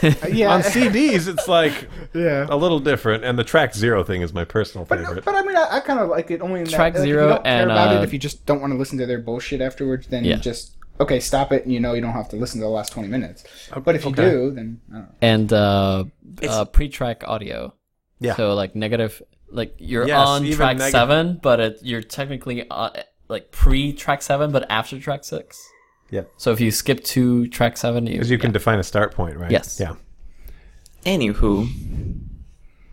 D: uh, yeah,
F: On CDs, it's like
D: yeah.
F: a little different, and the track zero thing is my personal
D: But,
F: favorite.
D: but I mean, I, I kind of like it only in that,
E: Track
D: like, if you
E: zero
D: don't care
E: and,
D: about
E: uh,
D: it. If you just don't want to listen to their bullshit afterwards, then
E: Yeah.
D: you just okay, stop it. And you know you don't have to listen to the last twenty minutes. But if you
F: okay.
D: do, then I don't know.
E: And uh, uh, pre track audio.
F: Yeah.
E: So, like, negative, like, you're
F: Yes,
E: on
F: even
E: track
F: neg-
E: seven, but it, you're technically uh, like pre track seven, but after track six.
F: Yep.
E: So, if you skip to track seven, you.
F: Because you can define a start point, right?
E: Yes.
F: Yeah.
G: Anywho,